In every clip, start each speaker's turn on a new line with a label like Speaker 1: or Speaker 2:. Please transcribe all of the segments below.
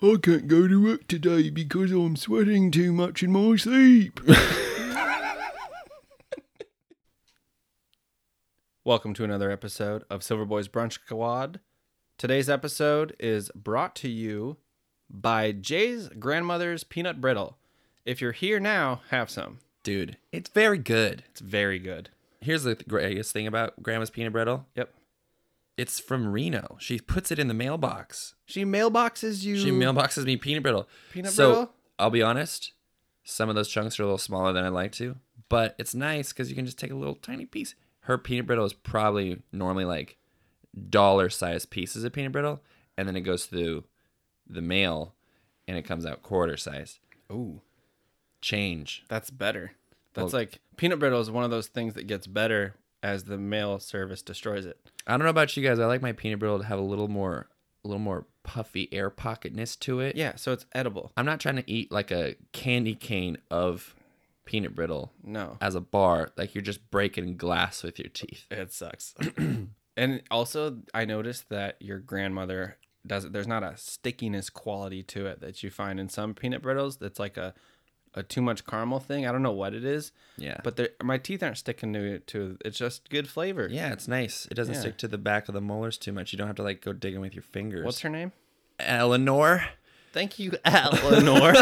Speaker 1: I can't go to work today because I'm sweating too much in my sleep.
Speaker 2: Welcome to another episode of Silver Boys Brunch Squad. Today's episode is brought to you by Jay's grandmother's peanut brittle. If you're here now, have some.
Speaker 3: Dude, it's very good.
Speaker 2: It's very good.
Speaker 3: Here's the greatest thing about Grandma's peanut brittle.
Speaker 2: Yep.
Speaker 3: It's from Reno. She puts it in the mailbox.
Speaker 2: She mailboxes you.
Speaker 3: She mailboxes me peanut brittle.
Speaker 2: Peanut
Speaker 3: so,
Speaker 2: brittle?
Speaker 3: I'll be honest, some of those chunks are a little smaller than I'd like to, but it's nice because you can just take a little tiny piece. Her peanut brittle is probably normally like dollar sized pieces of peanut brittle, and then it goes through the mail and it comes out quarter sized.
Speaker 2: Ooh,
Speaker 3: Change.
Speaker 2: that's better. That's
Speaker 3: Well-
Speaker 2: like peanut brittle is one of those things that gets better as the mail service destroys it.
Speaker 3: I don't know about you guys. I like my peanut brittle to have a little more, a little more puffy air pocketness to it.
Speaker 2: Yeah, so it's edible.
Speaker 3: I'm not trying to eat like a candy cane of peanut brittle
Speaker 2: No,
Speaker 3: as a bar. Like you're just breaking glass with your teeth.
Speaker 2: it sucks. and also, I noticed that your grandmother does. There's not a stickiness quality to it that you find in some peanut brittles. That's like a a too much caramel thing. I don't know what it is,
Speaker 3: Yeah.
Speaker 2: but they're- my teeth aren't sticking to it. To it's just good flavor.
Speaker 3: yeah, it's nice. It doesn't
Speaker 2: Yeah.
Speaker 3: stick to the back of the molars too much. You don't have to like go digging with your fingers.
Speaker 2: What's her name?
Speaker 3: Eleanor?
Speaker 2: Thank you, Eleanor.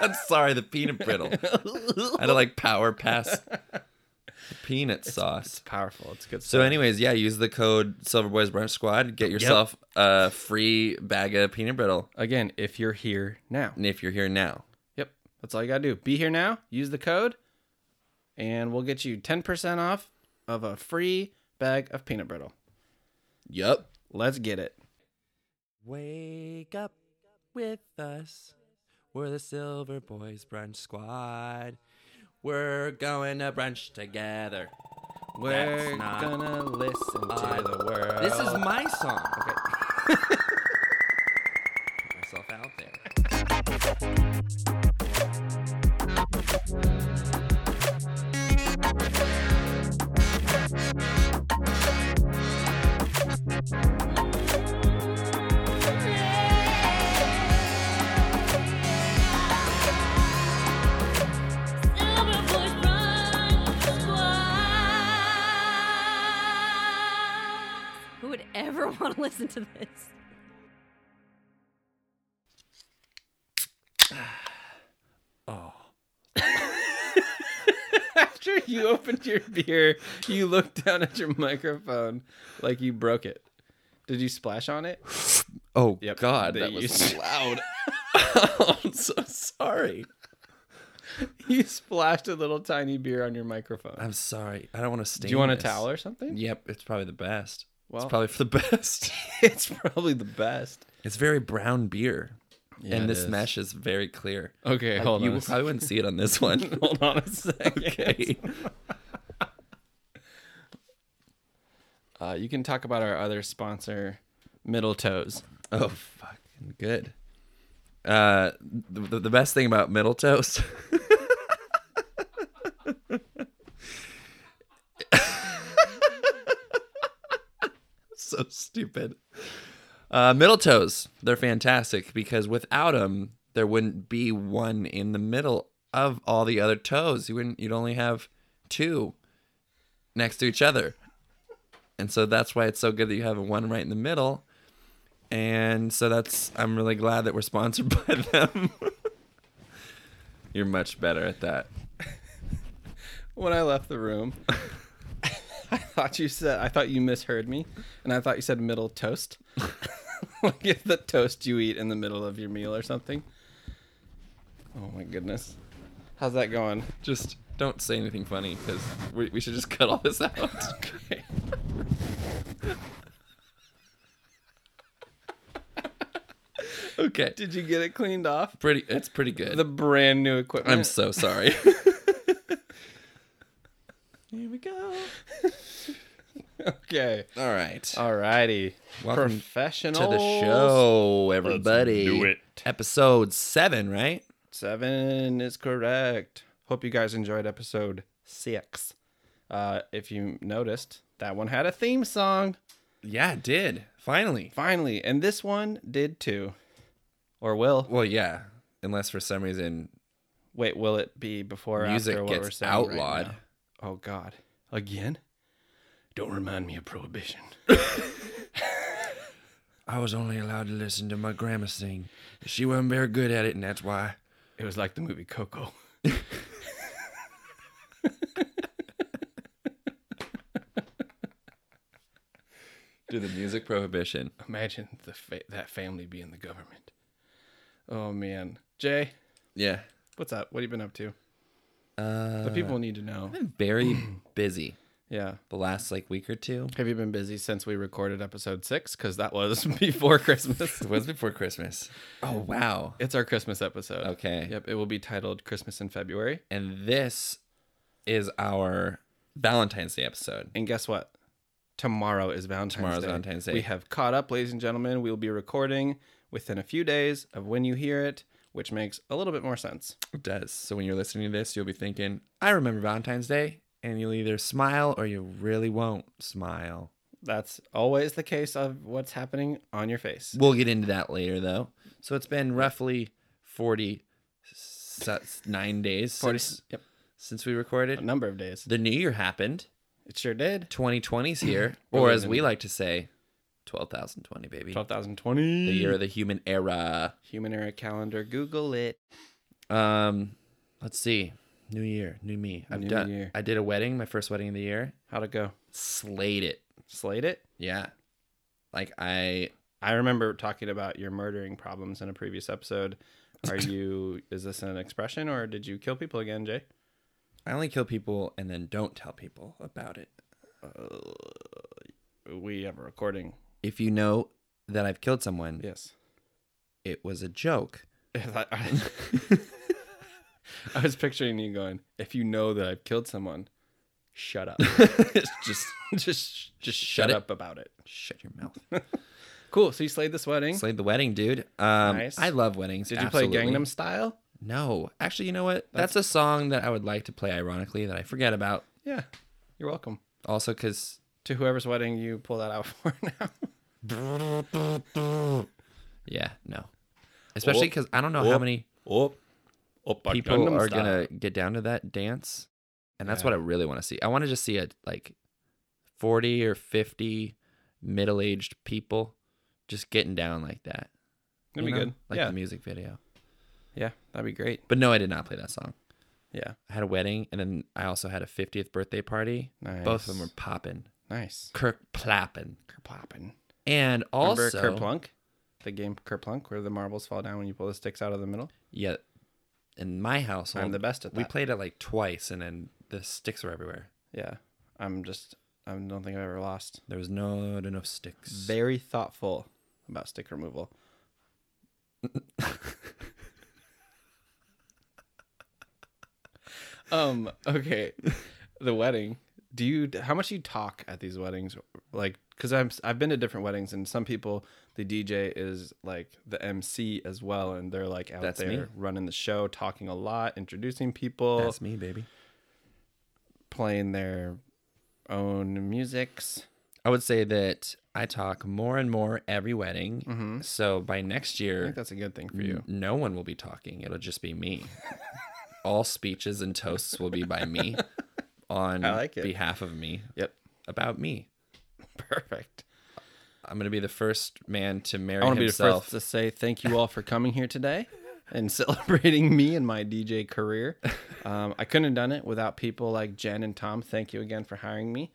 Speaker 3: I'm sorry, the peanut brittle. I had to like power pass the peanut sauce.
Speaker 2: it's powerful. It's good.
Speaker 3: So,
Speaker 2: stuff.
Speaker 3: anyways, yeah, use the code Silverboys Brunch Squad. Get yourself a free bag of peanut brittle.
Speaker 2: again, if you're here now,
Speaker 3: And if you're here now,
Speaker 2: yep, that's all you gotta do. Be here now. Use the code, and we'll get you ten percent off of a free bag of peanut brittle.
Speaker 3: yup.
Speaker 2: Let's get it.
Speaker 3: Wake up with us. We're the Silver Boys Brunch Squad. We're going to brunch together.
Speaker 2: We're
Speaker 3: That's not
Speaker 2: gonna listen
Speaker 3: on.
Speaker 2: to the world.
Speaker 3: This is my song.
Speaker 2: Okay.
Speaker 3: Put myself out there.
Speaker 4: Who would ever want to listen to this?
Speaker 2: After you opened your beer, you looked down at your microphone like you broke it. Did you splash on it?
Speaker 3: Oh,
Speaker 2: Yep,
Speaker 3: God.
Speaker 2: they
Speaker 3: That was
Speaker 2: used-
Speaker 3: loud. I'm so sorry.
Speaker 2: You splashed a little tiny beer on your microphone.
Speaker 3: I'm sorry. I don't want to stain
Speaker 2: Do you want a
Speaker 3: this.
Speaker 2: towel or something?
Speaker 3: Yep, it's probably the best.
Speaker 2: Well-
Speaker 3: it's probably for the best.
Speaker 2: It's probably the best.
Speaker 3: it's very brown beer.
Speaker 2: it
Speaker 3: and this
Speaker 2: is.
Speaker 3: mesh is very clear.
Speaker 2: Okay,
Speaker 3: Like,
Speaker 2: hold
Speaker 3: you
Speaker 2: on. a sec-
Speaker 3: probably wouldn't see it on this one.
Speaker 2: hold on a second.
Speaker 3: okay.
Speaker 2: Uh, you can talk about our other sponsor, Middle Toes.
Speaker 3: Oh, fucking good. Uh, the, the best thing about middle toast. so stupid. Uh, middle toes, they're fantastic because without them, there wouldn't be one in the middle of all the other toes. You wouldn't. You'd only have two next to each other, and so that's why it's so good that you have one right in the middle and so that's I'm really glad that we're sponsored by them. You're much better at that.
Speaker 2: when I left the room, I thought you said I thought you misheard me, and I thought you said middle toast, like it's the toast you eat in the middle of your meal or something. Oh my goodness, how's that going?
Speaker 3: Just don't say anything funny because we, we should just cut all this out.
Speaker 2: Okay.
Speaker 3: okay,
Speaker 2: Did you get it cleaned off?
Speaker 3: pretty. It's pretty good.
Speaker 2: The brand new equipment.
Speaker 3: I'm so sorry. Here we go.
Speaker 2: okay.
Speaker 3: All right.
Speaker 2: Alrighty.
Speaker 3: Welcome to
Speaker 2: Professional
Speaker 3: the show, everybody.
Speaker 2: do it.
Speaker 3: Episode seven, right?
Speaker 2: Seven is correct. Hope you guys enjoyed episode six. Uh, if you noticed, that one had a theme song.
Speaker 3: Yeah, it did finally.
Speaker 2: Finally, and this one did too. or will.
Speaker 3: Well, yeah, unless for some reason
Speaker 2: Wait, will it be before or
Speaker 3: Music
Speaker 2: after what
Speaker 3: gets
Speaker 2: we're saying right
Speaker 3: outlawed.
Speaker 2: now? oh God, again? Don't remind me of prohibition.
Speaker 3: I was only allowed to listen to my grandma sing. She wasn't very good at it, and that's why.
Speaker 2: It was like the movie Coco.
Speaker 3: Do the music prohibition.
Speaker 2: Imagine the fa- that family being the government. Oh man, Jay,
Speaker 3: Yeah.
Speaker 2: what's up? What have you been up to?
Speaker 3: Uh,
Speaker 2: The people need to know.
Speaker 3: been very busy
Speaker 2: Yeah.
Speaker 3: the last like week or two.
Speaker 2: Have you been busy since we recorded episode six? Because that was before Christmas.
Speaker 3: It was before Christmas. Oh wow.
Speaker 2: It's our Christmas episode.
Speaker 3: Okay.
Speaker 2: Yep. It will be titled Christmas in February.
Speaker 3: And this is our Valentine's Day episode.
Speaker 2: And guess what? Tomorrow is Valentine's
Speaker 3: Tomorrow's
Speaker 2: Day.
Speaker 3: Valentine's Day.
Speaker 2: We have caught up, ladies and gentlemen. We'll be recording within a few days of when you hear it, which makes a little bit more sense.
Speaker 3: It does. So when you're listening to this, you'll be thinking, I remember Valentine's Day, and you'll either smile or you really won't smile.
Speaker 2: That's always the case of what's happening on your face.
Speaker 3: We'll get into that later, though. So it's been roughly 49 days since,
Speaker 2: Yep.
Speaker 3: since we
Speaker 2: A
Speaker 3: recorded.
Speaker 2: number of days.
Speaker 3: The new year happened.
Speaker 2: It sure did.
Speaker 3: 2020's here, or as we like to say, 12,020, baby.
Speaker 2: 12,020.
Speaker 3: The year of the human era.
Speaker 2: Human era calendar. Google it.
Speaker 3: Um, Let's see. New year, new me. I've
Speaker 2: New
Speaker 3: done.
Speaker 2: year.
Speaker 3: I did a wedding, my first wedding of the year.
Speaker 2: How'd it go?
Speaker 3: Slayed it.
Speaker 2: Slayed it?
Speaker 3: Yeah. Like I
Speaker 2: I remember talking about your murdering problems in a previous episode. Are you, is this an expression or did you kill people again, Jay?
Speaker 3: I only kill people and then don't tell people about it.
Speaker 2: We have a recording.
Speaker 3: If you know that I've killed someone,
Speaker 2: Yes.
Speaker 3: it was a joke.
Speaker 2: If I, I, I was picturing you going, if you know that I've killed someone, shut up.
Speaker 3: It's just
Speaker 2: just just
Speaker 3: Shut
Speaker 2: shut,
Speaker 3: it.
Speaker 2: up about it.
Speaker 3: shut your mouth.
Speaker 2: Cool. So you slayed this wedding.
Speaker 3: Slayed the wedding, dude. Um
Speaker 2: Nice.
Speaker 3: I love weddings.
Speaker 2: Did you play
Speaker 3: absolutely.
Speaker 2: Gangnam Style?
Speaker 3: No. Actually, you know what? That's, a song that I would like to play ironically that I forget about
Speaker 2: Yeah. You're welcome.
Speaker 3: also cuz
Speaker 2: To whoever's wedding you pull that out for now.
Speaker 3: yeah, no. Especially cuz I don't know how
Speaker 2: Whoop.
Speaker 3: many
Speaker 2: Oh, oh,
Speaker 3: people are going to get down to that dance. And that's
Speaker 2: Yeah.
Speaker 3: what I really want to see. I want to just see a like 40 or 50 middle-aged people just getting down like that.
Speaker 2: That'd be
Speaker 3: you know?
Speaker 2: good.
Speaker 3: Like
Speaker 2: yeah.
Speaker 3: the music video.
Speaker 2: yeah. That'd be great.
Speaker 3: But no, I did not play that song.
Speaker 2: Yeah.
Speaker 3: I had a wedding and then I also had a 50th birthday party. Both of them
Speaker 2: Nice.
Speaker 3: were popping.
Speaker 2: Nice.
Speaker 3: Kirk plapping.
Speaker 2: Kerplopping.
Speaker 3: And
Speaker 2: Remember
Speaker 3: also
Speaker 2: Kerplunk? The game Kerplunk where the marbles fall down when you pull the sticks out of the middle?
Speaker 3: Yeah. In my household,
Speaker 2: I'm the best at
Speaker 3: we
Speaker 2: that.
Speaker 3: played it like twice and then the sticks were everywhere.
Speaker 2: Yeah. I'm just I don't think I've ever lost.
Speaker 3: There was no not enough sticks.
Speaker 2: Very thoughtful about stick removal. um, okay. The wedding. Do you how much do you talk at these weddings? Like cuz I'm I've been to different weddings and some people the DJ is like the MC as well and they're like out
Speaker 3: That's
Speaker 2: there
Speaker 3: me.
Speaker 2: running the show, talking a lot, introducing people
Speaker 3: That's me, baby.
Speaker 2: playing their own musics.
Speaker 3: I would say that I talk more and more every wedding.
Speaker 2: Mhm.
Speaker 3: So by next
Speaker 2: I
Speaker 3: year,
Speaker 2: think that's a good thing for you.
Speaker 3: n- no one will be talking. It'll just be me. All speeches and toasts will be by me on
Speaker 2: I like it.
Speaker 3: behalf of me
Speaker 2: Yep.
Speaker 3: about me.
Speaker 2: Perfect.
Speaker 3: I'm going to be the first man to marry
Speaker 2: I want to be the
Speaker 3: himself.
Speaker 2: first to say thank you all for coming here today and celebrating me and my DJ career. Um, I couldn't have done it without people like Jen and Tom. Thank you again for hiring me.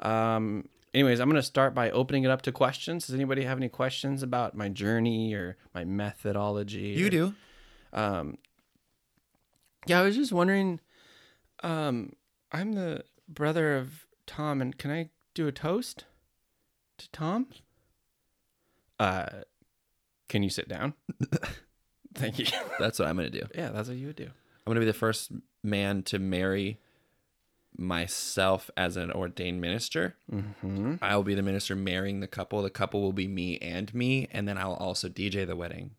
Speaker 2: Um, anyways, I'm going to start by opening it up to questions. Does anybody have any questions about my journey or my methodology?
Speaker 3: you
Speaker 2: or-
Speaker 3: do.
Speaker 2: Yeah, I was just wondering. Um, I'm the brother of Tom, and can I do a toast to Tom? Uh, can you sit down? Thank you.
Speaker 3: That's what I'm going to do.
Speaker 2: yeah, that's what you would do.
Speaker 3: I'm going to be the first man to marry myself as an ordained minister.
Speaker 2: Mm-hmm.
Speaker 3: I will be the minister marrying the couple. The couple will be me and me, and then I'll also DJ the wedding.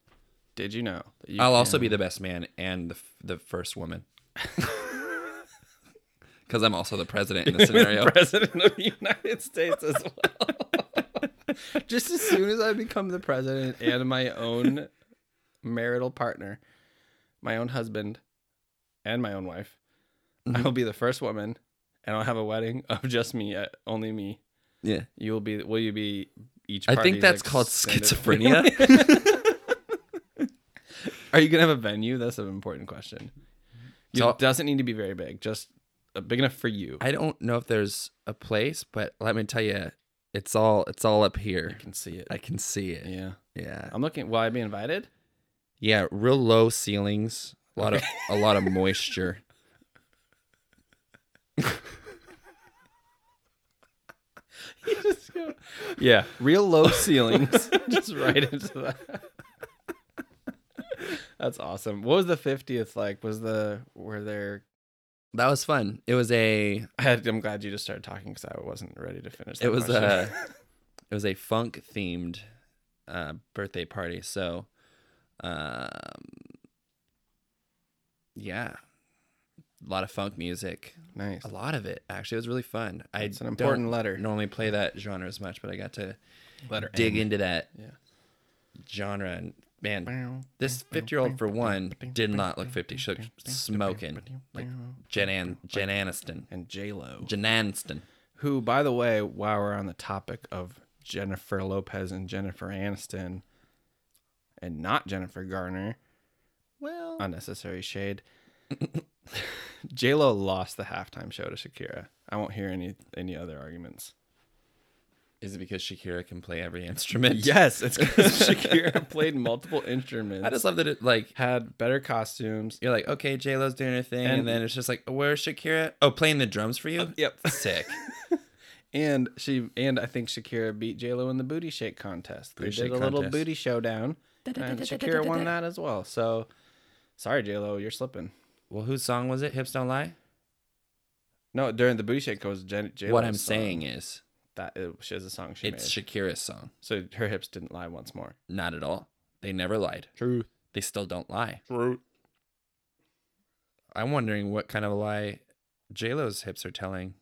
Speaker 2: Did you know? That you
Speaker 3: I'll also be the best man and the f- the first woman. Because I'm also the president in the scenario.
Speaker 2: president of the United States as well. just as soon as I become the president and my own marital partner, my own husband, and my own wife.
Speaker 3: Mm-hmm.
Speaker 2: I will be the first woman, and I'll have a wedding of just me, uh, only me.
Speaker 3: Yeah.
Speaker 2: You will be. Will you be each?
Speaker 3: I
Speaker 2: party's
Speaker 3: think that's called
Speaker 2: extended-
Speaker 3: schizophrenia.
Speaker 2: Are you gonna have a venue? That's an important question. It
Speaker 3: So-
Speaker 2: doesn't need to be very big, just uh, big enough for you. I
Speaker 3: I don't know if there's a place, but let me tell you, it's all it's all up here.
Speaker 2: can see it.
Speaker 3: I can see it.
Speaker 2: yeah,
Speaker 3: Yeah.
Speaker 2: I'm looking. Will I be invited?
Speaker 3: Yeah, real low ceilings, a lot of a lot of moisture.
Speaker 2: Yeah, real low ceilings. just right into that. That's awesome. What was the fiftieth like? Was the were there?
Speaker 3: That was fun. It was a
Speaker 2: I had, I'm glad you just started talking because I wasn't ready to finish. That
Speaker 3: it was uh,
Speaker 2: question.
Speaker 3: a it was a funk themed uh, birthday party. So, um, yeah, a lot of funk music.
Speaker 2: nice.
Speaker 3: A lot of it actually. It was really fun. I
Speaker 2: It's an important
Speaker 3: don't
Speaker 2: letter.
Speaker 3: normally play that genre as much, but I got to
Speaker 2: Letter
Speaker 3: dig
Speaker 2: M.
Speaker 3: into that
Speaker 2: Yeah.
Speaker 3: genre. And man, this fifty-year-old for one did not look fifty. She looked smoking like Jen An- Jen Aniston.
Speaker 2: and J Lo,
Speaker 3: Jen Aniston.
Speaker 2: who, by the way, while we're on the topic of Jennifer Lopez and Jennifer Aniston, and not Jennifer Garner,
Speaker 3: Well,
Speaker 2: unnecessary shade. J Lo lost the halftime show to Shakira. I won't hear any any other arguments.
Speaker 3: is it because Shakira can play every instrument?
Speaker 2: Yes, it's because Shakira played multiple instruments,
Speaker 3: I just love that it like
Speaker 2: had better costumes.
Speaker 3: you're like, okay, J Lo's doing her thing, and,
Speaker 2: And- Uh,
Speaker 3: then it's just like, where's Shakira? Oh, playing the drums for you?
Speaker 2: Yep,
Speaker 3: Sick.
Speaker 2: and she and I think Shakira beat J Lo in the booty shake contest. They
Speaker 3: Booty
Speaker 2: did
Speaker 3: shake
Speaker 2: a little
Speaker 3: contest.
Speaker 2: booty showdown, and Shakira won that as well. So, sorry J Lo, you're slipping.
Speaker 3: well, whose song was it? Hips Don't Lie.
Speaker 2: No, during the booty shake goes J Lo.
Speaker 3: what I'm saying is,
Speaker 2: that it, she has a song she
Speaker 3: it's
Speaker 2: made.
Speaker 3: Shakira's song.
Speaker 2: so her hips didn't lie once more.
Speaker 3: Not at all. They never lied.
Speaker 2: True.
Speaker 3: They still don't lie. I'm wondering what kind of a lie J Lo's hips are telling.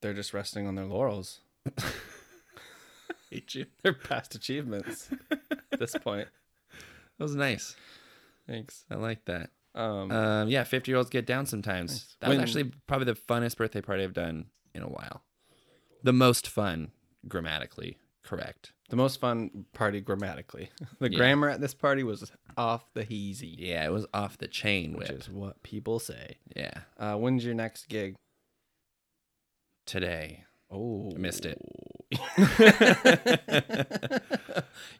Speaker 2: They're just resting on their laurels.
Speaker 3: Hate you.
Speaker 2: Their past achievements at this point.
Speaker 3: That was nice.
Speaker 2: Thanks.
Speaker 3: I like that.
Speaker 2: Um,
Speaker 3: Um, yeah, 50 year olds get down sometimes. That
Speaker 2: When-
Speaker 3: was actually probably the funnest birthday party I've done in a while. The most fun, grammatically correct.
Speaker 2: the most fun party grammatically. The
Speaker 3: Yeah.
Speaker 2: grammar at this party was off the heezy,
Speaker 3: Yeah, it was off the chain
Speaker 2: which
Speaker 3: whip.
Speaker 2: is what people say.
Speaker 3: yeah,
Speaker 2: Uh, when's your next gig?
Speaker 3: today.
Speaker 2: Oh,
Speaker 3: I missed it.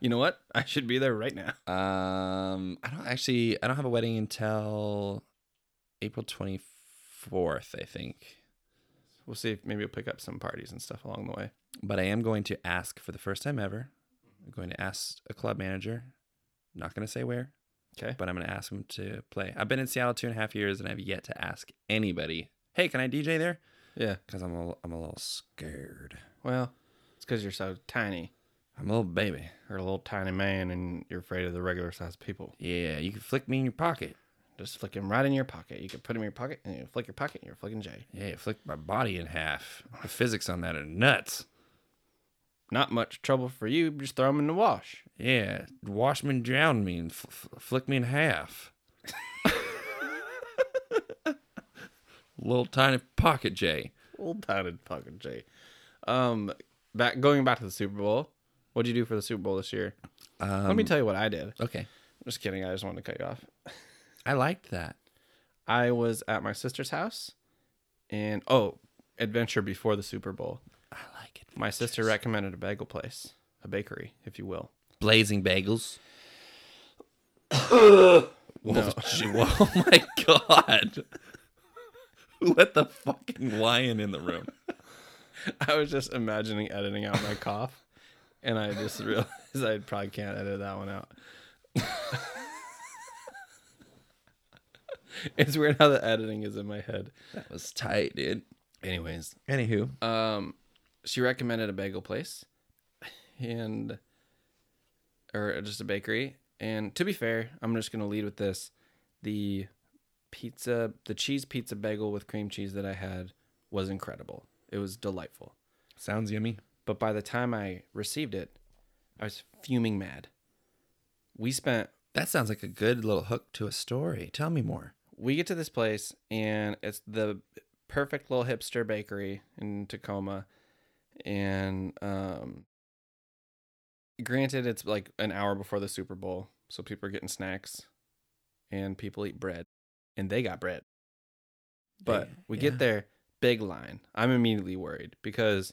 Speaker 2: You know what? I should be there right now.
Speaker 3: Um, I don't actually. I don't have a wedding until April twenty fourth, I think.
Speaker 2: We'll see if maybe we'll pick up some parties and stuff along the way.
Speaker 3: But I am going to ask for the first time ever. I'm going to ask a club manager. not going to say where.
Speaker 2: Okay.
Speaker 3: but I'm going to ask them to play. I've been in Seattle two and a half years and I've yet to ask anybody, hey, can I DJ there?
Speaker 2: Yeah.
Speaker 3: Because I'm a, I'm a little scared.
Speaker 2: Well, it's because you're so tiny.
Speaker 3: I'm a little baby.
Speaker 2: You're a little tiny man and you're afraid of the regular sized people.
Speaker 3: Yeah, you can flick me in your pocket.
Speaker 2: Just flick him right in your pocket. You can put him in your pocket and you flick your pocket and you're flicking J.
Speaker 3: Yeah, flick my body in half. The physics on that are nuts.
Speaker 2: Not much trouble for you. Just throw him in the wash.
Speaker 3: Yeah, wash me and drown me and f- f- flick me in half. little tiny pocket J.
Speaker 2: Old tiny pocket J. Um, back going back to the Super Bowl. What'd you do for the Super Bowl this year?
Speaker 3: Um,
Speaker 2: Let me tell you what I did.
Speaker 3: Okay,
Speaker 2: Just kidding. I just wanted to cut you off.
Speaker 3: I liked that.
Speaker 2: I was at my sister's house, and oh, adventure before the Super Bowl.
Speaker 3: I like it.
Speaker 2: My sister recommended a bagel place, a bakery, if you will.
Speaker 3: blazing bagels. Whoa, gee, whoa, oh my god. Who let the fucking lion in the room?
Speaker 2: I was just imagining editing out my cough, and I just realized I probably can't edit that one out. it's weird how the editing is in my head.
Speaker 3: That was tight, dude. Uh,
Speaker 2: Anyways,
Speaker 3: Anywho.
Speaker 2: um, she recommended a bagel place, and or just a bakery. And to be fair, I'm just gonna lead with this: the pizza, the cheese pizza bagel with cream cheese that I had was incredible. It was delightful.
Speaker 3: Sounds yummy.
Speaker 2: but by the time I received it, I was fuming mad. we spent
Speaker 3: That sounds like a good little hook to a story. Tell me more.
Speaker 2: we get to this place and it's the perfect little hipster bakery in Tacoma. And um granted it's like an hour before the Super Bowl, so people are getting snacks and people eat bread. And they got bread. But
Speaker 3: Yeah,
Speaker 2: we
Speaker 3: yeah.
Speaker 2: get there, big line. I'm immediately worried because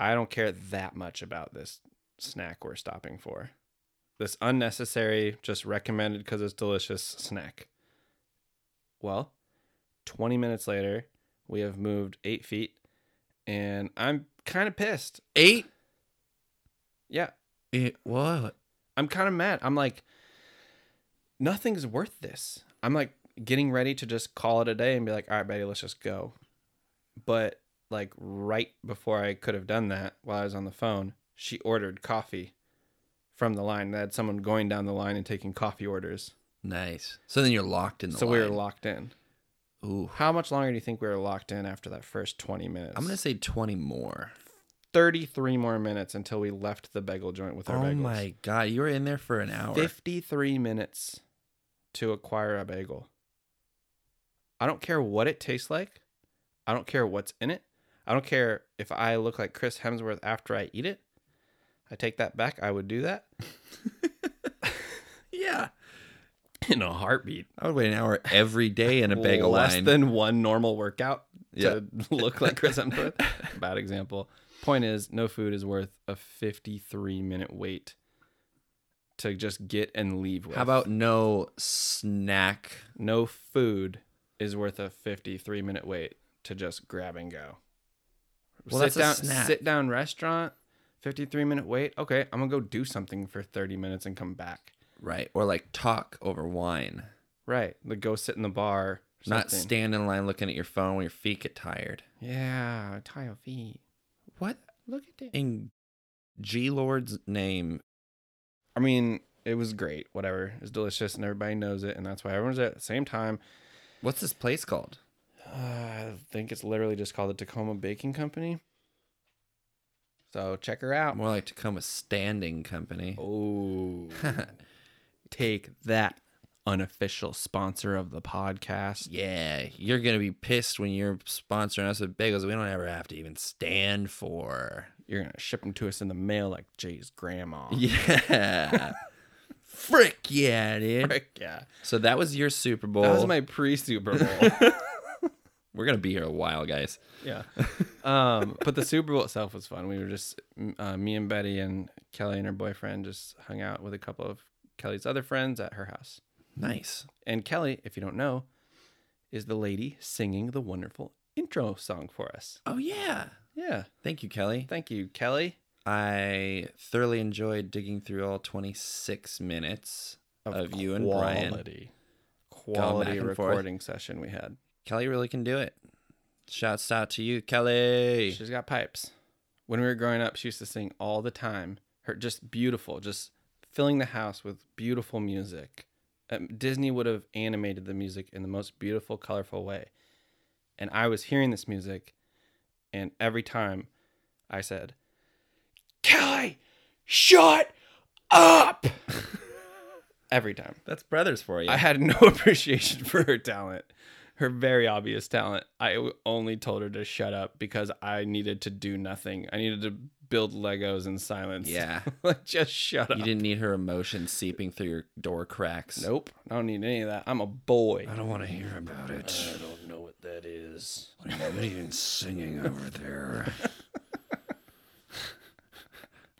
Speaker 2: I don't care that much about this snack we're stopping for. This unnecessary, just recommended because it's delicious snack. Well, 20 minutes later, we have moved eight feet, and I'm kind of pissed.
Speaker 3: Eight?
Speaker 2: Yeah,
Speaker 3: It, what?
Speaker 2: I'm kind of mad. I'm like, nothing's worth this. I'm like getting ready to just call it a day and be like, all right, Betty, let's just go. But like right before I could have done that while I was on the phone, she ordered coffee from the line. They had someone going down the line and taking coffee orders.
Speaker 3: Nice. So then you're locked in the
Speaker 2: So we were
Speaker 3: line.
Speaker 2: locked in.
Speaker 3: Ooh.
Speaker 2: How much longer do you think we were locked in after that first 20 minutes?
Speaker 3: I'm going to say 20 more.
Speaker 2: 33 more minutes until we left the bagel joint with our
Speaker 3: Oh
Speaker 2: bagels.
Speaker 3: my God. You were in there for an hour.
Speaker 2: 53 minutes to acquire a bagel. I don't care what it tastes like. I don't care what's in it. I don't care if I look like Chris Hemsworth after I eat it. I take that back. I would do that
Speaker 3: Yeah.
Speaker 2: in a heartbeat.
Speaker 3: I would wait an hour every day in a bagel
Speaker 2: Less
Speaker 3: line.
Speaker 2: than one normal workout
Speaker 3: Yeah.
Speaker 2: to look like Chris Hemsworth. Bad example. Point is, no food is worth a 53 minute wait to just get and leave with.
Speaker 3: How about no snack?
Speaker 2: no food is worth a 53 minute wait to just grab and go.
Speaker 3: Well,
Speaker 2: sit
Speaker 3: that's a
Speaker 2: down,
Speaker 3: snack.
Speaker 2: sit down restaurant, 53 minute wait. Okay, I'm gonna go do something for 30 minutes and come back.
Speaker 3: Right. Or like talk over wine.
Speaker 2: Right, the go sit in the bar. or
Speaker 3: Not
Speaker 2: something.
Speaker 3: stand in line looking at your phone when your feet get tired.
Speaker 2: Yeah, tie your feet.
Speaker 3: What
Speaker 2: Look at that.
Speaker 3: in G Lord's name?
Speaker 2: I mean, it was great. Whatever, it's delicious and everybody knows it, and that's why everyone's at the same time.
Speaker 3: What's this place called?
Speaker 2: Uh, I think it's literally just called the Tacoma Baking Company. So check her out.
Speaker 3: More like Tacoma Standing Company.
Speaker 2: Uh, Oh. Take that unofficial sponsor of the podcast.
Speaker 3: Yeah, you're gonna be pissed when you're sponsoring us with bagels. We don't ever have to even stand for.
Speaker 2: You're going to ship them to us in the mail like Jay's grandma.
Speaker 3: Yeah. Frick yeah, dude.
Speaker 2: Frick yeah.
Speaker 3: So that was your Super Bowl.
Speaker 2: That was my pre Super Bowl.
Speaker 3: We're gonna be here a while, guys.
Speaker 2: yeah. Um, but the Super Bowl itself was fun. We were just, uh, me and Betty and Kelly and her boyfriend just hung out with a couple of Kelly's other friends at her house.
Speaker 3: Nice.
Speaker 2: And Kelly, if you don't know, is the lady singing the wonderful intro song for us.
Speaker 3: Oh yeah.
Speaker 2: Yeah.
Speaker 3: Thank you, Kelly.
Speaker 2: Thank you, Kelly.
Speaker 3: I thoroughly enjoyed digging through all 26 minutes of, you and Brian.
Speaker 2: quality-
Speaker 3: back
Speaker 2: Quality
Speaker 3: and forth.
Speaker 2: recording session we had.
Speaker 3: Kelly really can do it. Shouts out to you, Kelly.
Speaker 2: She's got pipes. When we were growing up, she used to sing all the time. Her just beautiful, just filling the house with beautiful music. Um, Disney would have animated the music in the most beautiful, colorful way. And I was hearing this music, and every time I said, Kelly, shut up! every time.
Speaker 3: That's brothers for you.
Speaker 2: I had no appreciation for her talent, her very obvious talent. I only told her to shut up because I needed to do nothing. I needed to build Legos in silence.
Speaker 3: Yeah.
Speaker 2: Like, just shut up.
Speaker 3: you didn't need her emotions seeping through your door cracks.
Speaker 2: Nope. I don't need any of that. I'm a boy.
Speaker 3: I don't want to hear about it.
Speaker 1: don't know what that is.
Speaker 3: What are you even singing over there?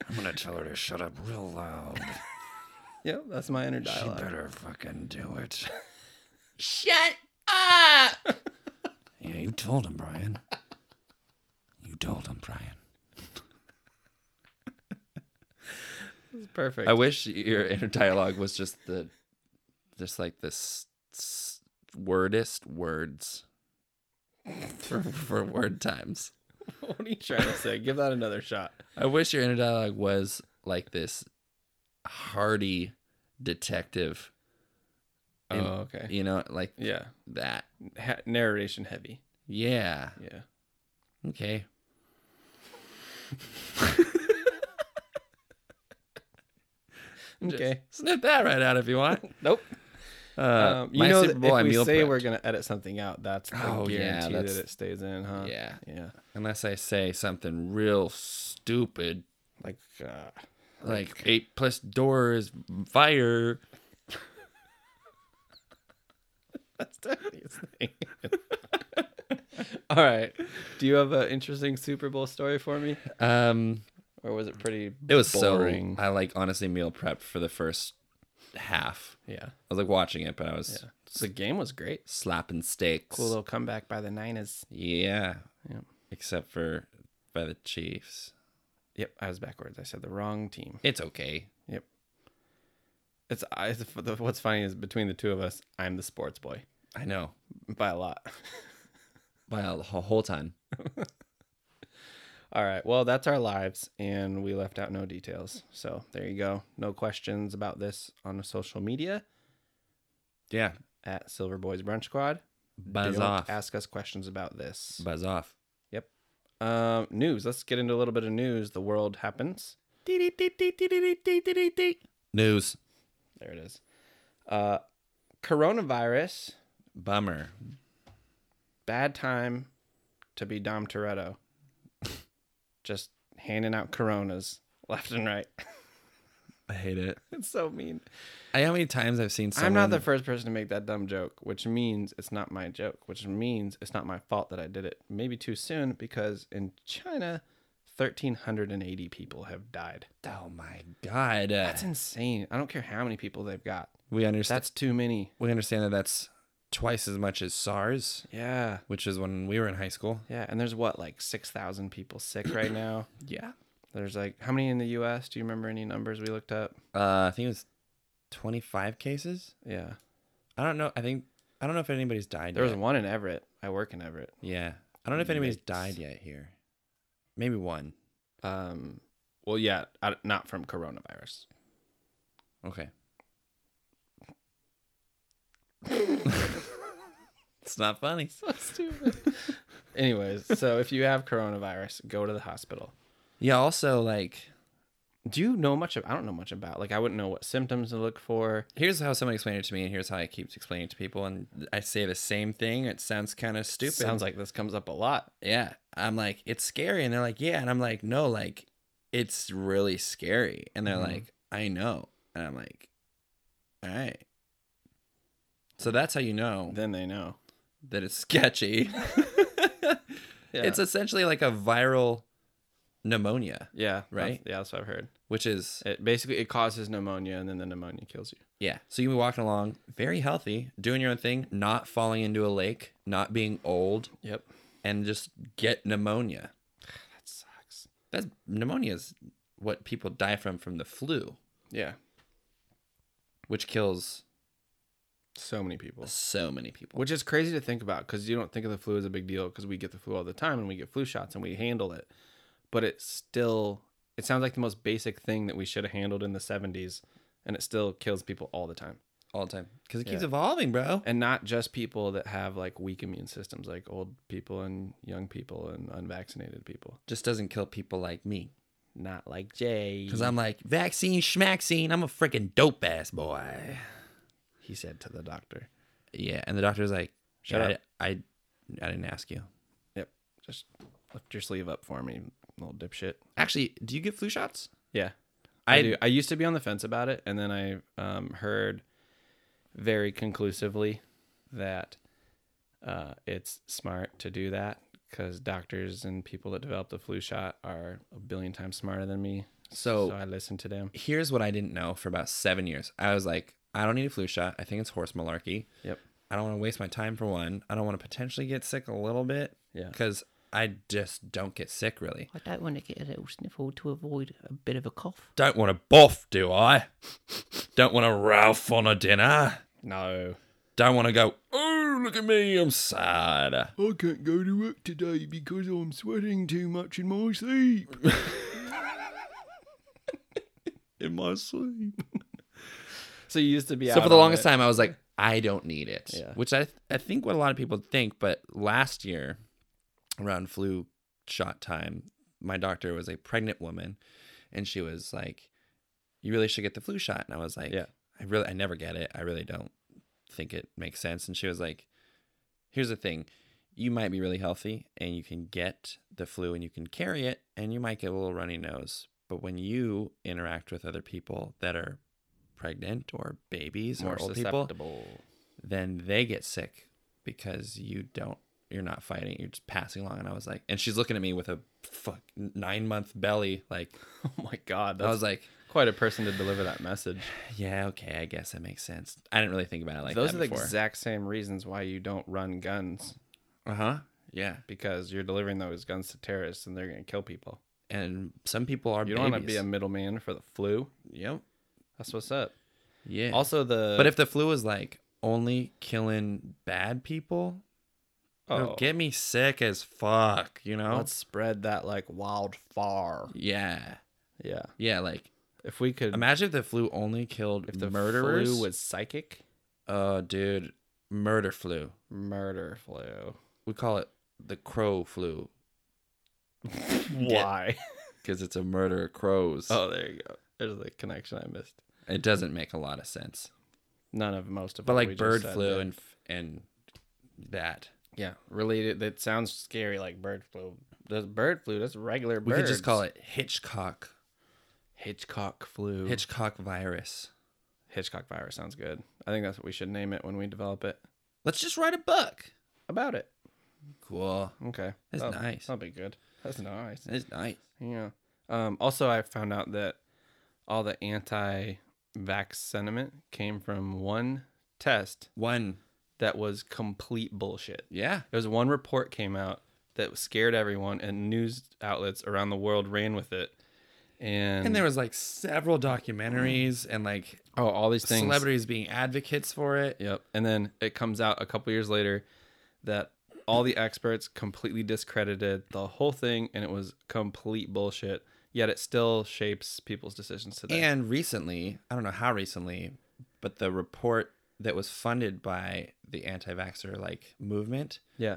Speaker 1: I'm gonna tell her to shut up real loud.
Speaker 2: Yep, that's my inner dialogue.
Speaker 1: Better fucking do it.
Speaker 4: Shut up!
Speaker 1: Yeah, you told him, Brian. You told him, Brian.
Speaker 2: Perfect.
Speaker 3: I wish your inner dialogue was just the, just like this wordist words for, for word times.
Speaker 2: what are you trying to say? Give that another shot.
Speaker 3: I wish your inner dialogue was like this hardy detective,
Speaker 2: Oh,
Speaker 3: In-
Speaker 2: okay.
Speaker 3: you know, like
Speaker 2: Yeah.
Speaker 3: that.
Speaker 2: Ha- narration heavy.
Speaker 3: Yeah.
Speaker 2: Yeah.
Speaker 3: Okay.
Speaker 2: Okay.
Speaker 3: Snip that right out if you want.
Speaker 2: Nope.
Speaker 3: Uh,
Speaker 2: Um, you
Speaker 3: my
Speaker 2: know,
Speaker 3: Super
Speaker 2: that
Speaker 3: Bowl, I
Speaker 2: if we
Speaker 3: meal
Speaker 2: say
Speaker 3: prepped.
Speaker 2: we're gonna edit something out, that's the
Speaker 3: Oh,
Speaker 2: guarantee
Speaker 3: yeah, that's-
Speaker 2: that it stays in, huh?
Speaker 3: Yeah.
Speaker 2: yeah.
Speaker 3: unless I say something real stupid,
Speaker 2: Like, uh,
Speaker 3: like eight plus doors, fire.
Speaker 2: that's Tiffany's thing. All right. Do you have an interesting Super Bowl story for me,
Speaker 3: Um,
Speaker 2: or was it pretty?
Speaker 3: it was
Speaker 2: boring?
Speaker 3: so I like honestly meal prepped for the first half.
Speaker 2: yeah.
Speaker 3: I was like watching it, but I was
Speaker 2: The game was great.
Speaker 3: slapping steaks.
Speaker 2: Cool little comeback by the Niners.
Speaker 3: Yeah.
Speaker 2: Yeah.
Speaker 3: Except for by the Chiefs.
Speaker 2: Yep, I was backwards. I said the wrong team.
Speaker 3: It's okay.
Speaker 2: Yep. It's I. the- What's funny is between the two of us, I'm the sports boy
Speaker 3: I know.
Speaker 2: by a lot.
Speaker 3: By a wh- whole ton.
Speaker 2: All right. Well, that's our lives, and we left out no details. So there you go. No questions about this on social media
Speaker 3: Yeah.
Speaker 2: at Silver Boys Brunch Squad.
Speaker 3: Buzz
Speaker 2: Don't
Speaker 3: off.
Speaker 2: Ask us questions about this.
Speaker 3: Buzz off.
Speaker 2: Yep. Um, news. Let's get into a little bit of news. The world happens.
Speaker 3: News.
Speaker 2: There it is. Uh, coronavirus.
Speaker 3: Bummer.
Speaker 2: Bad time to be Dom Toretto. Just handing out coronas left and right.
Speaker 3: I hate it.
Speaker 2: it's so mean.
Speaker 3: I know how many times I've seen someone.
Speaker 2: I'm not the first person to make that dumb joke, which means it's not my joke, which means it's not my fault that I did it maybe too soon because in China, 1,380 people have died.
Speaker 3: Oh my god. Uh,
Speaker 2: That's insane. I don't care how many people they've got.
Speaker 3: we understand.
Speaker 2: That's too many.
Speaker 3: we understand that that's twice as much as SARS,
Speaker 2: Yeah.
Speaker 3: which is when we were in high school.
Speaker 2: Yeah. And there's what, like 6,000 people sick right now?
Speaker 3: Yeah.
Speaker 2: There's like, how many in the US? Do you remember any numbers we looked up?
Speaker 3: Uh, I think it was 25 cases.
Speaker 2: Yeah.
Speaker 3: I don't know. I think I don't know if anybody's died.
Speaker 2: There was
Speaker 3: yet.
Speaker 2: one in Everett. I work in Everett.
Speaker 3: Yeah. I don't know if anybody's
Speaker 2: Yikes.
Speaker 3: died yet here. Maybe one.
Speaker 2: Um, well, yeah, I, not from coronavirus.
Speaker 3: Okay. it's not funny.
Speaker 2: stupid. Anyways, so if you have coronavirus, go to the hospital.
Speaker 3: Yeah, also like
Speaker 2: Do you know much of? I don't know much about. Like, I wouldn't know what symptoms to look for.
Speaker 3: here's how someone explained it to me and here's how I keep explaining it to people and I say the same thing. It sounds kind of stupid.
Speaker 2: Sounds like this comes up a lot.
Speaker 3: yeah. I'm like, it's scary. And they're like, yeah. And I'm like, no, like, it's really scary. And they're like, I know. And I'm like, all right. So that's how you know
Speaker 2: Then they know.
Speaker 3: that it's sketchy.
Speaker 2: Yeah.
Speaker 3: It's essentially like a viral pneumonia,
Speaker 2: yeah, that's-
Speaker 3: right?
Speaker 2: yeah, that's what I've heard.
Speaker 3: which is
Speaker 2: It basically it causes pneumonia, and then the pneumonia kills you.
Speaker 3: yeah. So you can be walking along, very healthy, doing your own thing, not falling into a lake, not being old,
Speaker 2: Yep,
Speaker 3: and just get pneumonia.
Speaker 2: that sucks.
Speaker 3: That's pneumonia is what people die from from the flu,
Speaker 2: Yeah,
Speaker 3: which kills
Speaker 2: so many people.
Speaker 3: so many people.
Speaker 2: Which is crazy to think about because you don't think of the flu as a big deal because we get the flu all the time and we get flu shots and we handle it. But it still, it sounds like the most basic thing that we should have handled in the 70s and it still kills people all the time.
Speaker 3: all the time because it keeps
Speaker 2: Yeah.
Speaker 3: evolving, bro.
Speaker 2: And not just people that have like weak immune systems, like old people and young people and unvaccinated people.
Speaker 3: Just doesn't kill people like me
Speaker 2: Not like Jay.
Speaker 3: because I'm like vaccine schmaxine. I'm a freaking dope ass boy.
Speaker 2: he said to the doctor.
Speaker 3: Yeah, and the doctor's like,
Speaker 2: Shut
Speaker 3: "Yeah,
Speaker 2: up.
Speaker 3: I, I, I didn't ask you.
Speaker 2: Yep. Just lift your sleeve up for me, little dipshit.
Speaker 3: Actually, do you get flu shots?
Speaker 2: Yeah.
Speaker 3: I-
Speaker 2: I, do. I used to be on the fence about it, and then I um, heard very conclusively that uh, it's smart to do that because doctors and people that develop the flu shot are a billion times smarter than me.
Speaker 3: So,
Speaker 2: so I listened to them.
Speaker 3: here's what I didn't know for about seven years. I was like, I don't need a flu shot. I think it's horse malarkey.
Speaker 2: Yep.
Speaker 3: I don't want to waste my time for one. I don't want to potentially get sick a little bit.
Speaker 2: Yeah.
Speaker 3: Because I just don't get sick really.
Speaker 5: I don't want to get a little sniffle to avoid a bit of a cough.
Speaker 3: Don't want to boff, do I? don't want to Ralph on a dinner.
Speaker 2: No.
Speaker 3: Don't want to go. Oh, look at me, I'm sad.
Speaker 1: I can't go to work today because I'm sweating too much in my sleep.
Speaker 3: In my sleep.
Speaker 2: So you used to be
Speaker 3: So
Speaker 2: out
Speaker 3: for the
Speaker 2: on
Speaker 3: longest
Speaker 2: it.
Speaker 3: time, I was like, I don't need it,
Speaker 2: Yeah.
Speaker 3: which I I think what a lot of people think. But last year, around flu shot time, my doctor was a pregnant woman, and she was like, you really should get the flu shot. And I was like,
Speaker 2: Yeah.
Speaker 3: I really, I never get it. I really don't think it makes sense. And she was like, here's the thing. You might be really healthy and you can get the flu and you can carry it and you might get a little runny nose. But when you interact with other people that are pregnant or babies
Speaker 2: more
Speaker 3: or old people,
Speaker 2: susceptible.
Speaker 3: then they get sick because you don't you're not fighting you're just passing along and i was like and she's looking at me with a fuck nine month belly like
Speaker 2: Oh my god,
Speaker 3: i
Speaker 2: that
Speaker 3: was
Speaker 2: was like
Speaker 3: like
Speaker 2: quite a person to deliver that message.
Speaker 3: yeah okay i guess that makes sense i didn't really think about it like
Speaker 2: Those
Speaker 3: that
Speaker 2: are the
Speaker 3: before.
Speaker 2: exact same reasons why you don't run guns
Speaker 3: uh-huh yeah
Speaker 2: because you're delivering those guns to terrorists and they're going to kill people.
Speaker 3: and some people are
Speaker 2: You don't want to be a middleman for the flu.
Speaker 3: yep
Speaker 2: That's what's up.
Speaker 3: yeah
Speaker 2: Also, the
Speaker 3: but if the flu is like only killing bad people it'll
Speaker 2: oh,
Speaker 3: get me sick as fuck you know
Speaker 2: let's spread that like wildfire.
Speaker 3: yeah
Speaker 2: Yeah,
Speaker 3: yeah like
Speaker 2: if we could,
Speaker 3: imagine if the flu only killed
Speaker 2: if the
Speaker 3: murderers
Speaker 2: flu was psychic,
Speaker 3: Oh, dude, murder flu.
Speaker 2: murder flu.
Speaker 3: We call it the crow flu
Speaker 2: Why?
Speaker 3: because it's a murder of crows.
Speaker 2: Oh, there you go. There's the connection I missed.
Speaker 3: It doesn't make a lot of sense.
Speaker 2: None of most of
Speaker 3: But
Speaker 2: what Oh,
Speaker 3: like
Speaker 2: we just
Speaker 3: bird
Speaker 2: said
Speaker 3: flu
Speaker 2: did.
Speaker 3: and and that.
Speaker 2: yeah, related. That sounds scary, like bird flu. That's bird flu. That's regular.
Speaker 3: We could just call it Hitchcock.
Speaker 2: Hitchcock flu.
Speaker 3: Hitchcock virus.
Speaker 2: Hitchcock virus sounds good. I think that's what we should name it when we develop it.
Speaker 3: Let's just write a book.
Speaker 2: About it.
Speaker 3: Cool.
Speaker 2: Okay.
Speaker 3: That's
Speaker 2: That'll-
Speaker 3: nice.
Speaker 2: That'll be good. That's nice.
Speaker 3: It's nice.
Speaker 2: Yeah. Um, also, I found out that all the anti-vax sentiment came from one test
Speaker 3: One.
Speaker 2: that was complete bullshit.
Speaker 3: Yeah.
Speaker 2: There was one report came out that scared everyone, and news outlets around the world ran with it. And,
Speaker 3: And there was like several documentaries and like
Speaker 2: oh, all these things.
Speaker 3: celebrities being advocates for it.
Speaker 2: Yep. And then it comes out a couple years later that all the experts completely discredited the whole thing and it was complete bullshit. Yet it still shapes people's decisions today.
Speaker 3: And recently, I don't know how recently, but the report that was funded by the anti-vaxxer like movement
Speaker 2: yeah.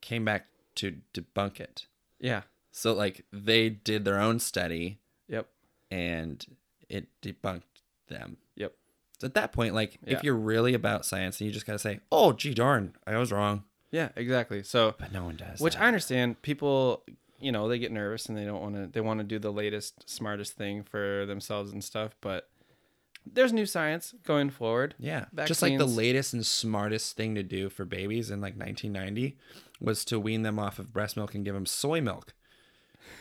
Speaker 3: came back to debunk it.
Speaker 2: Yeah.
Speaker 3: So like they did their own study
Speaker 2: Yep.
Speaker 3: and it debunked them.
Speaker 2: Yep.
Speaker 3: So at that point, like
Speaker 2: Yeah.
Speaker 3: if you're really about science, then you just gotta say, "Oh, gee darn, I was wrong."
Speaker 2: Yeah, exactly. So
Speaker 3: But no one does.
Speaker 2: which
Speaker 3: that.
Speaker 2: I understand people you know, they get nervous and they don't want to they want to do the latest smartest thing for themselves and stuff, but there's new science going forward.
Speaker 3: Yeah. Just like the
Speaker 2: Vaccines.
Speaker 3: latest and smartest thing to do for babies in like 1990 was to wean them off of breast milk and give them soy milk,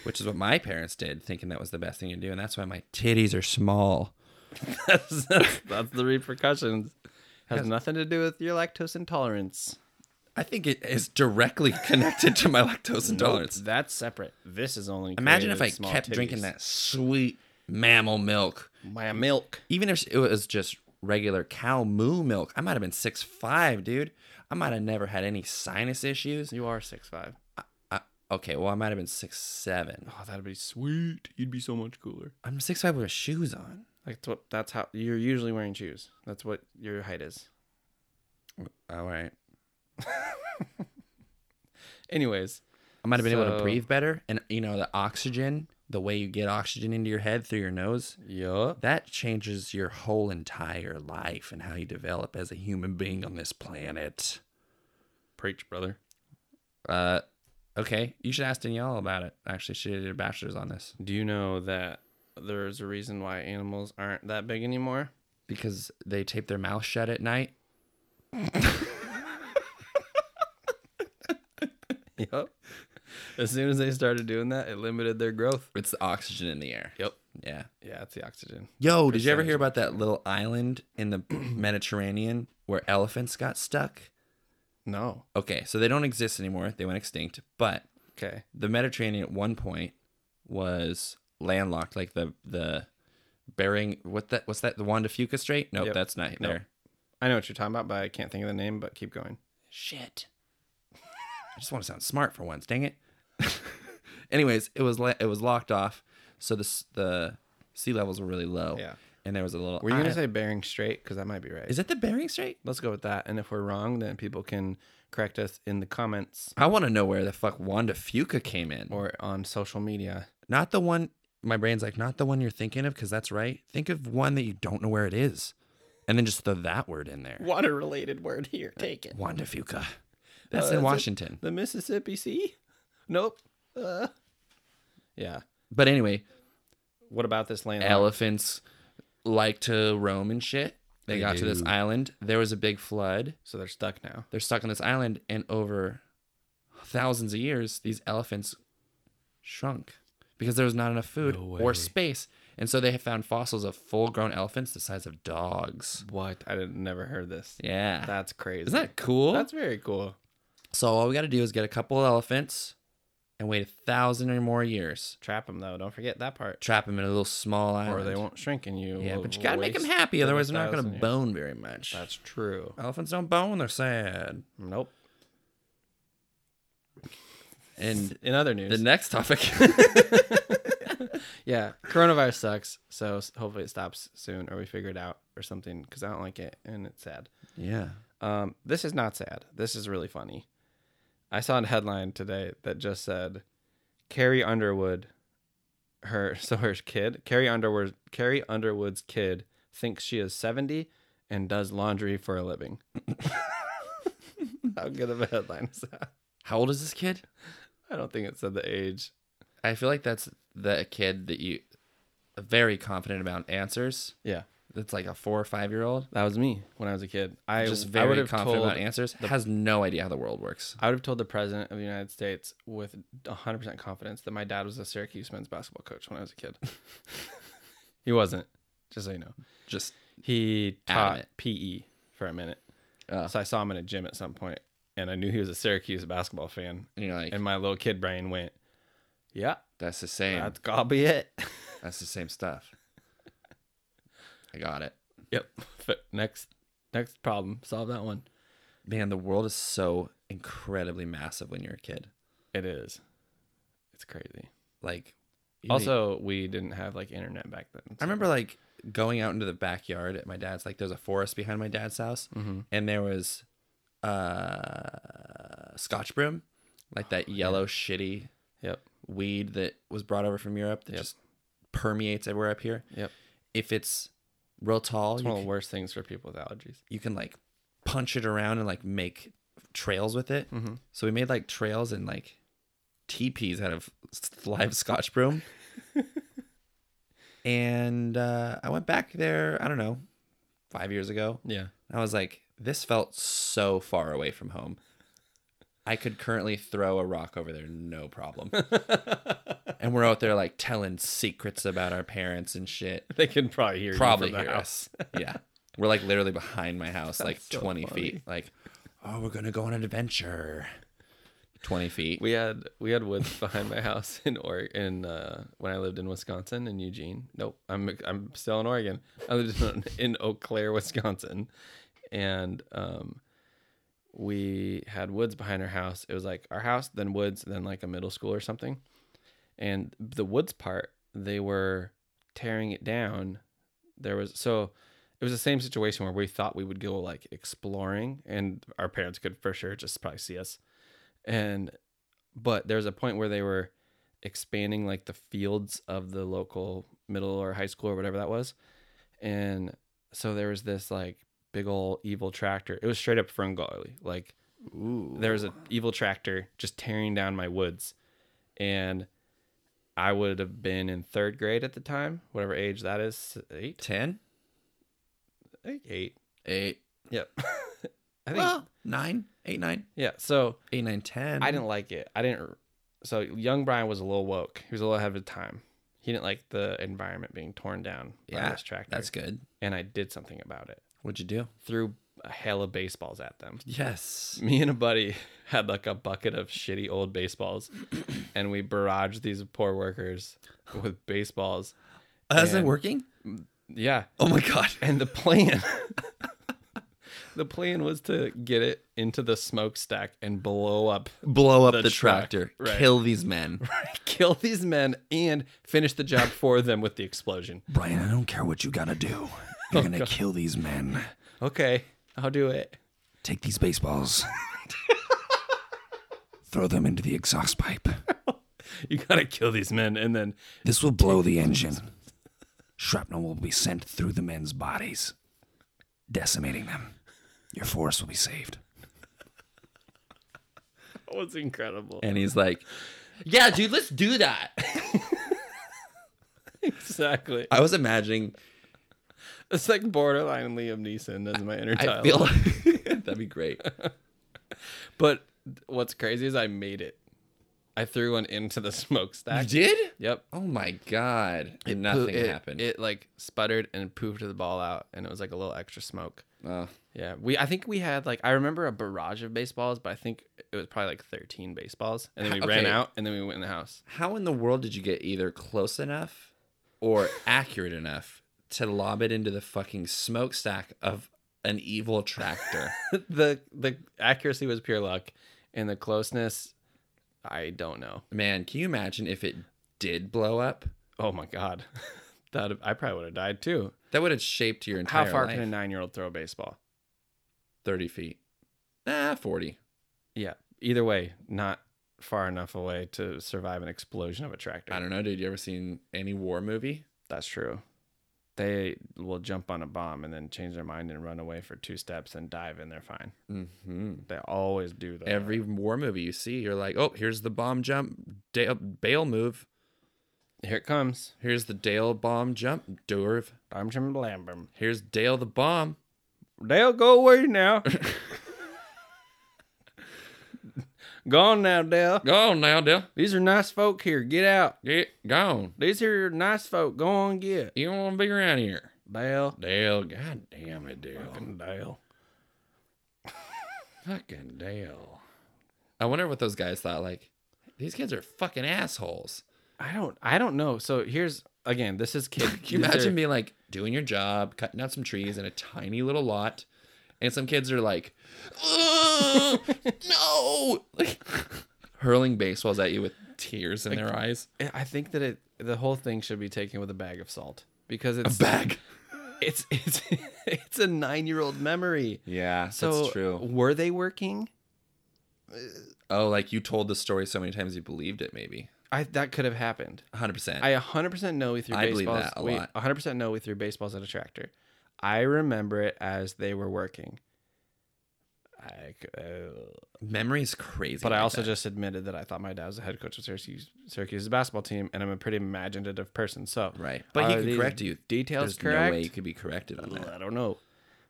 Speaker 3: which is what my parents did, thinking that was the best thing to do. And that's why my titties are small.
Speaker 2: that's, that's the repercussions. Has nothing to do with your lactose intolerance.
Speaker 3: I think it is directly connected to my lactose intolerance.
Speaker 2: Nope, that's separate. This is only.
Speaker 3: Imagine if I
Speaker 2: created small
Speaker 3: kept drinking
Speaker 2: titties.
Speaker 3: that sweet mammal milk.
Speaker 2: My milk.
Speaker 3: Even if it was just regular cow moo milk, I might have been six five, dude. I might have never had any sinus issues.
Speaker 2: You are six five.
Speaker 3: I, okay, well, I might have been six seven.
Speaker 2: Oh, that'd be sweet.
Speaker 1: Sweet. You'd be so much cooler.
Speaker 3: I'm six five with shoes on.
Speaker 2: Like that's what- that's how you're usually wearing shoes. That's what your height is.
Speaker 3: All right.
Speaker 2: Anyways,
Speaker 3: I might have been able to
Speaker 2: So-
Speaker 3: breathe better, and you know the oxygen, the way you get oxygen into your head through your nose,
Speaker 2: yup.
Speaker 3: that changes your whole entire life and how you develop as a human being on this planet.
Speaker 2: Preach, brother.
Speaker 3: Uh, okay, you should ask Danielle about it. Actually, she did a bachelor's on this
Speaker 2: Do you know that there's a reason why animals aren't that big anymore?
Speaker 3: because they tape their mouth shut at night.
Speaker 2: Yup. as soon as they started doing that, it limited their growth.
Speaker 3: It's the oxygen in the air.
Speaker 2: Yep.
Speaker 3: Yeah.
Speaker 2: Yeah, it's the oxygen.
Speaker 3: Yo, did you ever hear about that little island in the Mediterranean where elephants got stuck?
Speaker 2: No.
Speaker 3: Okay, so they don't exist anymore. They went extinct, but
Speaker 2: Okay.
Speaker 3: the Mediterranean at one point was landlocked, like the the Bering. What that? What's that? The Juan de Fuca Strait? Nope,
Speaker 2: Yep.
Speaker 3: that's not there.
Speaker 2: I know what you're talking about, but I can't think of the name. But keep going.
Speaker 3: Shit. I just want to sound smart for once. Dang it. Anyways, it was la- it was locked off, so the s- the sea levels were really low.
Speaker 2: Yeah.
Speaker 3: and there was a little.
Speaker 2: Were you gonna
Speaker 3: isle-
Speaker 2: say Bering Strait? Because that might be right.
Speaker 3: Is it the Bering Strait?
Speaker 2: Let's go with that. And if we're wrong, then people can correct us in the comments
Speaker 3: I want to know where the fuck Juan de Fuca came in.
Speaker 2: or on social media.
Speaker 3: Not the one my brain's like, not the one you're thinking of, because that's right. Think of one that you don't know where it is. And then just throw that word in there.
Speaker 2: Water related word here. Take it.
Speaker 3: Juan de Fuca. Oh, That's in Washington.
Speaker 2: Uh, The Mississippi Sea? Nope. Uh, yeah.
Speaker 3: But anyway,
Speaker 2: What about this land?
Speaker 3: elephants like to roam and shit. They, got to this island. There was a big flood.
Speaker 2: So they're stuck now.
Speaker 3: They're stuck on this island, and over thousands of years, these elephants shrunk because there was not enough food or space. And so they have found fossils of full grown elephants the size of dogs.
Speaker 2: What? I didn't, never heard this.
Speaker 3: Yeah.
Speaker 2: That's crazy.
Speaker 3: Isn't that cool?
Speaker 2: That's very cool.
Speaker 3: so all we got to do is get a couple elephants and wait a thousand or more years.
Speaker 2: Trap them though. Don't forget that part.
Speaker 3: Trap them in a little small island.
Speaker 2: Or they won't shrink in you.
Speaker 3: Yeah,
Speaker 2: will-
Speaker 3: but you
Speaker 2: will
Speaker 3: gotta make them
Speaker 2: waste
Speaker 3: happy, otherwise they're not
Speaker 2: 1,000
Speaker 3: gonna
Speaker 2: years.
Speaker 3: bone very much.
Speaker 2: That's true.
Speaker 3: Elephants don't bone; they're sad.
Speaker 2: Nope.
Speaker 3: And
Speaker 2: In other news,
Speaker 3: the next topic.
Speaker 2: yeah, coronavirus sucks. So s- hopefully it stops soon, or we figure it out, or something. Because I don't like it, and it's sad.
Speaker 3: yeah.
Speaker 2: Um, this is not sad. This is really funny. I saw a headline today that just said Carrie Underwood, her so her kid, Carrie Underwood, Carrie Underwood's kid thinks she is seventy and does laundry for a living. How good of a headline is that?
Speaker 3: How old is this kid?
Speaker 2: I don't think it said the age.
Speaker 3: I feel like that's the kid that you are very confident about answers.
Speaker 2: Yeah,
Speaker 3: That's like a four or five year old.
Speaker 2: that was me when I was a kid. I
Speaker 3: Just
Speaker 2: I would
Speaker 3: very
Speaker 2: have
Speaker 3: confident
Speaker 2: told
Speaker 3: about answers. has no idea how the world works.
Speaker 2: I would have told the president of the United States with 100% confidence that my dad was a Syracuse men's basketball coach when I was a kid. he wasn't, just so you know.
Speaker 3: Just
Speaker 2: He taught
Speaker 3: Adamant.
Speaker 2: PE for a minute.
Speaker 3: Oh.
Speaker 2: So I saw him in a gym at some point, and I knew he was a Syracuse basketball fan.
Speaker 3: and you're like,
Speaker 2: And my little kid brain went, Yeah,
Speaker 3: that's the same.
Speaker 2: that's gotta be it.
Speaker 3: That's the same stuff. I got it.
Speaker 2: yep. Next, next problem. Solve that one.
Speaker 3: Man, the world is so incredibly massive when you're a kid.
Speaker 2: It is. It's crazy.
Speaker 3: Like, you know,
Speaker 2: Also, we didn't have like internet back then.
Speaker 3: I remember like going out into the backyard at my dad's. Like, there's a forest behind my dad's house,
Speaker 2: Mm-hmm.
Speaker 3: and there was uh, scotch broom, like
Speaker 2: Oh,
Speaker 3: that yellow shitty
Speaker 2: Yep.
Speaker 3: weed that was brought over from Europe that just permeates everywhere up here.
Speaker 2: Yep.
Speaker 3: If it's real tall,
Speaker 2: It's
Speaker 3: you
Speaker 2: one of
Speaker 3: can-
Speaker 2: the worst things for people with allergies.
Speaker 3: you can like punch it around and like make trails with it. So we made like trails and like teepees out of s- live scotch broom. and uh, I went back there, I don't know, five years ago.
Speaker 2: Yeah.
Speaker 3: I was like, this felt so far away from home. I could currently throw a rock over there, no problem. and we're out there like telling secrets about our parents and shit
Speaker 2: They can probably hear
Speaker 3: probably
Speaker 2: you from
Speaker 3: hear
Speaker 2: the house.
Speaker 3: us. Yeah, we're like literally behind my house, like twenty feet. Like, oh, we're gonna go on an adventure. Twenty feet.
Speaker 2: We had we had woods behind my house in or in uh, when I lived in Wisconsin in Eugene. Nope, I'm I'm still in Oregon. I lived in, in Eau Claire, Wisconsin, and um, we had woods behind our house. It was like our house, then woods, then like a middle school or something. And the woods part, they were tearing it down. There was so it was the same situation where we thought we would go like exploring, and our parents could for sure just probably see us. And but there was a point where they were expanding like the fields of the local middle or high school or whatever that was. And so there was this like big old evil tractor. It was straight up Ferngully. Like there was an evil tractor just tearing down my woods. And I would have been in third grade at the time, whatever age that is, eight,
Speaker 3: Ten.
Speaker 2: eight, eight.
Speaker 3: Eight.
Speaker 2: Yep. I think
Speaker 3: Well, nine. Eight. Nine.
Speaker 2: yeah. So
Speaker 3: Eight. Nine. Ten.
Speaker 2: I didn't like it. I didn't. So young Brian was a little woke. He was a little ahead of the time. He didn't like the environment being torn down by
Speaker 3: Yeah,
Speaker 2: this tractor.
Speaker 3: that's good.
Speaker 2: And I did something about it.
Speaker 3: What'd you do?
Speaker 2: Threw a hell of baseballs at them.
Speaker 3: Yes.
Speaker 2: Me and a buddy had like a bucket of shitty old baseballs, and we barraged these poor workers
Speaker 3: Oh.
Speaker 2: with baseballs.
Speaker 3: Uh, Is it
Speaker 2: And-
Speaker 3: working?
Speaker 2: Yeah,
Speaker 3: Oh my god.
Speaker 2: and the plan the plan was to get it into the smokestack and blow up
Speaker 3: Blow up
Speaker 2: The
Speaker 3: the,
Speaker 2: truck,
Speaker 3: tractor.
Speaker 2: right.
Speaker 3: Kill these men.
Speaker 2: kill these men and finish the job for them with the explosion.
Speaker 3: Brian, I don't care what you gotta do. You're gonna kill these men.
Speaker 2: Okay, I'll do it.
Speaker 3: Take these baseballs. Throw them into the exhaust pipe.
Speaker 2: you gotta kill these men, and then
Speaker 6: This will blow the engine. Shrapnel will be sent through the men's bodies, decimating them. Your force will be saved.
Speaker 2: that was incredible.
Speaker 3: And he's like, Yeah, dude, let's do that.
Speaker 2: Exactly.
Speaker 3: I was imagining
Speaker 2: It's like borderline Liam Neeson as my inner
Speaker 3: I
Speaker 2: child.
Speaker 3: feel like that'd be great.
Speaker 2: But what's crazy is I made it. I threw one into the smokestack.
Speaker 3: did?
Speaker 2: Yep.
Speaker 3: Oh my god. And
Speaker 2: Poo-
Speaker 3: nothing
Speaker 2: it-
Speaker 3: happened.
Speaker 2: It like sputtered and poofed the ball out, and it was like a little extra smoke.
Speaker 3: Oh.
Speaker 2: Yeah, we. I think we had like I remember a barrage of baseballs, but I think it was probably like thirteen baseballs, and then we ran
Speaker 3: Okay.
Speaker 2: out, and then we went in the house.
Speaker 3: How in the world did you get either close enough or accurate enough to lob it into the fucking smokestack of an evil tractor?
Speaker 2: the The accuracy was pure luck, and the closeness, I don't know.
Speaker 3: Man, can you imagine if it did blow up?
Speaker 2: Oh my god, that I probably would have died too.
Speaker 3: That would have shaped your
Speaker 2: How
Speaker 3: entire
Speaker 2: far
Speaker 3: life.
Speaker 2: can a nine year old throw a baseball?
Speaker 3: 30 feet. Ah, 40.
Speaker 2: Yeah. Either way, not far enough away to survive an explosion of a tractor.
Speaker 3: I don't know, dude. You ever seen any war movie?
Speaker 2: That's true. They will jump on a bomb and then change their mind and run away for two steps and dive and they're fine.
Speaker 3: Mm-hmm.
Speaker 2: They always do that.
Speaker 3: Every war movie you see, you're like, oh, here's the bomb jump, Dale, bail move.
Speaker 2: here it comes.
Speaker 3: Here's the Dale bomb jump, Durv.
Speaker 2: I'm Jim Lambert.
Speaker 3: Here's Dale the bomb.
Speaker 2: Dale, go away now. Gone now, Dale.
Speaker 3: Go on now, Dale.
Speaker 2: These are nice folk here. Get out.
Speaker 3: Get gone.
Speaker 2: These here are nice folk. Go on, get.
Speaker 3: You don't want to be around here.
Speaker 2: Dale.
Speaker 3: Dale, god damn it, Dale.
Speaker 2: Dale.
Speaker 3: Fucking Dale. I wonder what those guys thought. Like, these kids are fucking assholes.
Speaker 2: I don't. I don't know. So here's again. This is kid.
Speaker 3: Can you
Speaker 2: these are-
Speaker 3: imagine being like doing your job, cutting out some trees in a tiny little lot, and some kids are like, "Ugh, no, like, hurling baseballs at you with tears in their eyes.
Speaker 2: I- I think that it the whole thing should be taken with a bag of salt because
Speaker 3: A
Speaker 2: it's
Speaker 3: bag.
Speaker 2: it's it's it's a nine year old memory.
Speaker 3: Yeah,
Speaker 2: So Were they working?
Speaker 3: Oh, like you told the story so many times you believed it. Maybe
Speaker 2: I that could have happened.
Speaker 3: 100. percent
Speaker 2: I 100% know we threw
Speaker 3: I believe
Speaker 2: baseballs.
Speaker 3: that a
Speaker 2: we
Speaker 3: lot.
Speaker 2: 100% know we threw baseballs at a tractor. I remember it as they were working. I, c- uh,
Speaker 3: Memory's crazy.
Speaker 2: but I
Speaker 3: like
Speaker 2: also
Speaker 3: that.
Speaker 2: just admitted that I thought my dad was the head coach of Syracuse, Syracuse's basketball team, and I'm a pretty imaginative person. So
Speaker 3: right. But he
Speaker 2: are
Speaker 3: could
Speaker 2: these
Speaker 3: correct you.
Speaker 2: Details
Speaker 3: There's
Speaker 2: correct.
Speaker 3: No way you could be corrected on that.
Speaker 2: I don't know.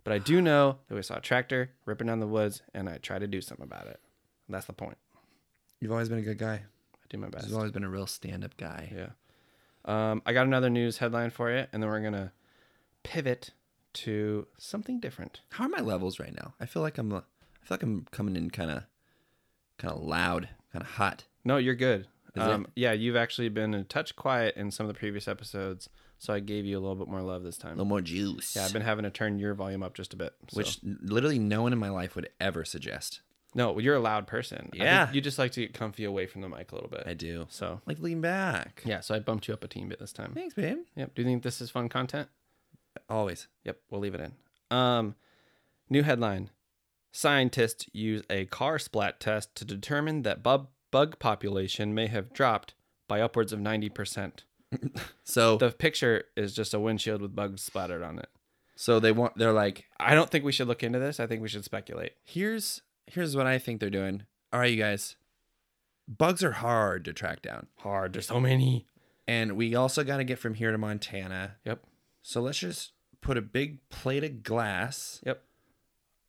Speaker 2: But I do know that we saw a tractor ripping down the woods and I tried to do something about it. That's the point.
Speaker 3: You've always been a good guy.
Speaker 2: I do my best.
Speaker 3: You've always been a real stand-up guy.
Speaker 2: Yeah. Um, I got another news headline for you, and then we're going to pivot to something different.
Speaker 3: How are my levels right now? I feel like I'm I feel like I'm coming in kind of kind of loud, kind of hot.
Speaker 2: No, you're good.
Speaker 3: Is
Speaker 2: Um, yeah, you've actually been a touch quiet in some of the previous episodes, so I gave you a little bit more love this
Speaker 3: A
Speaker 2: time.
Speaker 3: little more juice.
Speaker 2: yeah, I've been having to turn your volume up just a bit. so-
Speaker 3: which literally no one in my life would ever suggest.
Speaker 2: no, you're a loud person. I think
Speaker 3: Yeah.
Speaker 2: you just like to get comfy away from the mic a little bit.
Speaker 3: I do.
Speaker 2: So
Speaker 3: Like lean back.
Speaker 2: yeah, so I bumped you up a team bit this time.
Speaker 3: Thanks, babe.
Speaker 2: Yep. Do you think this is fun content?
Speaker 3: Always.
Speaker 2: Yep, we'll leave it in. Um, new headline: Scientists use a car splat test to determine that bug bug population may have dropped by upwards of ninety percent.
Speaker 3: So
Speaker 2: The picture is just a windshield with bugs splattered on it.
Speaker 3: so they want they're like
Speaker 2: I don't think we should look into this. I think we should speculate.
Speaker 3: here's here's what I think they're doing. All right, you guys. Bugs are hard to track down.
Speaker 2: Hard. There's so many.
Speaker 3: And we also got to get from here to Montana.
Speaker 2: Yep.
Speaker 3: So let's just put a big plate of glass
Speaker 2: Yep.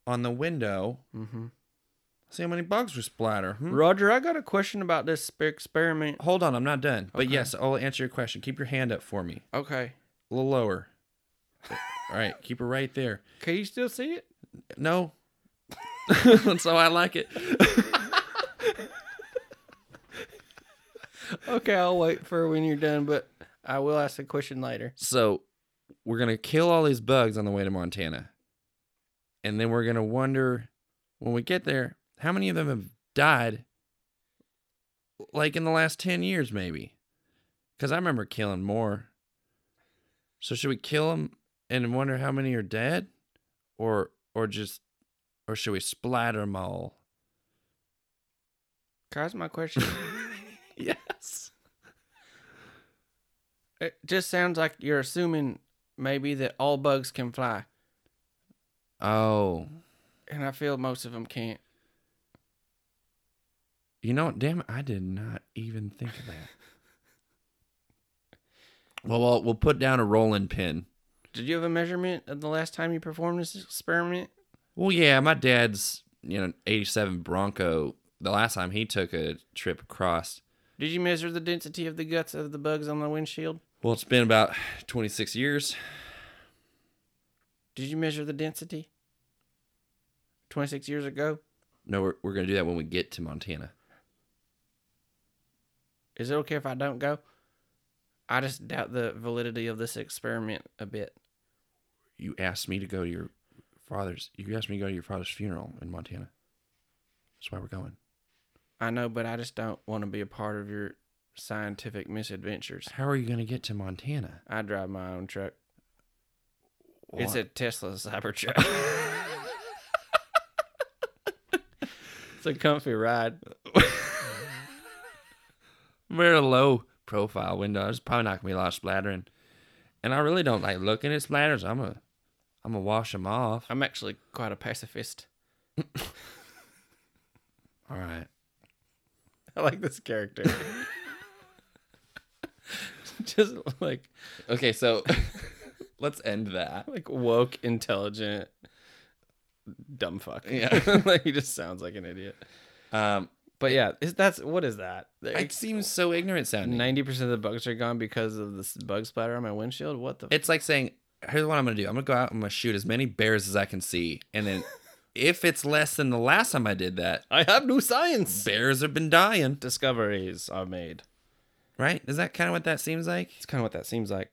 Speaker 3: on the window.
Speaker 2: Mm-hmm.
Speaker 3: See how many bugs we splatter. hmm?
Speaker 2: Roger, I got a question about this spe- experiment.
Speaker 3: Hold on, I'm not done. But
Speaker 2: Okay.
Speaker 3: yes, I'll answer your question. Keep your hand up for me.
Speaker 2: Okay.
Speaker 3: A little lower. All right, keep it right there.
Speaker 2: Can you still see it?
Speaker 3: No. That's how I like it.
Speaker 2: Okay, I'll wait for when you're done, but I will ask a question later.
Speaker 3: So we're gonna kill all these bugs on the way to Montana, and then we're gonna wonder when we get there how many of them have died, like in the last ten years, maybe. Because I remember killing more. So should we kill them and wonder how many are dead, or or just, or should we splatter them all?
Speaker 2: Guys, my question.
Speaker 3: yes.
Speaker 2: It just sounds like you're assuming maybe that all bugs can fly,
Speaker 3: Oh,
Speaker 2: and I feel most of them can't.
Speaker 3: you know, damn it, I did not even think of that. well, well, we'll put down a rolling pin.
Speaker 2: Did you have a measurement of the last time you performed this experiment?
Speaker 3: Well, yeah, my dad's you know '87 Bronco. The last time he took a trip across,
Speaker 2: Did you measure the density of the guts of the bugs on the windshield?
Speaker 3: well, it's been about 26 years.
Speaker 2: Did you measure the density? 26 years ago?
Speaker 3: No, we're, we're gonna do that when we get to Montana.
Speaker 2: Is it okay if I don't go? I just doubt the validity of this experiment a bit.
Speaker 3: You asked me to go to your father's. You asked me to go to your father's funeral in Montana. That's why we're going.
Speaker 2: I know, but I just don't want to be a part of your scientific misadventures.
Speaker 3: How are you gonna get to Montana?
Speaker 2: I drive my own truck. It's
Speaker 3: What?
Speaker 2: a Tesla Cybertruck. it's a comfy ride.
Speaker 3: very low profile window. There's probably not gonna be a lot of splattering, and I really don't like looking at splatters. I'm a, I'm gonna wash them off.
Speaker 2: I'm actually quite a pacifist.
Speaker 3: All right.
Speaker 2: I like this character. Just like
Speaker 3: Okay, so let's end that.
Speaker 2: like woke, intelligent, dumb fuck.
Speaker 3: Yeah.
Speaker 2: like he just sounds like an idiot.
Speaker 3: Um,
Speaker 2: But yeah, is, that's what is that?
Speaker 3: it seems so ignorant sounding.
Speaker 2: Ninety percent of the bugs are gone because of this bug splatter on my windshield. What the?
Speaker 3: It's like saying, "Here's what I'm gonna do. I'm gonna go out. I'm gonna shoot as many bears as I can see, and then if it's less than the last time I did that,
Speaker 2: I have new science.
Speaker 3: bears have been dying."
Speaker 2: Discoveries are made.
Speaker 3: Right? Is that kind of what that seems like?
Speaker 2: It's kind of what that seems like.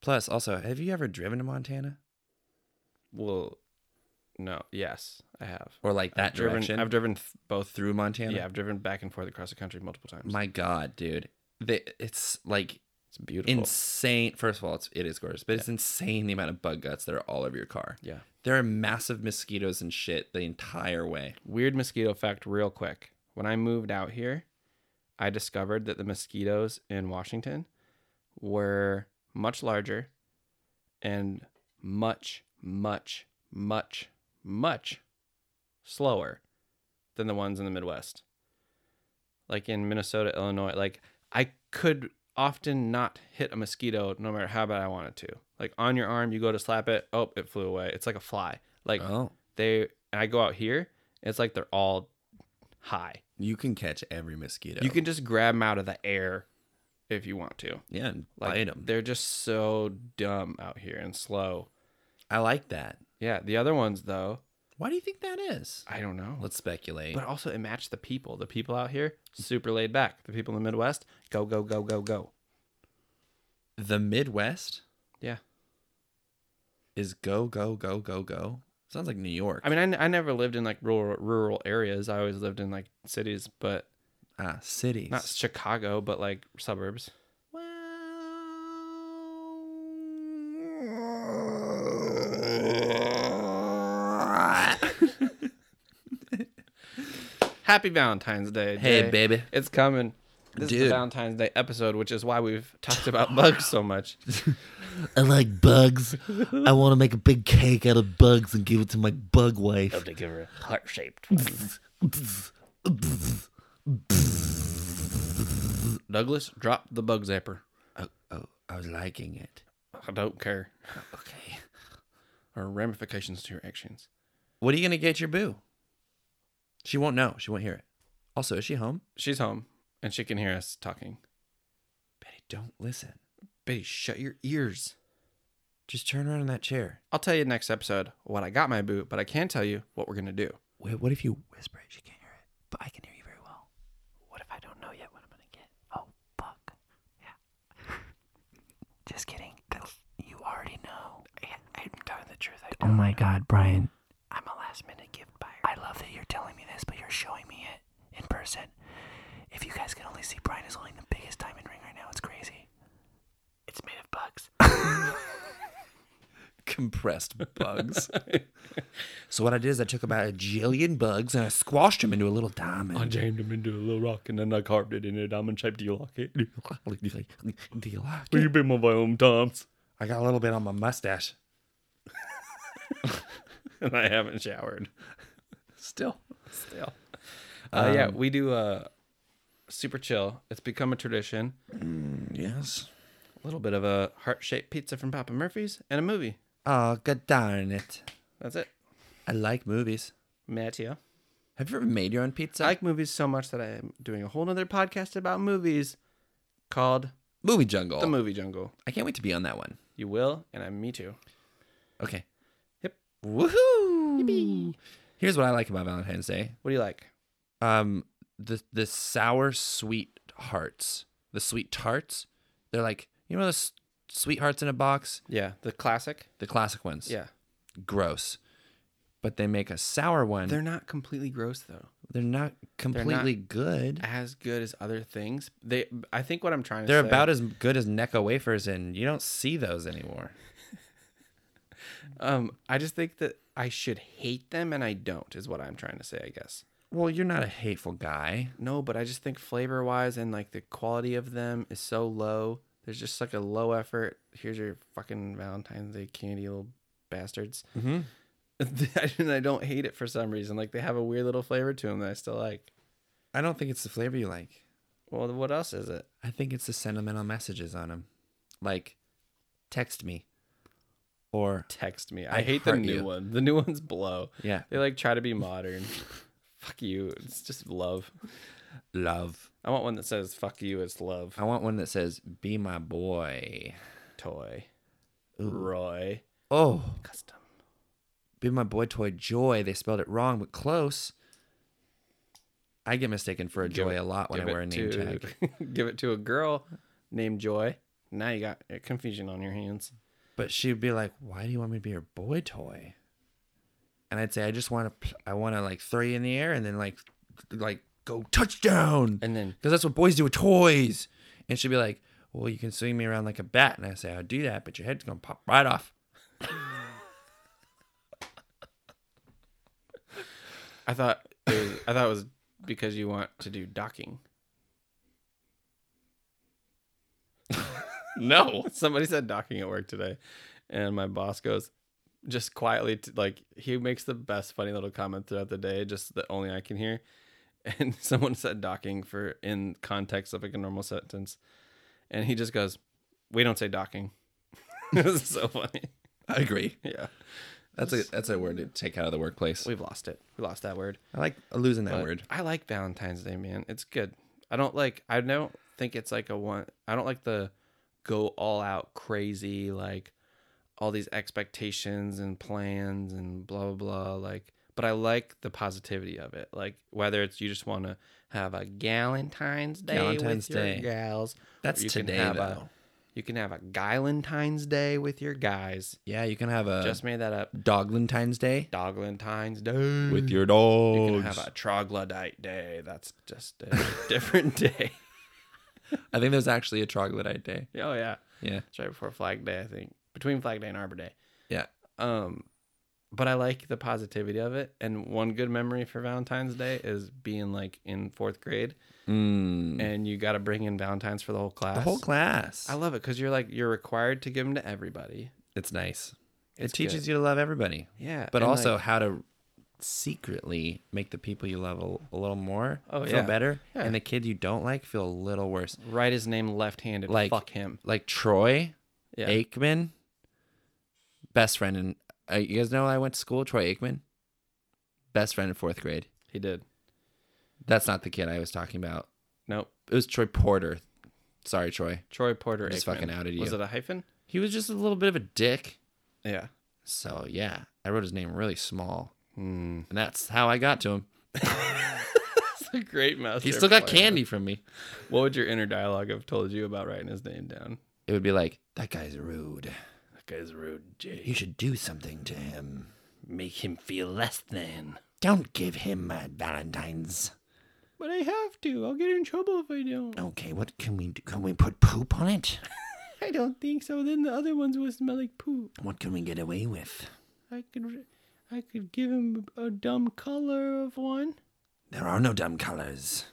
Speaker 3: Plus, also, have you ever driven to Montana
Speaker 2: Well, no. Yes, I have.
Speaker 3: or like that
Speaker 2: I've driven.
Speaker 3: direction?
Speaker 2: I've driven th- both through.
Speaker 3: through Montana.
Speaker 2: Yeah, I've driven back and forth across the country multiple times.
Speaker 3: My God, dude, the, it's like
Speaker 2: it's beautiful.
Speaker 3: insane. First of all, it's, it is gorgeous, but it's insane the amount of bug guts that are all over your car.
Speaker 2: yeah.
Speaker 3: There are massive mosquitoes and shit the entire way.
Speaker 2: weird mosquito fact real quick. When I moved out here, I discovered that the mosquitoes in Washington were much larger and much, much, much, much slower than the ones in the Midwest. Like in Minnesota, Illinois, like I could often not hit a mosquito no matter how bad I wanted to. Like on your arm, you go to slap it, oh, it flew away. It's like a fly. Like
Speaker 3: Oh,
Speaker 2: they and I go out here, it's like they're all high.
Speaker 3: you can catch every mosquito.
Speaker 2: You can just grab them out of the air if you want to.
Speaker 3: yeah, and
Speaker 2: Like
Speaker 3: bite them.
Speaker 2: they're just so dumb out here and slow.
Speaker 3: I like that.
Speaker 2: Yeah, the other ones though,
Speaker 3: Why do you think that is?
Speaker 2: I don't know.
Speaker 3: Let's speculate.
Speaker 2: But also it matched the people. The people out here super laid back. The people in the Midwest go go go go go.
Speaker 3: The Midwest
Speaker 2: Yeah.
Speaker 3: is go go go go go. Sounds like New York.
Speaker 2: I mean, I, n- I never lived in like rural rural areas. I always lived in like cities, but
Speaker 3: ah, cities.
Speaker 2: not Chicago, but like suburbs. Happy Valentine's Day.
Speaker 3: Hey,
Speaker 2: Jay.
Speaker 3: baby.
Speaker 2: It's coming. This is
Speaker 3: Dude.
Speaker 2: the Valentine's Day episode, which is why we've talked about bugs so much.
Speaker 7: I like bugs. I want to make a big cake out of bugs and give it to my bug wife.
Speaker 5: to give her a heart shaped
Speaker 2: Douglas, drop the bug zapper.
Speaker 3: Oh, oh, I was liking it.
Speaker 2: I don't care.
Speaker 3: Okay.
Speaker 2: Or ramifications to your actions.
Speaker 3: What are you gonna get your boo? She won't know. She won't hear it. Also, is she home?
Speaker 2: She's home and she can hear us talking.
Speaker 3: Betty, don't listen.
Speaker 2: Betty, shut your ears.
Speaker 3: Just turn around in that chair.
Speaker 2: I'll tell you next episode what I got my boo, but I can tell you what we're going to do.
Speaker 3: Wait, what if you whisper it? She can't hear it.
Speaker 7: But I can hear you very well. What if I don't know yet what I'm gonna get? Oh, fuck. Yeah. Just kidding. You already know. I'm telling the truth. I oh my god, Brian. I'm a last minute gift buyer. I love that you're telling me this, but you're showing me it in person. If you guys could only see, Brian is holding the biggest diamond ring right now. It's crazy. It's made of bugs.
Speaker 3: compressed bugs. so what I did is I took about a jillion bugs and I squashed them into a little diamond.
Speaker 2: I jammed him into a little rock and then I carved it in a diamond shape. Do you like it? Will
Speaker 3: Do you like
Speaker 2: you be my violin times?
Speaker 3: I got a little bit on my mustache.
Speaker 2: And I haven't showered.
Speaker 3: Still.
Speaker 2: Still. Uh, yeah, we do uh, super chill. It's become a tradition.
Speaker 6: Yes.
Speaker 2: A little bit of a heart shaped pizza from Papa Murphy's and a movie.
Speaker 3: Oh, god darn it.
Speaker 2: That's it.
Speaker 3: I like movies.
Speaker 2: Mattia.
Speaker 3: Have you ever made your own pizza?
Speaker 2: I like movies so much that I am doing a whole other podcast about movies called
Speaker 3: Movie Jungle.
Speaker 2: The Movie Jungle.
Speaker 3: I can't wait to be on that one.
Speaker 2: You will, and I me too.
Speaker 3: Okay.
Speaker 2: Yep.
Speaker 3: Woohoo! Here's what I like about Valentine's Day.
Speaker 2: What do you like?
Speaker 3: Um, the the sour sweet hearts, the sweet tarts. They're like you know those sweethearts in a box,
Speaker 2: Yeah, the classic.
Speaker 3: the classic ones.
Speaker 2: Yeah.
Speaker 3: Gross. But they make a sour one.
Speaker 2: They're not completely gross though.
Speaker 3: they're not completely good.
Speaker 2: As good as other things. They I think what I'm trying to
Speaker 3: They're
Speaker 2: say
Speaker 3: about as good as Necco wafers, and you don't see those anymore.
Speaker 2: um I just think that I should hate them and I don't is what I'm trying to say, I guess.
Speaker 3: Well, you're not a hateful guy.
Speaker 2: No, but I just think flavor wise and like the quality of them is so low. There's just like a low effort. Here's your fucking Valentine's Day candy, little bastards. Mm-hmm. and I don't hate it for some reason. Like they have a weird little flavor to them that I still like.
Speaker 3: I don't think it's the flavor you like.
Speaker 2: Well, what else is it?
Speaker 3: I think it's the sentimental messages on them, like text me, or
Speaker 2: Text me. I,
Speaker 3: I
Speaker 2: hate the
Speaker 3: heart
Speaker 2: new
Speaker 3: you.
Speaker 2: one. The new ones blow.
Speaker 3: Yeah.
Speaker 2: They like try to be modern. fuck you. It's just love.
Speaker 3: love.
Speaker 2: I want one that says fuck you it's love.
Speaker 3: I want one that says "Be my boy."
Speaker 2: Toy. Roy.
Speaker 3: Oh,
Speaker 2: Custom.
Speaker 3: "Be my boy toy joy." They spelled it wrong, but close. I get mistaken for a
Speaker 2: Give
Speaker 3: joy
Speaker 2: it-
Speaker 3: a lot when I
Speaker 2: give it
Speaker 3: wear a name
Speaker 2: to-
Speaker 3: tag.
Speaker 2: give it to a girl named Joy. Now you got uh, confusion on your hands.
Speaker 3: But she'd be like, "Why do you want me to be your boy toy?" And I'd say, "I just want to, I want to like throw you in the air and then like, like go touchdown."
Speaker 2: And then
Speaker 3: because that's what boys do with toys. And she'd be like, "Well, you can swing me around like a bat," and I say, "I'll do that, but your head's gonna pop right off."
Speaker 2: I thought it was, I thought it was because you want to do docking. no, somebody said docking at work today, and my boss goes just quietly to, like he makes the best funny little comment throughout the day, just that only I can hear. And someone said docking for in context of like a normal sentence, and he just goes, "We don't say docking." it was so funny.
Speaker 3: I agree.
Speaker 2: Yeah,
Speaker 3: That's a that's a word to take out of the workplace.
Speaker 2: we've lost it. We lost that word.
Speaker 3: I like losing that
Speaker 2: But
Speaker 3: word.
Speaker 2: I like Valentine's Day, man. It's good. I don't like. I don't think it's like a one. I don't like the go all out crazy like all these expectations and plans and blah blah blah. Like, but I like the positivity of it. Like whether it's you just want to have a Galentine's Day
Speaker 3: Galentine's
Speaker 2: with your
Speaker 3: Day.
Speaker 2: gals.
Speaker 3: That's
Speaker 2: or
Speaker 3: today,
Speaker 2: have
Speaker 3: though.
Speaker 2: A, you can have a Galentine's Day with your guys.
Speaker 3: Yeah, you can have a
Speaker 2: just made that up.
Speaker 3: Doglentine's Day
Speaker 2: Doglentine's Day
Speaker 3: with your dogs.
Speaker 2: you can have a troglodyte day. That's just a different day.
Speaker 3: I think there's actually a troglodyte day.
Speaker 2: Oh yeah,
Speaker 3: Yeah,
Speaker 2: it's right before Flag Day, I think, between Flag Day and Arbor Day.
Speaker 3: yeah.
Speaker 2: Um, but I like the positivity of it. And one good memory for Valentine's Day is being like in fourth grade,
Speaker 3: Mm.
Speaker 2: and you got to bring in Valentines for the whole class.
Speaker 3: The whole class.
Speaker 2: I love it because you're like you're required to give them to everybody.
Speaker 3: it's nice.
Speaker 2: It's
Speaker 3: it teaches
Speaker 2: good.
Speaker 3: you to love everybody.
Speaker 2: Yeah,
Speaker 3: but
Speaker 2: and,
Speaker 3: also
Speaker 2: like-
Speaker 3: how to secretly make the people you love a, a little more
Speaker 2: Oh,
Speaker 3: feel
Speaker 2: yeah.
Speaker 3: better,
Speaker 2: Yeah.
Speaker 3: and the kid you don't like feel a little worse.
Speaker 2: Write his name left-handed.
Speaker 3: Like
Speaker 2: fuck him.
Speaker 3: Like Troy
Speaker 2: Yeah.
Speaker 3: Aikman, best friend, and uh, you guys know I went to school. Troy Aikman, best friend in fourth grade.
Speaker 2: He did.
Speaker 3: That's not the kid I was talking about.
Speaker 2: Nope.
Speaker 3: It was Troy Porter. Sorry, Troy.
Speaker 2: Troy Porter.
Speaker 3: Just
Speaker 2: Aikman.
Speaker 3: fucking outed
Speaker 2: Was
Speaker 3: you.
Speaker 2: it a hyphen?
Speaker 3: He was just a little bit of a dick.
Speaker 2: Yeah.
Speaker 3: So yeah, I wrote his name really small,
Speaker 2: Hmm.
Speaker 3: and that's how I got to him.
Speaker 2: It's a great mouse.
Speaker 3: He still got candy from me.
Speaker 2: What would your inner dialogue have told you about writing his name down?
Speaker 3: It would be like, "That guy's rude.
Speaker 2: That guy's rude, Jake.
Speaker 3: You should do something to him.
Speaker 2: Make him feel less than.
Speaker 3: Don't give him my Valentine's."
Speaker 2: But I have to. I'll get in trouble if I don't.
Speaker 3: Okay, what can we do? Can we put poop on it?
Speaker 2: I don't think so. Then the other ones will smell like poo.
Speaker 6: What can we get away with?
Speaker 2: I could, I could give him a dumb color of one.
Speaker 6: There are no dumb colors.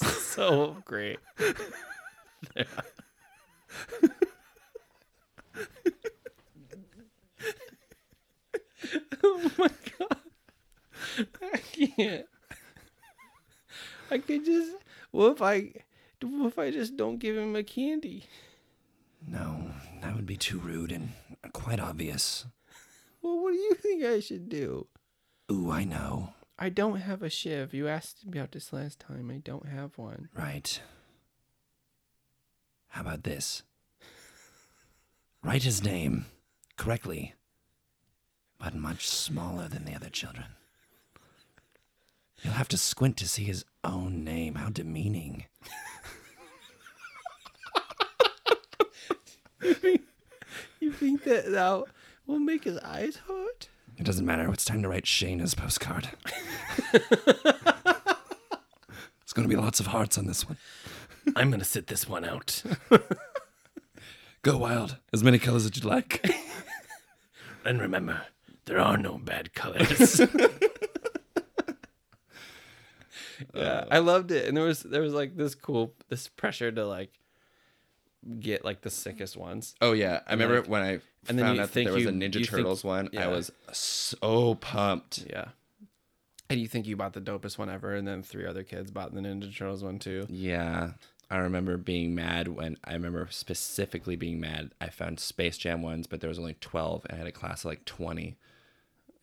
Speaker 2: So great. oh my god! I can't. I could just. What if I? What if I just don't give him a candy?
Speaker 6: No, that would be too rude and quite obvious.
Speaker 2: Well, what do you think I should do?
Speaker 6: Ooh, I know.
Speaker 2: I don't have a shiv. You asked me about this last time. I don't have one.
Speaker 6: Right. How about this? Write his name correctly, but much smaller than the other children. You'll have to squint to see his own name. How demeaning.
Speaker 2: You think that that will make his eyes hurt?
Speaker 6: It doesn't matter. It's time to write Shayna's postcard. it's going to be lots of hearts on this one.
Speaker 3: I'm gonna sit this one out.
Speaker 6: Go wild. As many colors as you like.
Speaker 3: And remember, there are no bad colors. Uh,
Speaker 2: Yeah, I loved it, and there was there was like this cool this pressure to like get like the sickest ones.
Speaker 3: oh yeah, I remember when I
Speaker 2: and then
Speaker 3: found
Speaker 2: you
Speaker 3: out that
Speaker 2: think
Speaker 3: there was
Speaker 2: you-
Speaker 3: a Ninja
Speaker 2: you think-
Speaker 3: Turtles one.
Speaker 2: yeah.
Speaker 3: I was so pumped.
Speaker 2: Yeah. And you think you bought the dopest one ever, and then three other kids bought the Ninja Turtles one too.
Speaker 3: Yeah. I remember being mad when I remember specifically being mad. I found Space Jam ones, but there was only 12 and I had a class of like 20.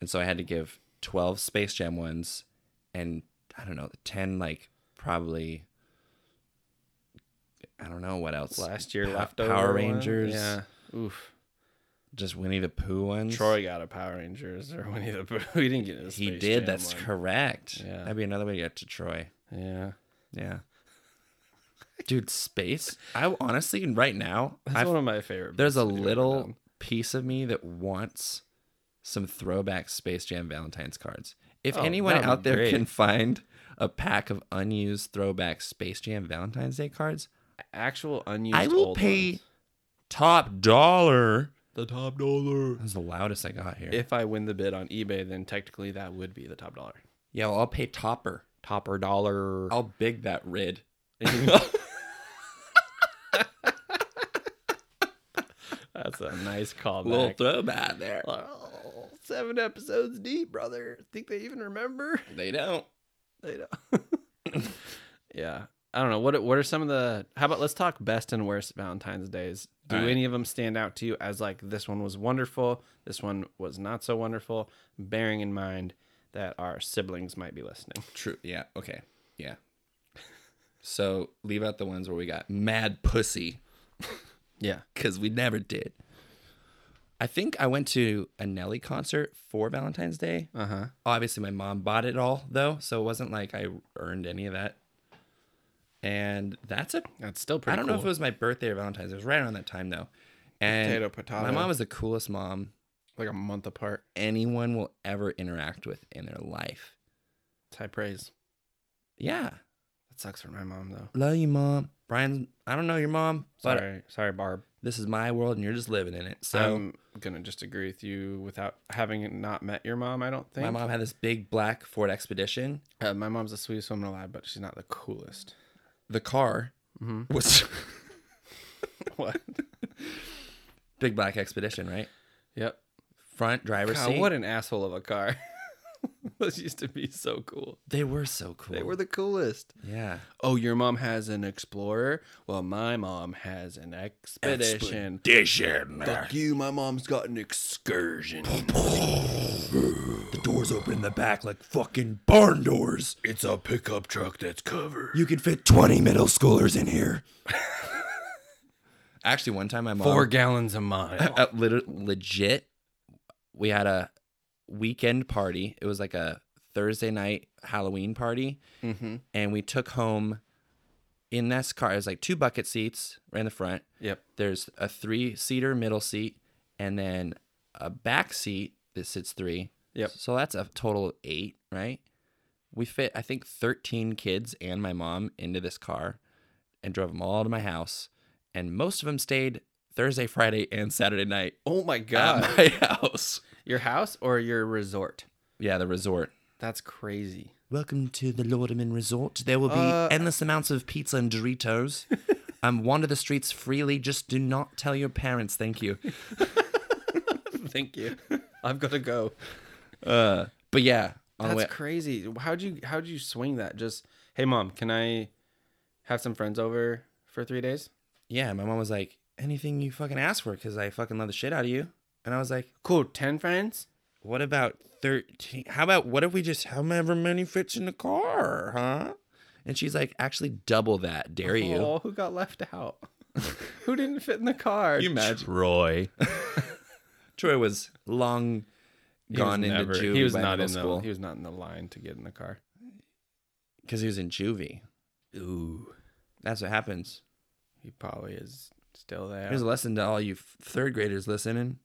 Speaker 3: And so I had to give 12 Space Jam ones and I don't know, 10 like probably I don't know what else.
Speaker 2: Last year,
Speaker 3: Pa-
Speaker 2: leftover
Speaker 3: Power
Speaker 2: one.
Speaker 3: Rangers.
Speaker 2: Yeah. Oof.
Speaker 3: Just Winnie the Pooh ones.
Speaker 2: Troy got a Power Rangers or Winnie the Pooh. He didn't get his.
Speaker 3: he did. That's correct.
Speaker 2: Yeah.
Speaker 3: That'd be another way to get to Troy.
Speaker 2: Yeah.
Speaker 3: Yeah. Dude, space. I honestly, right now,
Speaker 2: That's
Speaker 3: I
Speaker 2: one of my favorite.
Speaker 3: There's a
Speaker 2: bits to do right
Speaker 3: little
Speaker 2: now.
Speaker 3: piece of me that wants some throwback Space Jam Valentine's cards. If
Speaker 2: Oh,
Speaker 3: anyone
Speaker 2: that'd be
Speaker 3: out there
Speaker 2: great.
Speaker 3: can find a pack of unused throwback Space Jam Valentine's Day cards,
Speaker 2: actual unused.
Speaker 3: I will
Speaker 2: old
Speaker 3: pay
Speaker 2: ones.
Speaker 3: top dollar.
Speaker 1: The top dollar.
Speaker 3: That was the loudest I got here.
Speaker 2: if I win the bid on eBay. Then technically that would be the top dollar.
Speaker 3: yeah, well, I'll pay topper.
Speaker 2: Topper dollar.
Speaker 3: I'll big that rid.
Speaker 2: That's a nice callback.
Speaker 3: Little throwback there.
Speaker 2: Oh, seven episodes deep, brother. Think they even remember?
Speaker 3: They don't.
Speaker 2: They don't. yeah. I don't know. What what are some of the How about let's talk best and worst Valentine's days. Do
Speaker 3: All right.
Speaker 2: any of them stand out to you as like this one was wonderful, this one was not so wonderful, bearing in mind that our siblings might be listening.
Speaker 3: True. Yeah. Okay. Yeah. So leave out the ones where we got mad pussy.
Speaker 2: Yeah.
Speaker 3: because we never did. I think I went to a Nelly concert for Valentine's Day.
Speaker 2: Uh-huh.
Speaker 3: Obviously, my mom bought it all though, so it wasn't like I earned any of that. And that's it.
Speaker 2: That's still pretty
Speaker 3: I don't know if
Speaker 2: cool.
Speaker 3: it was my birthday or Valentine's. It was right around that time though. And
Speaker 2: Potato, potato.
Speaker 3: my mom was the coolest mom
Speaker 2: like a month apart.
Speaker 3: anyone will ever interact with in their life.
Speaker 2: It's high praise.
Speaker 3: Yeah,
Speaker 2: That sucks for my mom though.
Speaker 3: love you, mom. Brian, I don't know your mom, but
Speaker 2: Sorry, sorry, Barb.
Speaker 3: this is my world, and you're just living in it. So
Speaker 2: I'm gonna just agree with you without having not met your mom. I don't think
Speaker 3: my mom had this big black Ford Expedition.
Speaker 2: Uh, my mom's the sweetest woman alive, but she's not the coolest.
Speaker 3: the car was
Speaker 2: What?
Speaker 3: big black expedition right
Speaker 2: yep.
Speaker 3: front driver's
Speaker 2: God,
Speaker 3: seat
Speaker 2: Uh, what an asshole of a car. Those used to be so cool.
Speaker 3: they were so cool
Speaker 2: They were the coolest.
Speaker 3: yeah
Speaker 2: Oh, your mom has an Explorer. Well, my mom has an Expedition.
Speaker 6: Expedition.
Speaker 2: Fuck you, my mom's got an Excursion.
Speaker 6: The doors open in the back like fucking barn doors.
Speaker 1: It's a pickup truck that's covered.
Speaker 6: You can fit 20 middle schoolers in here.
Speaker 3: actually one time my mom
Speaker 2: Four gallons a mile.
Speaker 3: uh, lit- legit we had a weekend party it was like a thursday night halloween party
Speaker 2: mm-hmm.
Speaker 3: and we took home in this car it was like two bucket seats right in the front
Speaker 2: Yep.
Speaker 3: there's a three seater middle seat and then a back seat that sits three.
Speaker 2: Yep.
Speaker 3: So that's a total of eight, right? We fit, I think, 13 kids and my mom into this car.
Speaker 6: and drove them all to my house. And most of them stayed Thursday, Friday, and Saturday night
Speaker 2: Oh my
Speaker 6: at
Speaker 2: god.
Speaker 6: my house.
Speaker 2: your house or your resort?
Speaker 6: Yeah, the resort.
Speaker 2: That's crazy.
Speaker 6: Welcome to the Lauderman Resort. There will be
Speaker 2: Uh,
Speaker 6: endless amounts of pizza and Doritos. um, wander the streets freely. Just do not tell your parents. Thank you.
Speaker 2: Thank you. I've got to go.
Speaker 6: But yeah, on the
Speaker 2: That's
Speaker 6: way-
Speaker 2: crazy. How'd you how'd you swing that? Just hey mom, can I have some friends over for three days?
Speaker 6: yeah, my mom was like, "Anything you fucking ask for, because I fucking love the shit out of you." And I was like,
Speaker 2: Cool, ten friends.
Speaker 6: "What about thirteen? How about what if we just however many fits in the car, huh?" And she's like, "Actually, double that, dare you?"
Speaker 2: Oh, who got left out? who didn't fit in the car?
Speaker 6: you imagine Troy? Troy was long
Speaker 2: He was
Speaker 6: gone into
Speaker 2: never-
Speaker 6: juvie.
Speaker 2: He was
Speaker 6: by
Speaker 2: not
Speaker 6: middle
Speaker 2: in
Speaker 6: school.
Speaker 2: the. He was not in the line to get in the car.
Speaker 6: Because he was in juvie.
Speaker 2: Ooh,
Speaker 6: That's what happens.
Speaker 2: he probably is still there.
Speaker 6: Here's a lesson to all you f- third graders listening.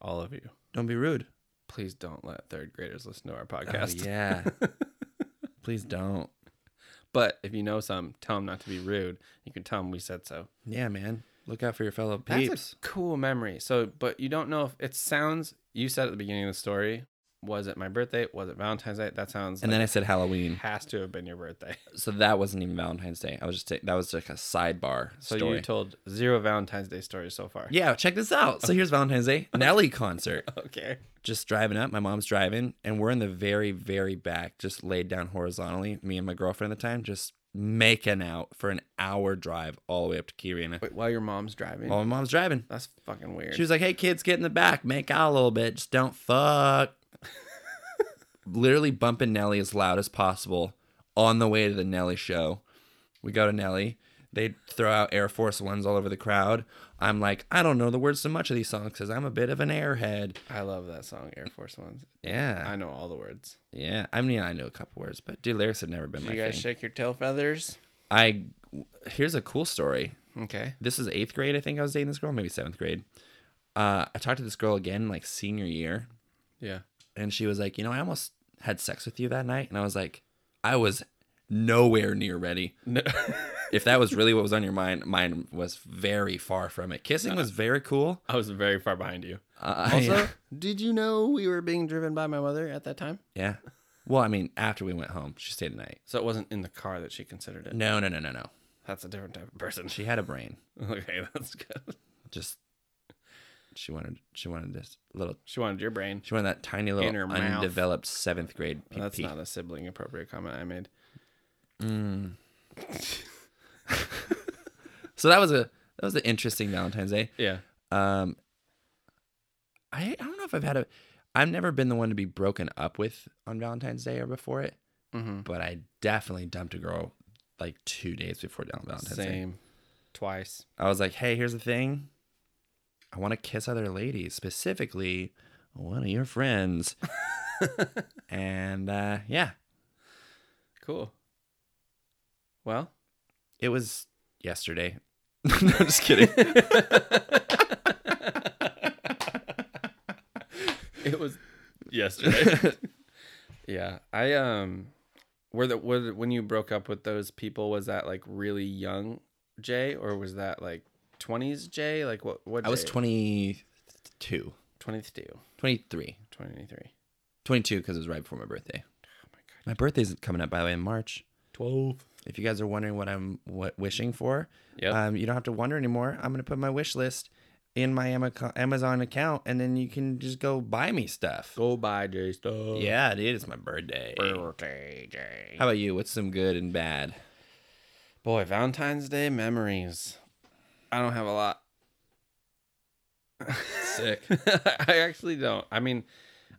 Speaker 2: All of you,
Speaker 6: Don't be rude.
Speaker 2: please don't let third graders listen to our
Speaker 6: Oh,
Speaker 2: podcast.
Speaker 6: yeah. Please don't.
Speaker 2: But if you know some, tell them not to be rude. You can tell them we said so.
Speaker 6: Yeah, man. Look out for your fellow
Speaker 2: That's
Speaker 6: peeps.
Speaker 2: a cool memory. So, but you don't know if it sounds. You said at the beginning of the story, was it my birthday? Was it Valentine's Day? That sounds.
Speaker 6: And
Speaker 2: like
Speaker 6: then I said Halloween.
Speaker 2: it has to have been your birthday.
Speaker 6: So that wasn't even Valentine's Day. I was just, that was like a sidebar
Speaker 2: So
Speaker 6: story.
Speaker 2: you told zero Valentine's Day stories so far.
Speaker 6: yeah, check this out. So here's Valentine's Day. Nelly concert.
Speaker 2: Okay.
Speaker 6: Just driving up. My mom's driving, and we're in the very, very back, just laid down horizontally. Me and my girlfriend at the time, just making out for an hour drive all the way up to Kirina.
Speaker 2: Wait, while your mom's driving.
Speaker 6: While my mom's driving.
Speaker 2: That's fucking weird.
Speaker 6: She was like, "Hey kids, get in the back, make out a little bit, just don't fuck." Literally bumping Nelly as loud as possible on the way to the Nelly show. We go to Nelly. They throw out Air Force Ones all over the crowd. I'm like, I don't know the words to much of these songs because I'm a bit of an airhead.
Speaker 2: I love that song, Air Force Ones. I
Speaker 6: Yeah,
Speaker 2: know all the words.
Speaker 6: yeah. I mean, I know a couple words, but dude, lyrics have never been
Speaker 2: Do
Speaker 6: my
Speaker 2: you guys
Speaker 6: thing.
Speaker 2: shake your tail feathers?
Speaker 6: I here's a cool story.
Speaker 2: Okay.
Speaker 6: this is eighth grade. I think I was dating this girl, maybe seventh grade. Uh, I talked to this girl again like senior year,
Speaker 2: Yeah.
Speaker 6: and she was like, "You know, I almost had sex with you that night," and I was like, "I was nowhere near ready." if that was really what was on your mind, mine was very far from it. Kissing was very cool.
Speaker 2: I was very far behind you.
Speaker 6: Uh, I-
Speaker 2: Also, did you know we were being driven by my mother at that time?
Speaker 6: yeah. Well, I mean, after we went home, she stayed the night.
Speaker 2: So it wasn't in the car that she considered it.
Speaker 6: No, no, no, no, no.
Speaker 2: That's a different type of person.
Speaker 6: She had a brain.
Speaker 2: okay, that's good.
Speaker 6: Just she wanted, she wanted this little,
Speaker 2: She wanted your brain.
Speaker 6: she wanted that tiny little
Speaker 2: In her mouth.
Speaker 6: undeveloped seventh grade.
Speaker 2: Well, that's
Speaker 6: pee-pee.
Speaker 2: not a sibling appropriate comment I made.
Speaker 6: So that was a that was an interesting Valentine's Day.
Speaker 2: Yeah.
Speaker 6: Um, I I don't know if I've had a I've never been the one to be broken up with on Valentine's Day or before it,
Speaker 2: Mm-hmm.
Speaker 6: but I definitely dumped a girl like two days before Valentine's Day.
Speaker 2: Same. Twice.
Speaker 6: I was like, hey, here's the thing, I want to kiss other ladies, specifically one of your friends, and uh, yeah,
Speaker 2: Cool. Well,
Speaker 6: it was yesterday. no, I'm just kidding.
Speaker 2: it was yesterday. yeah, I um, were the were the- when you broke up with those people was that like really young Jay or was that like twenties Jay? Like what? What?
Speaker 6: I was
Speaker 2: Jay?
Speaker 6: 22,
Speaker 2: 22,
Speaker 6: 23.
Speaker 2: 23.
Speaker 6: 22 because it was right before my birthday. my birthday's coming up by the way in March.
Speaker 2: 12.
Speaker 6: If you guys are wondering what I'm what wishing for,
Speaker 2: Yep.
Speaker 6: um, you don't have to wonder anymore. I'm gonna put my wish list in my Ama- Amazon account, and then you can just go buy me stuff.
Speaker 2: Go by Jay stuff.
Speaker 6: Yeah, dude, it's my birthday.
Speaker 2: Birthday Jay.
Speaker 6: How about you? What's some good and bad?
Speaker 2: Boy, Valentine's Day memories. I don't have a lot.
Speaker 6: Sick.
Speaker 2: I actually don't. I mean,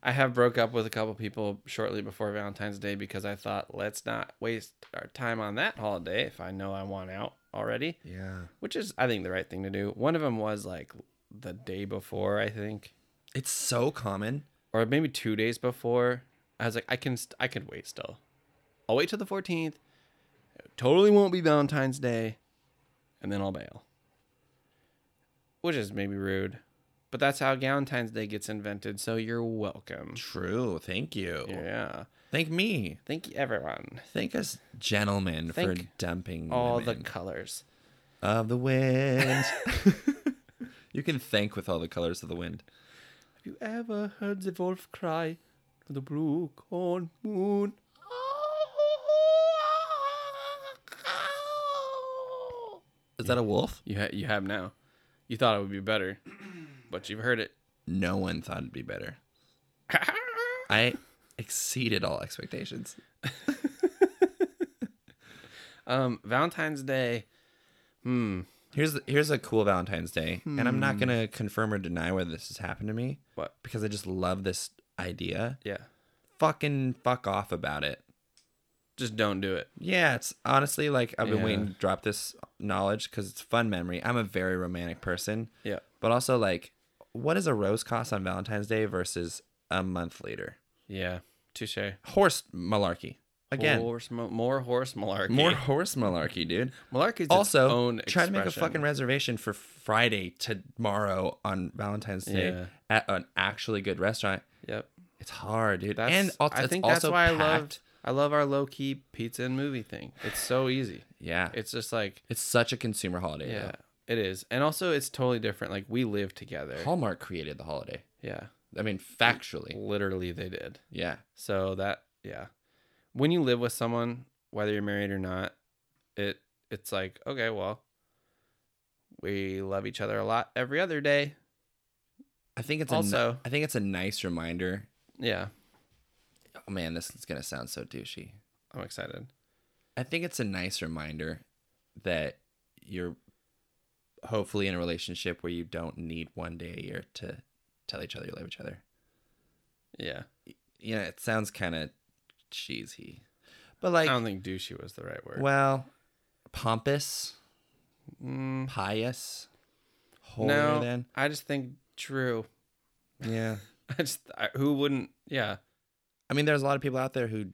Speaker 2: I have broke up with a couple people shortly before Valentine's Day because I thought let's not waste our time on that holiday if I know I want out already.
Speaker 6: Yeah,
Speaker 2: Which is I think the right thing to do. One of them was like the day before, I think,
Speaker 6: it's so common.
Speaker 2: or maybe 2 days before. I was like I can st- I could wait still. I'll wait till the 14th. It totally won't be Valentine's Day and then I'll bail. Which is maybe rude. But that's how Valentine's Day gets invented, so you're welcome.
Speaker 6: True. Thank you.
Speaker 2: Yeah.
Speaker 6: Thank me.
Speaker 2: Thank you, everyone.
Speaker 6: Thank us, gentlemen, for
Speaker 2: Thank
Speaker 6: dumping
Speaker 2: All
Speaker 6: women.
Speaker 2: the colors.
Speaker 3: of the wind. you can thank with all the colors of the wind.
Speaker 2: Have you ever heard the wolf cry to the brook on moon?
Speaker 3: Is that a wolf?
Speaker 2: You ha- you have now. You thought it would be better, but you've heard it.
Speaker 3: No one thought it'd be better. I exceeded all expectations.
Speaker 2: Um, Valentine's Day.
Speaker 3: Here's here's a cool Valentine's Day, and I'm not gonna confirm or deny whether this has happened to me.
Speaker 2: Hmm. What?
Speaker 3: Because I just love this idea.
Speaker 2: Yeah.
Speaker 3: Fucking fuck off about it.
Speaker 2: Just don't do it.
Speaker 3: Yeah, it's honestly like I've been
Speaker 2: Yeah.
Speaker 3: waiting to drop this knowledge because it's a fun memory. I'm a very romantic person.
Speaker 2: Yeah.
Speaker 3: But also like, what does a rose cost on Valentine's Day versus a month later?
Speaker 2: Yeah. Touche.
Speaker 3: Horse malarkey. Again,
Speaker 2: Horse, mo- more horse malarkey.
Speaker 3: more horse malarkey, dude.
Speaker 2: malarkey's its
Speaker 3: also
Speaker 2: own
Speaker 3: try to make a
Speaker 2: expression.
Speaker 3: fucking reservation for Friday tomorrow on Valentine's Day
Speaker 2: Yeah.
Speaker 3: at an actually good restaurant.
Speaker 2: Yep.
Speaker 3: It's hard, dude.
Speaker 2: That's,
Speaker 3: and also,
Speaker 2: I
Speaker 3: it's
Speaker 2: think that's
Speaker 3: also
Speaker 2: why
Speaker 3: packed.
Speaker 2: I love I love our low key pizza and movie thing. It's so easy.
Speaker 3: Yeah, it's
Speaker 2: It's just like
Speaker 3: it's such a consumer holiday.
Speaker 2: yeah,
Speaker 3: Yeah,
Speaker 2: it is. And also it's totally different. Like we live together.
Speaker 3: Hallmark created the holiday.
Speaker 2: Yeah.
Speaker 3: I mean, factually,
Speaker 2: Literally they did.
Speaker 3: yeah.
Speaker 2: So that yeah. When you live with someone, whether you're married or not, it it's like, okay, well, we love each other a lot every other day.
Speaker 3: I think it's A, ni-
Speaker 2: Also-
Speaker 3: I think it's a nice reminder.
Speaker 2: Yeah.
Speaker 3: Oh man, this is gonna sound so douchey.
Speaker 2: I'm excited.
Speaker 3: I think it's a nice reminder that you're hopefully in a relationship where you don't need one day a year to tell each other you love each other.
Speaker 2: Yeah.
Speaker 3: you know, it sounds kind of cheesy, but like,
Speaker 2: I don't think douchey was the right word.
Speaker 3: well, pompous,
Speaker 2: Mm,
Speaker 3: pious, holier
Speaker 2: no,
Speaker 3: than.
Speaker 2: I just think true.
Speaker 3: Yeah,
Speaker 2: I just I, who wouldn't? Yeah,
Speaker 3: I mean, there's a lot of people out there who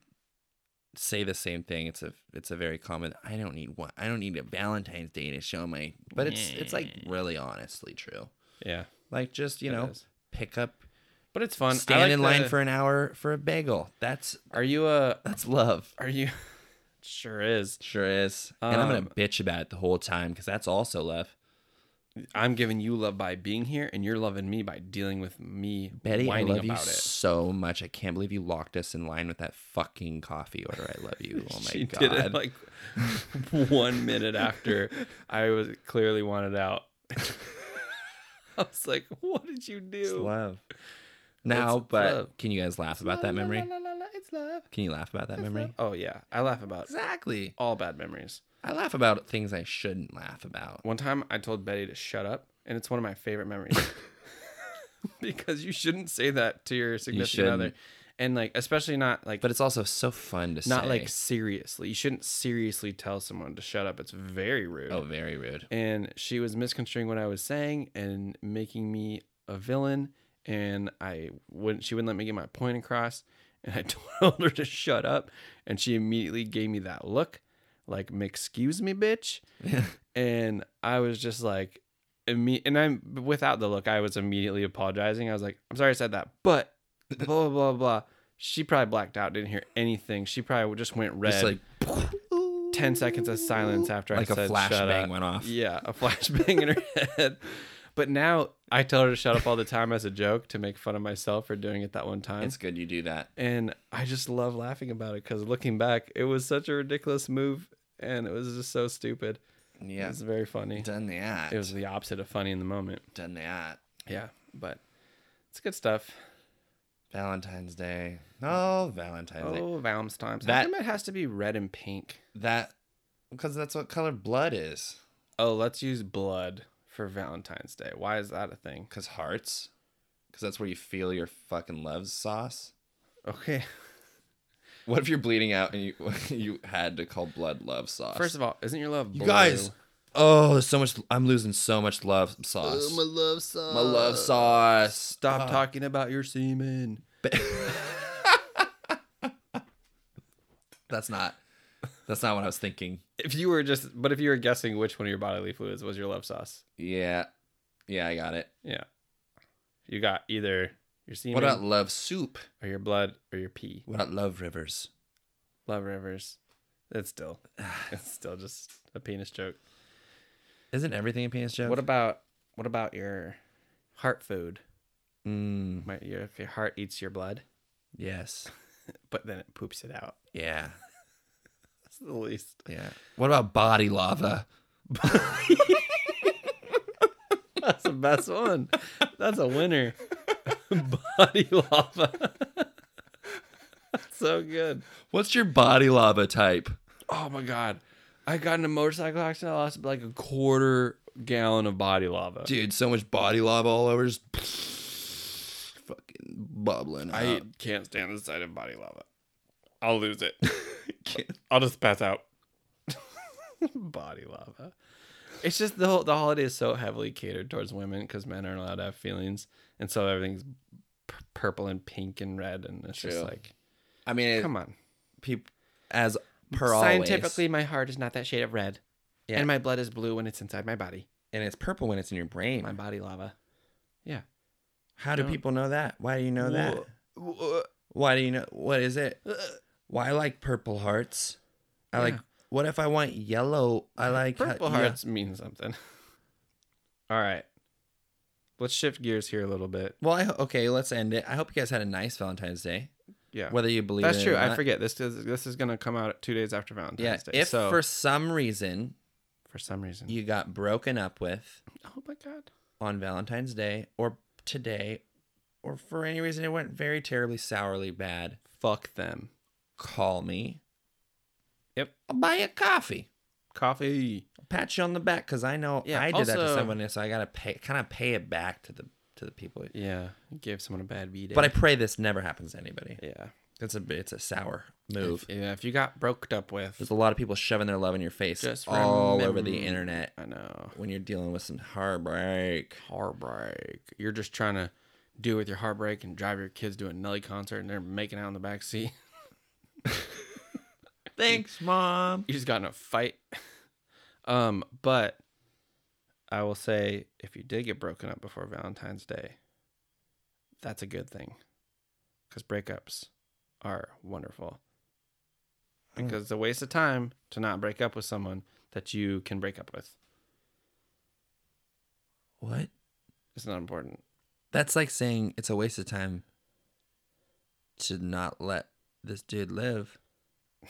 Speaker 3: say the same thing. It's a, it's a very common. I don't need one. I don't need a Valentine's Day to show my. But it's, it's like really honestly true.
Speaker 2: yeah,
Speaker 3: Like just you
Speaker 2: It
Speaker 3: know,
Speaker 2: is.
Speaker 3: pick up,
Speaker 2: but it's fun. I
Speaker 3: stand
Speaker 2: like
Speaker 3: in line
Speaker 2: the-
Speaker 3: for an hour for a bagel. That's
Speaker 2: Are you a?
Speaker 3: that's love.
Speaker 2: Are you? sure is.
Speaker 3: Sure is. and I'm gonna
Speaker 2: Um,
Speaker 3: bitch about it the whole time because that's also love.
Speaker 2: I'm giving you love by being here, and you're loving me by dealing with me
Speaker 3: Betty, I
Speaker 2: whining
Speaker 3: love you
Speaker 2: about it.
Speaker 3: so much. I can't believe you locked us in line with that fucking coffee order. I love you. Oh my
Speaker 2: she
Speaker 3: god.
Speaker 2: did it like one minute after I was clearly wanted out. I was like, "What did you do?"
Speaker 3: It's love. Now, but
Speaker 2: love.
Speaker 3: can you guys laugh about that memory?
Speaker 2: It's love.
Speaker 3: Can you laugh about that memory?
Speaker 2: Oh yeah, I laugh about
Speaker 3: Exactly.
Speaker 2: all bad memories.
Speaker 3: I laugh about things I shouldn't laugh about.
Speaker 2: One time I told Betty to shut up, and it's one of my favorite memories. because you shouldn't say that to your significant other.
Speaker 3: shouldn't.
Speaker 2: And like especially not like
Speaker 3: But it's also so fun to
Speaker 2: not
Speaker 3: say.
Speaker 2: like seriously. You shouldn't seriously tell someone to shut up. It's very rude.
Speaker 3: oh, very rude.
Speaker 2: And she was misconstruing what I was saying and making me a villain and I wouldn't she wouldn't let me get my point across and I told her to shut up and she immediately gave me that look like excuse me bitch and I was just like, imme- and I'm without the look, I was immediately apologizing. I was like, I'm sorry I said that, but blah blah blah blah. She probably blacked out, didn't hear anything. She probably just went red.
Speaker 3: Just like
Speaker 2: ten seconds of silence after
Speaker 3: Like
Speaker 2: I
Speaker 3: a
Speaker 2: said, "Shut
Speaker 3: flashbang
Speaker 2: up."
Speaker 3: went off.
Speaker 2: Yeah, a flashbang in her head. But now I tell her to shut up all the time as a joke to make fun of myself for doing it that one time
Speaker 3: it's good you do that.
Speaker 2: and I just love laughing about it because looking back, it was such a ridiculous move, and it was just so stupid.
Speaker 3: Yeah.
Speaker 2: it was very funny.
Speaker 3: Done that.
Speaker 2: It was the opposite of funny in the moment.
Speaker 3: done that.
Speaker 2: Yeah, but it's good stuff.
Speaker 3: Valentine's Day. No, Valentine's Day.
Speaker 2: Oh, Valms times.
Speaker 3: That-
Speaker 2: That it has to be red and pink.
Speaker 3: That because that's what color blood is.
Speaker 2: Oh, let's use blood for Valentine's Day. Why is that a thing?
Speaker 3: Because hearts. Because that's where you feel your fucking love sauce.
Speaker 2: Okay.
Speaker 3: What if you're bleeding out and you you had to call blood love sauce?
Speaker 2: First of all, isn't your love blue?
Speaker 3: oh, there's so much. I'm losing so much love sauce. Oh, my love sauce. My love sauce.
Speaker 2: Stop talking about your semen.
Speaker 3: That's not. That's not what I was thinking.
Speaker 2: If you were just, but if you were guessing which one of your bodily fluids was your love sauce,
Speaker 3: Yeah, yeah, I got it.
Speaker 2: yeah, you got either your semen.
Speaker 3: What about love soup?
Speaker 2: or your blood or your pee.
Speaker 3: What about love rivers?
Speaker 2: Love rivers. It's still, it's still just a penis joke.
Speaker 3: Isn't everything a penis joke?
Speaker 2: What about what about your heart food?
Speaker 3: Mm,
Speaker 2: My, your, if your heart eats your blood,
Speaker 3: yes.
Speaker 2: but then it poops it out.
Speaker 3: Yeah.
Speaker 2: That's the least.
Speaker 3: Yeah. What about body lava?
Speaker 2: That's the best one. That's a winner. Body lava. so good.
Speaker 3: What's your body lava type?
Speaker 2: Oh my god. I got in a motorcycle accident. I lost like a quarter gallon of body lava.
Speaker 3: Dude, so much body lava all over just fucking bubbling.
Speaker 2: I
Speaker 3: up.
Speaker 2: can't stand the sight of body lava. I'll lose it. I'll just pass out. body lava. It's just the whole, the holiday is so heavily catered towards women because men aren't allowed to have feelings, and so everything's p- purple and pink and red, and it's just
Speaker 3: True.
Speaker 2: like,
Speaker 3: I mean, it,
Speaker 2: come on.
Speaker 3: peop- as per
Speaker 2: Scientifically,
Speaker 3: always,
Speaker 2: my heart is not that shade of red,
Speaker 3: Yeah.
Speaker 2: and my blood is blue when it's inside my body.
Speaker 3: and it's purple when it's in your brain.
Speaker 2: My body lava. Yeah.
Speaker 3: How do
Speaker 2: No.
Speaker 3: people know that? Why do you know that?
Speaker 2: uh,
Speaker 3: Why do you know? What is it? Why I like purple hearts? I like.
Speaker 2: Yeah.
Speaker 3: What if I want yellow? I like ho-
Speaker 2: Purple
Speaker 3: yeah.
Speaker 2: hearts mean something. All right. Let's shift gears here a little bit.
Speaker 3: Well, I, ho- okay, let's end it. I hope you guys had a nice Valentine's Day.
Speaker 2: Yeah.
Speaker 3: Whether you believe
Speaker 2: That's
Speaker 3: it
Speaker 2: true.
Speaker 3: Or
Speaker 2: I
Speaker 3: not.
Speaker 2: forget. This is this is gonna come out two days after Valentine's
Speaker 3: Yeah.
Speaker 2: Day.
Speaker 3: If
Speaker 2: so
Speaker 3: for some reason
Speaker 2: for some reason.
Speaker 3: you got broken up with
Speaker 2: oh my god.
Speaker 3: on Valentine's Day or today, or for any reason it went very terribly sourly bad,
Speaker 2: Fuck them.
Speaker 3: call me.
Speaker 2: Yep.
Speaker 3: I'll buy you a coffee.
Speaker 2: Coffee.
Speaker 3: pat you on the back because I know
Speaker 2: Yeah,
Speaker 3: I did that to
Speaker 2: also-
Speaker 3: someone, and so I gotta pay, kind of pay it back to the to the people.
Speaker 2: Yeah. You gave someone a bad beat.
Speaker 3: But I pray this never happens to anybody.
Speaker 2: Yeah.
Speaker 3: It's a it's a sour move.
Speaker 2: Yeah. If you got broked up with
Speaker 3: There's a lot of people shoving their love in your face
Speaker 2: Just
Speaker 3: all over
Speaker 2: remem-
Speaker 3: the internet
Speaker 2: I know.
Speaker 3: when you're dealing with some heartbreak.
Speaker 2: Heartbreak. You're just trying to deal with your heartbreak and drive your kids to a Nelly concert and they're making out in the back seat.
Speaker 3: Thanks, mom.
Speaker 2: you just got in a fight. Um, but I will say if you did get broken up before Valentine's Day, that's a good thing. Cuz breakups are wonderful. Because it's a waste of time to not break up with someone that you can break up with.
Speaker 3: What?
Speaker 2: It's not important.
Speaker 3: That's like saying it's a waste of time to not let this dude live.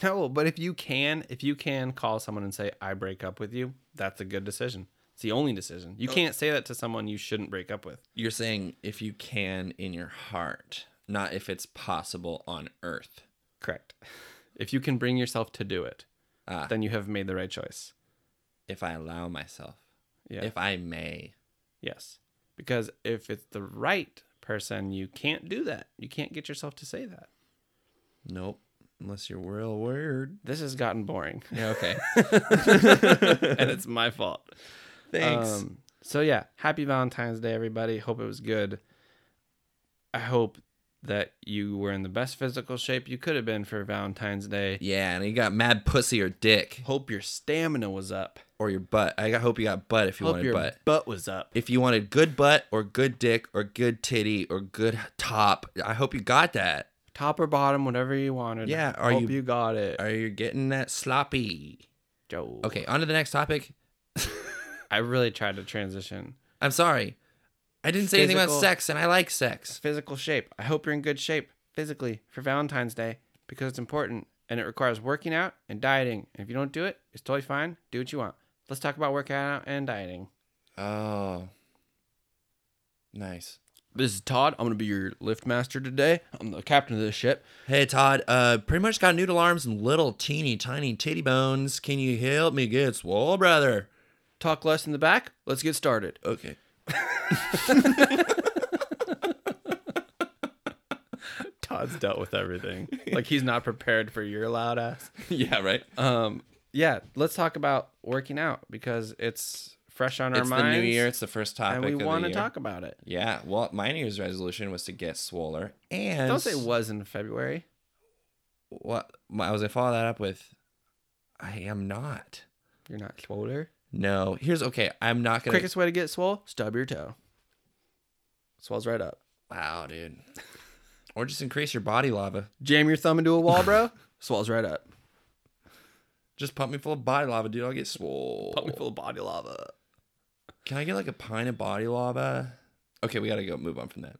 Speaker 2: No, but if you can, if you can call someone and say I break up with you, that's a good decision. It's the only decision. You can't say that to someone you shouldn't break up with.
Speaker 3: You're saying if you can in your heart, not if it's possible on earth.
Speaker 2: Correct. If you can bring yourself to do it,
Speaker 3: Ah.
Speaker 2: then you have made the right choice.
Speaker 3: if I allow myself,
Speaker 2: Yeah.
Speaker 3: if I may.
Speaker 2: yes. Because if it's the right person, you can't do that. You can't get yourself to say that.
Speaker 3: Nope, unless you're real weird.
Speaker 2: This has gotten boring
Speaker 3: Yeah, okay.
Speaker 2: and it's my fault.
Speaker 3: Thanks.
Speaker 2: Um, so, yeah, happy Valentine's Day, everybody. Hope it was good. I hope that you were in the best physical shape you could have been for Valentine's Day.
Speaker 3: yeah, and you got mad pussy or dick
Speaker 2: Hope your stamina was up.
Speaker 3: or your butt. I got- hope you got butt if you
Speaker 2: Hope
Speaker 3: wanted
Speaker 2: your
Speaker 3: butt.
Speaker 2: butt was up.
Speaker 3: If you wanted good butt or good dick or good titty or good top, I hope you got that.
Speaker 2: Top or bottom, whatever you wanted.
Speaker 3: Yeah, are
Speaker 2: hope
Speaker 3: you-
Speaker 2: you got it.
Speaker 3: Are you getting that sloppy?
Speaker 2: Joe.
Speaker 3: Okay, on to the next topic.
Speaker 2: I really tried to transition.
Speaker 3: I'm sorry. I didn't say anything about
Speaker 2: Physical-
Speaker 3: sex, and I like sex.
Speaker 2: Physical shape. I hope you're in good shape physically for Valentine's Day because it's important and it requires working out and dieting. And if you don't do it, it's totally fine. Do what you want. Let's talk about working out and dieting.
Speaker 3: Oh, nice.
Speaker 2: This is Todd. I'm going to be your lift master today. I'm the captain of this ship.
Speaker 3: Hey Todd, uh, pretty much got noodle arms and little teeny tiny titty bones. Can you help me get swole, brother?
Speaker 2: Talk less in the back. Let's get started.
Speaker 3: Okay.
Speaker 2: Todd's dealt with everything. like he's not prepared for your loud ass.
Speaker 3: yeah, right.
Speaker 2: Um, yeah, let's talk about working out because it's fresh on our
Speaker 3: it's
Speaker 2: minds.
Speaker 3: the new year. It's the first topic.
Speaker 2: and we
Speaker 3: of the
Speaker 2: want to
Speaker 3: year.
Speaker 2: talk about it.
Speaker 3: Yeah. Well, my New Year's resolution was to get swoller, and
Speaker 2: Don't say was in February.
Speaker 3: What I was gonna follow that up with, I am not.
Speaker 2: You're not swoller.
Speaker 3: No. Here's okay. I'm not gonna.
Speaker 2: Quickest way to get swole, stub your toe. Swells right up.
Speaker 3: Wow, dude. or just increase your body lava.
Speaker 2: Jam your thumb into a wall, bro. swells right up.
Speaker 3: Just pump me full of body lava, dude. I'll get swole.
Speaker 2: Pump me full of body lava.
Speaker 3: Can I get like a pint of body lava? Okay, we gotta go move on from that.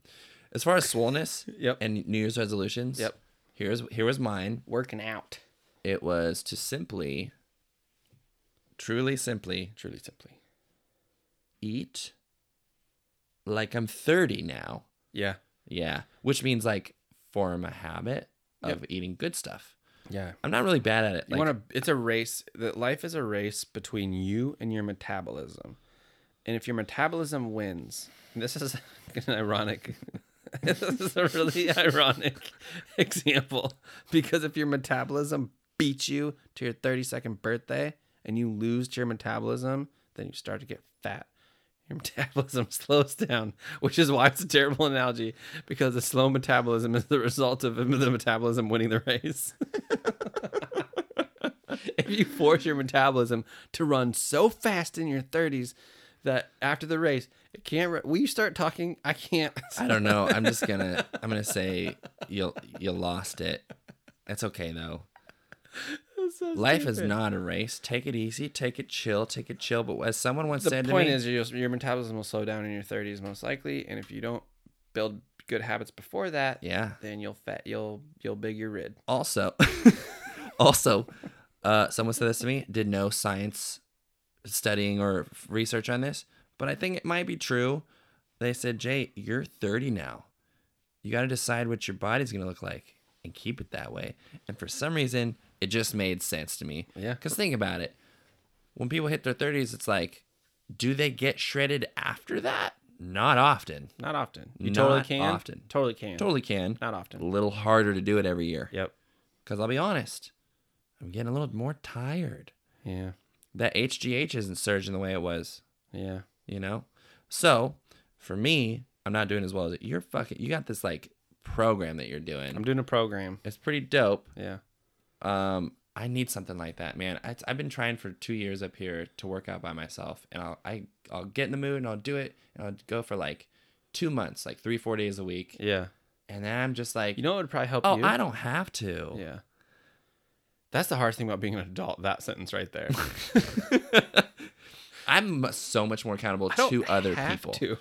Speaker 3: As far as swollenness
Speaker 2: Yep.
Speaker 3: and New Year's resolutions,
Speaker 2: Yep.
Speaker 3: Here's here was mine.
Speaker 2: Working out.
Speaker 3: It was to simply, truly simply,
Speaker 2: Truly simply.
Speaker 3: eat like I'm 30 now.
Speaker 2: Yeah.
Speaker 3: Yeah, which means like form a habit of
Speaker 2: Yep.
Speaker 3: eating good stuff.
Speaker 2: Yeah.
Speaker 3: I'm not really bad at it.
Speaker 2: You
Speaker 3: like,
Speaker 2: want to? It's a race. That life is a race between you and your metabolism, and if your metabolism wins, and this is an ironic. this is a really ironic example because if your metabolism beats you to your 32nd birthday and you lose to your metabolism, then you start to get fat. Your metabolism slows down, which is why it's a terrible analogy because the slow metabolism is the result of the metabolism winning the race if you force your metabolism to run so fast in your 30s that after the race it can't run. will you start talking i can't
Speaker 3: I don't know. I'm just gonna I'm gonna say you you lost it. That's okay though. Life is not a race. Take it easy. Take it chill. Take it chill. But as someone once
Speaker 2: the
Speaker 3: said
Speaker 2: point
Speaker 3: to me,
Speaker 2: is your, your metabolism will slow down in your 30s most likely and if you don't build good habits before that
Speaker 3: yeah.
Speaker 2: then you'll fat you'll you'll big your rid
Speaker 3: Also, also, uh, someone said this to me. Did no science studying or research on this, but I think it might be true. They said, Jay, you're 30 now. You got to decide what your body's going to look like and keep it that way. And for some reason, it just made sense to me.
Speaker 2: Yeah.
Speaker 3: Because think about it. When people hit their 30s, it's like, do they get shredded after that? Not often.
Speaker 2: not often you
Speaker 3: Not
Speaker 2: totally can
Speaker 3: often.
Speaker 2: totally can
Speaker 3: Totally can.
Speaker 2: not
Speaker 3: A
Speaker 2: often
Speaker 3: little harder to do it every year.
Speaker 2: yep
Speaker 3: Because I'll be honest, I'm getting a little more tired.
Speaker 2: yeah
Speaker 3: That HGH isn't surging the way it was,
Speaker 2: yeah
Speaker 3: you know? So for me, I'm not doing as well as you're fucking, you got this like program that you're doing.
Speaker 2: i'm doing a program
Speaker 3: it's pretty dope.
Speaker 2: yeah
Speaker 3: Um, I need something like that, man. I, I've been trying for two years up here to work out by myself, and I'll I, I'll get in the mood and I'll do it, and I'll go for like two months, like three four days a week,
Speaker 2: yeah
Speaker 3: and then I'm just like,
Speaker 2: you know what would probably help
Speaker 3: oh,
Speaker 2: you
Speaker 3: I don't have to.
Speaker 2: Yeah. That's the hardest thing about being an adult, that sentence right there.
Speaker 3: I'm so much more accountable
Speaker 2: I don't
Speaker 3: to other
Speaker 2: have
Speaker 3: people.
Speaker 2: to.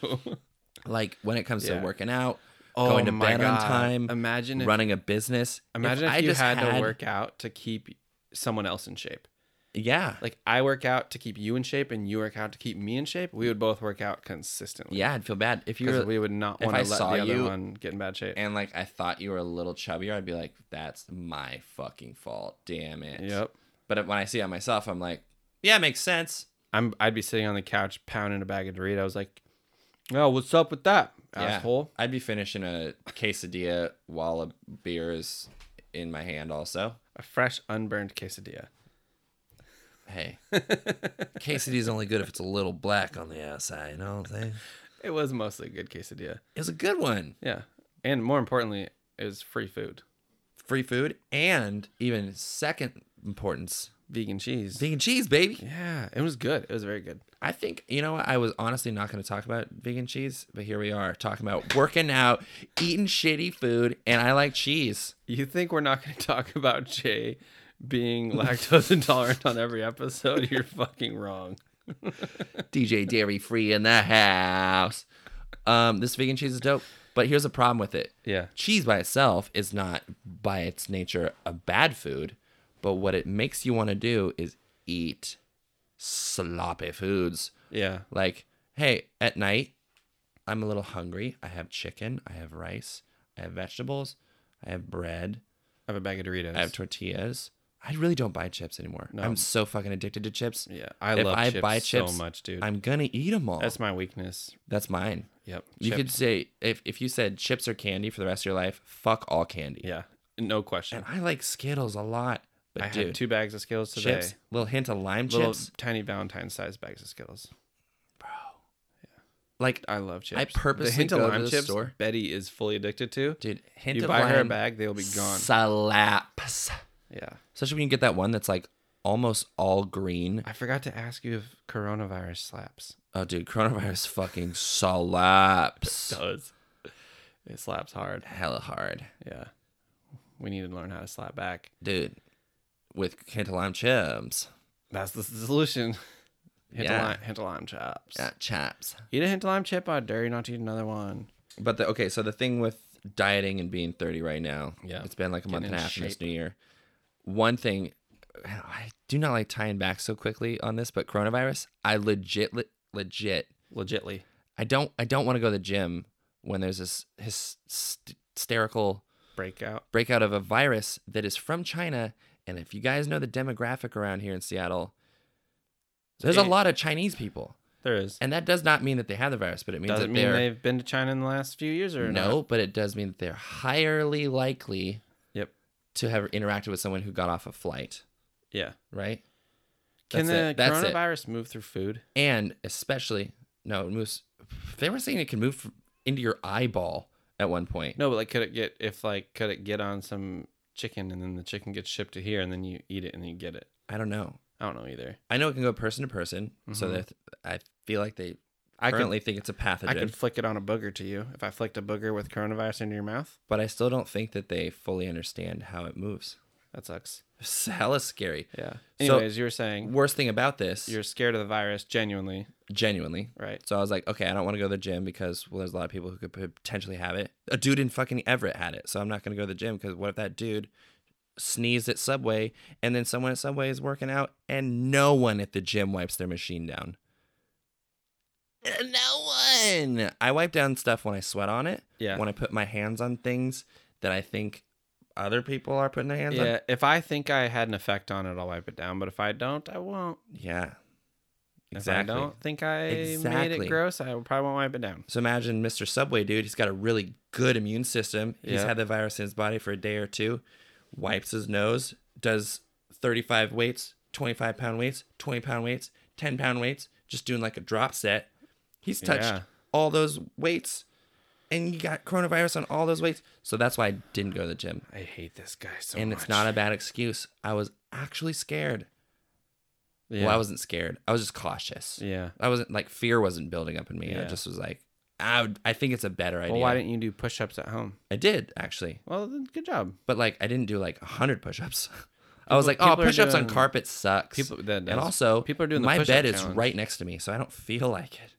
Speaker 3: Like when it comes
Speaker 2: Yeah.
Speaker 3: to working out,
Speaker 2: Oh
Speaker 3: going to
Speaker 2: my
Speaker 3: bed on
Speaker 2: God.
Speaker 3: time,
Speaker 2: Imagine if-
Speaker 3: running a business.
Speaker 2: Imagine if,
Speaker 3: I
Speaker 2: you
Speaker 3: just
Speaker 2: had, to work out to keep someone else in shape.
Speaker 3: Yeah,
Speaker 2: Like I work out to keep you in shape and you work out to keep me in shape. We would both work out consistently.
Speaker 3: yeah, I'd feel bad if
Speaker 2: Because
Speaker 3: you're.
Speaker 2: we would not
Speaker 3: if
Speaker 2: want
Speaker 3: I
Speaker 2: to let the
Speaker 3: saw
Speaker 2: other
Speaker 3: you
Speaker 2: one get in bad shape.
Speaker 3: and like I thought you were a little chubbier, I'd be like, "That's my fucking fault, damn it."
Speaker 2: Yep.
Speaker 3: But when I see it on myself, I'm like, "Yeah, it makes sense."
Speaker 2: I'm I'd be sitting on the couch pounding a bag of Doritos like, Oh, what's up with that? Asshole.
Speaker 3: Yeah. I'd be finishing a quesadilla while a beer is in my hand. Also,
Speaker 2: A fresh unburned quesadilla.
Speaker 3: hey, quesadilla's only good if it's a little black on the outside. You know what I'm saying?
Speaker 2: It was mostly a good quesadilla.
Speaker 3: It was a good one.
Speaker 2: Yeah. And more importantly, is free food.
Speaker 3: Free food and even second importance,
Speaker 2: Vegan cheese.
Speaker 3: vegan cheese, baby.
Speaker 2: yeah, it was good. It was very good.
Speaker 3: I think you know what I was honestly not going to talk about vegan cheese, but here we are talking about working out, eating shitty food, and I like cheese.
Speaker 2: You think we're not going to talk about Jay being lactose intolerant on every episode? You're fucking wrong.
Speaker 3: DJ Dairy Free in the house. Um, this vegan cheese is dope, but here's the problem with it.
Speaker 2: Yeah.
Speaker 3: cheese by itself is not by its nature a bad food, but what it makes you want to do is eat sloppy foods.
Speaker 2: Yeah.
Speaker 3: Like, hey, at night, I'm a little hungry. I have chicken, I have rice, I have vegetables, I have bread,
Speaker 2: I have a bag of Doritos.
Speaker 3: I have tortillas. I really don't buy chips anymore. I'm so fucking addicted to chips.
Speaker 2: Yeah, I love chips so much, dude.
Speaker 3: I'm gonna eat them all.
Speaker 2: That's
Speaker 3: That's,
Speaker 2: my weakness.
Speaker 3: That's mine.
Speaker 2: Yep.
Speaker 3: You could
Speaker 2: chips.
Speaker 3: say if, if you said chips or candy for the rest of your life, fuck all candy.
Speaker 2: Yeah. No question.
Speaker 3: And I like Skittles a lot, but
Speaker 2: I
Speaker 3: dude,
Speaker 2: had two bags of Skittles today.
Speaker 3: chips, little hint of lime
Speaker 2: Little
Speaker 3: chips.
Speaker 2: tiny Valentine-sized bags of Skittles.
Speaker 3: Like,
Speaker 2: I love chips.
Speaker 3: I purposely
Speaker 2: the hint
Speaker 3: go
Speaker 2: of
Speaker 3: to
Speaker 2: lime
Speaker 3: the
Speaker 2: chips.
Speaker 3: store-
Speaker 2: Betty is fully addicted to.
Speaker 3: dude, hint
Speaker 2: You
Speaker 3: of
Speaker 2: buy
Speaker 3: lime
Speaker 2: her a bag, they'll be gone.
Speaker 3: slaps.
Speaker 2: Yeah.
Speaker 3: Especially when you get that one that's like almost all green.
Speaker 2: I forgot to ask you if coronavirus slaps.
Speaker 3: Oh, dude, coronavirus fucking slaps.
Speaker 2: does. It slaps hard.
Speaker 3: Hella hard,
Speaker 2: Yeah. We need to learn how to slap back.
Speaker 3: dude. With hint of lime chips,
Speaker 2: That's the solution. Hint
Speaker 3: Yeah.
Speaker 2: a lime, hint a lime chops.
Speaker 3: Yeah, chaps.
Speaker 2: Eat a hint a lime chip. I dare you not to eat another one.
Speaker 3: But the, okay, so the thing with dieting and being 30 right now,
Speaker 2: Yeah.
Speaker 3: it's been like a month
Speaker 2: Getting
Speaker 3: and
Speaker 2: in
Speaker 3: a half in this
Speaker 2: shape.
Speaker 3: new year. One thing, I do not like tying back so quickly on this, but coronavirus, I legit, le- legit,
Speaker 2: Legitly.
Speaker 3: I don't, I don't want to go to the gym when there's this hys- hysterical
Speaker 2: Breakout.
Speaker 3: breakout of a virus that is from China. And if you guys know the demographic around here in Seattle, there's a
Speaker 2: It-
Speaker 3: lot of Chinese people.
Speaker 2: There is.
Speaker 3: And that does not mean that they have the virus, but it means
Speaker 2: Doesn't
Speaker 3: that
Speaker 2: mean
Speaker 3: they're
Speaker 2: they've been to China in the last few years or
Speaker 3: no,
Speaker 2: not.
Speaker 3: but it does mean that they're highly likely
Speaker 2: Yep.
Speaker 3: to have interacted with someone who got off a flight,
Speaker 2: Yeah.
Speaker 3: right?
Speaker 2: Can
Speaker 3: That's it.
Speaker 2: the
Speaker 3: That's it.
Speaker 2: coronavirus move through food?
Speaker 3: And especially, no, it moves. They were saying it can move f- into your eyeball at one point.
Speaker 2: No, but like, could it get if like could it get on some chicken and then the chicken gets shipped to here and then you eat it and you get it?
Speaker 3: I don't know.
Speaker 2: I don't know either.
Speaker 3: I know it can go person to person, so
Speaker 2: Mhm.
Speaker 3: that I feel like they
Speaker 2: I could-
Speaker 3: currently think it's a pathogen,
Speaker 2: I could flick it on a booger to you if I flicked a booger with coronavirus into your mouth.
Speaker 3: but I still don't think that they fully understand how it moves.
Speaker 2: That sucks.
Speaker 3: It's hella scary.
Speaker 2: Yeah.
Speaker 3: So-
Speaker 2: Anyways, you were saying
Speaker 3: Worst thing about this,
Speaker 2: you're scared of the virus genuinely,
Speaker 3: genuinely,
Speaker 2: right?
Speaker 3: So I was like, okay, I don't want to go to the gym because well, there's a lot of people who could potentially have it. A dude in fucking Everett had it, so I'm not gonna go to the gym because what if that dude sneezed at Subway and then someone at Subway is working out and no one at the gym wipes their machine down. No one. I wipe down stuff when I sweat on it.
Speaker 2: Yeah.
Speaker 3: When I put my hands on things that I think other people are putting their hands on.
Speaker 2: Yeah. If I think I had an effect on it, I'll wipe it down. But if I don't, I won't.
Speaker 3: Yeah.
Speaker 2: If I don't think I made
Speaker 3: Exactly.
Speaker 2: it gross, I probably won't wipe it down.
Speaker 3: So imagine Mr. Subway, dude. He's got a really good immune system. He's
Speaker 2: Yeah.
Speaker 3: had the virus in his body for a day or two, wipes his nose, does 35 weights, 25 pound weights, 20 pound weights, 10 pound weights, just doing like a drop set. He's touched
Speaker 2: Yeah.
Speaker 3: all those weights and you got coronavirus on all those weights. So that's why I didn't go to the gym.
Speaker 2: I hate this guy so
Speaker 3: and
Speaker 2: much.
Speaker 3: it's not a bad excuse. I was actually scared. Well, I wasn't scared. I was just cautious.
Speaker 2: Yeah.
Speaker 3: I wasn't like fear wasn't building up in me. I
Speaker 2: Yeah.
Speaker 3: just was like, I, would, I think it's a better idea.
Speaker 2: Well, why didn't you do push-ups at home?
Speaker 3: I did actually,
Speaker 2: Well, then good job.
Speaker 3: but like I didn't do like hundred push-ups. I was like,
Speaker 2: People-
Speaker 3: oh,
Speaker 2: people are
Speaker 3: push-ups on
Speaker 2: doing-
Speaker 3: carpet sucks.
Speaker 2: people- that
Speaker 3: and
Speaker 2: does.
Speaker 3: also
Speaker 2: People are doing the
Speaker 3: my
Speaker 2: push-up
Speaker 3: bed is
Speaker 2: challenge.
Speaker 3: right next to me, so I don't feel like it.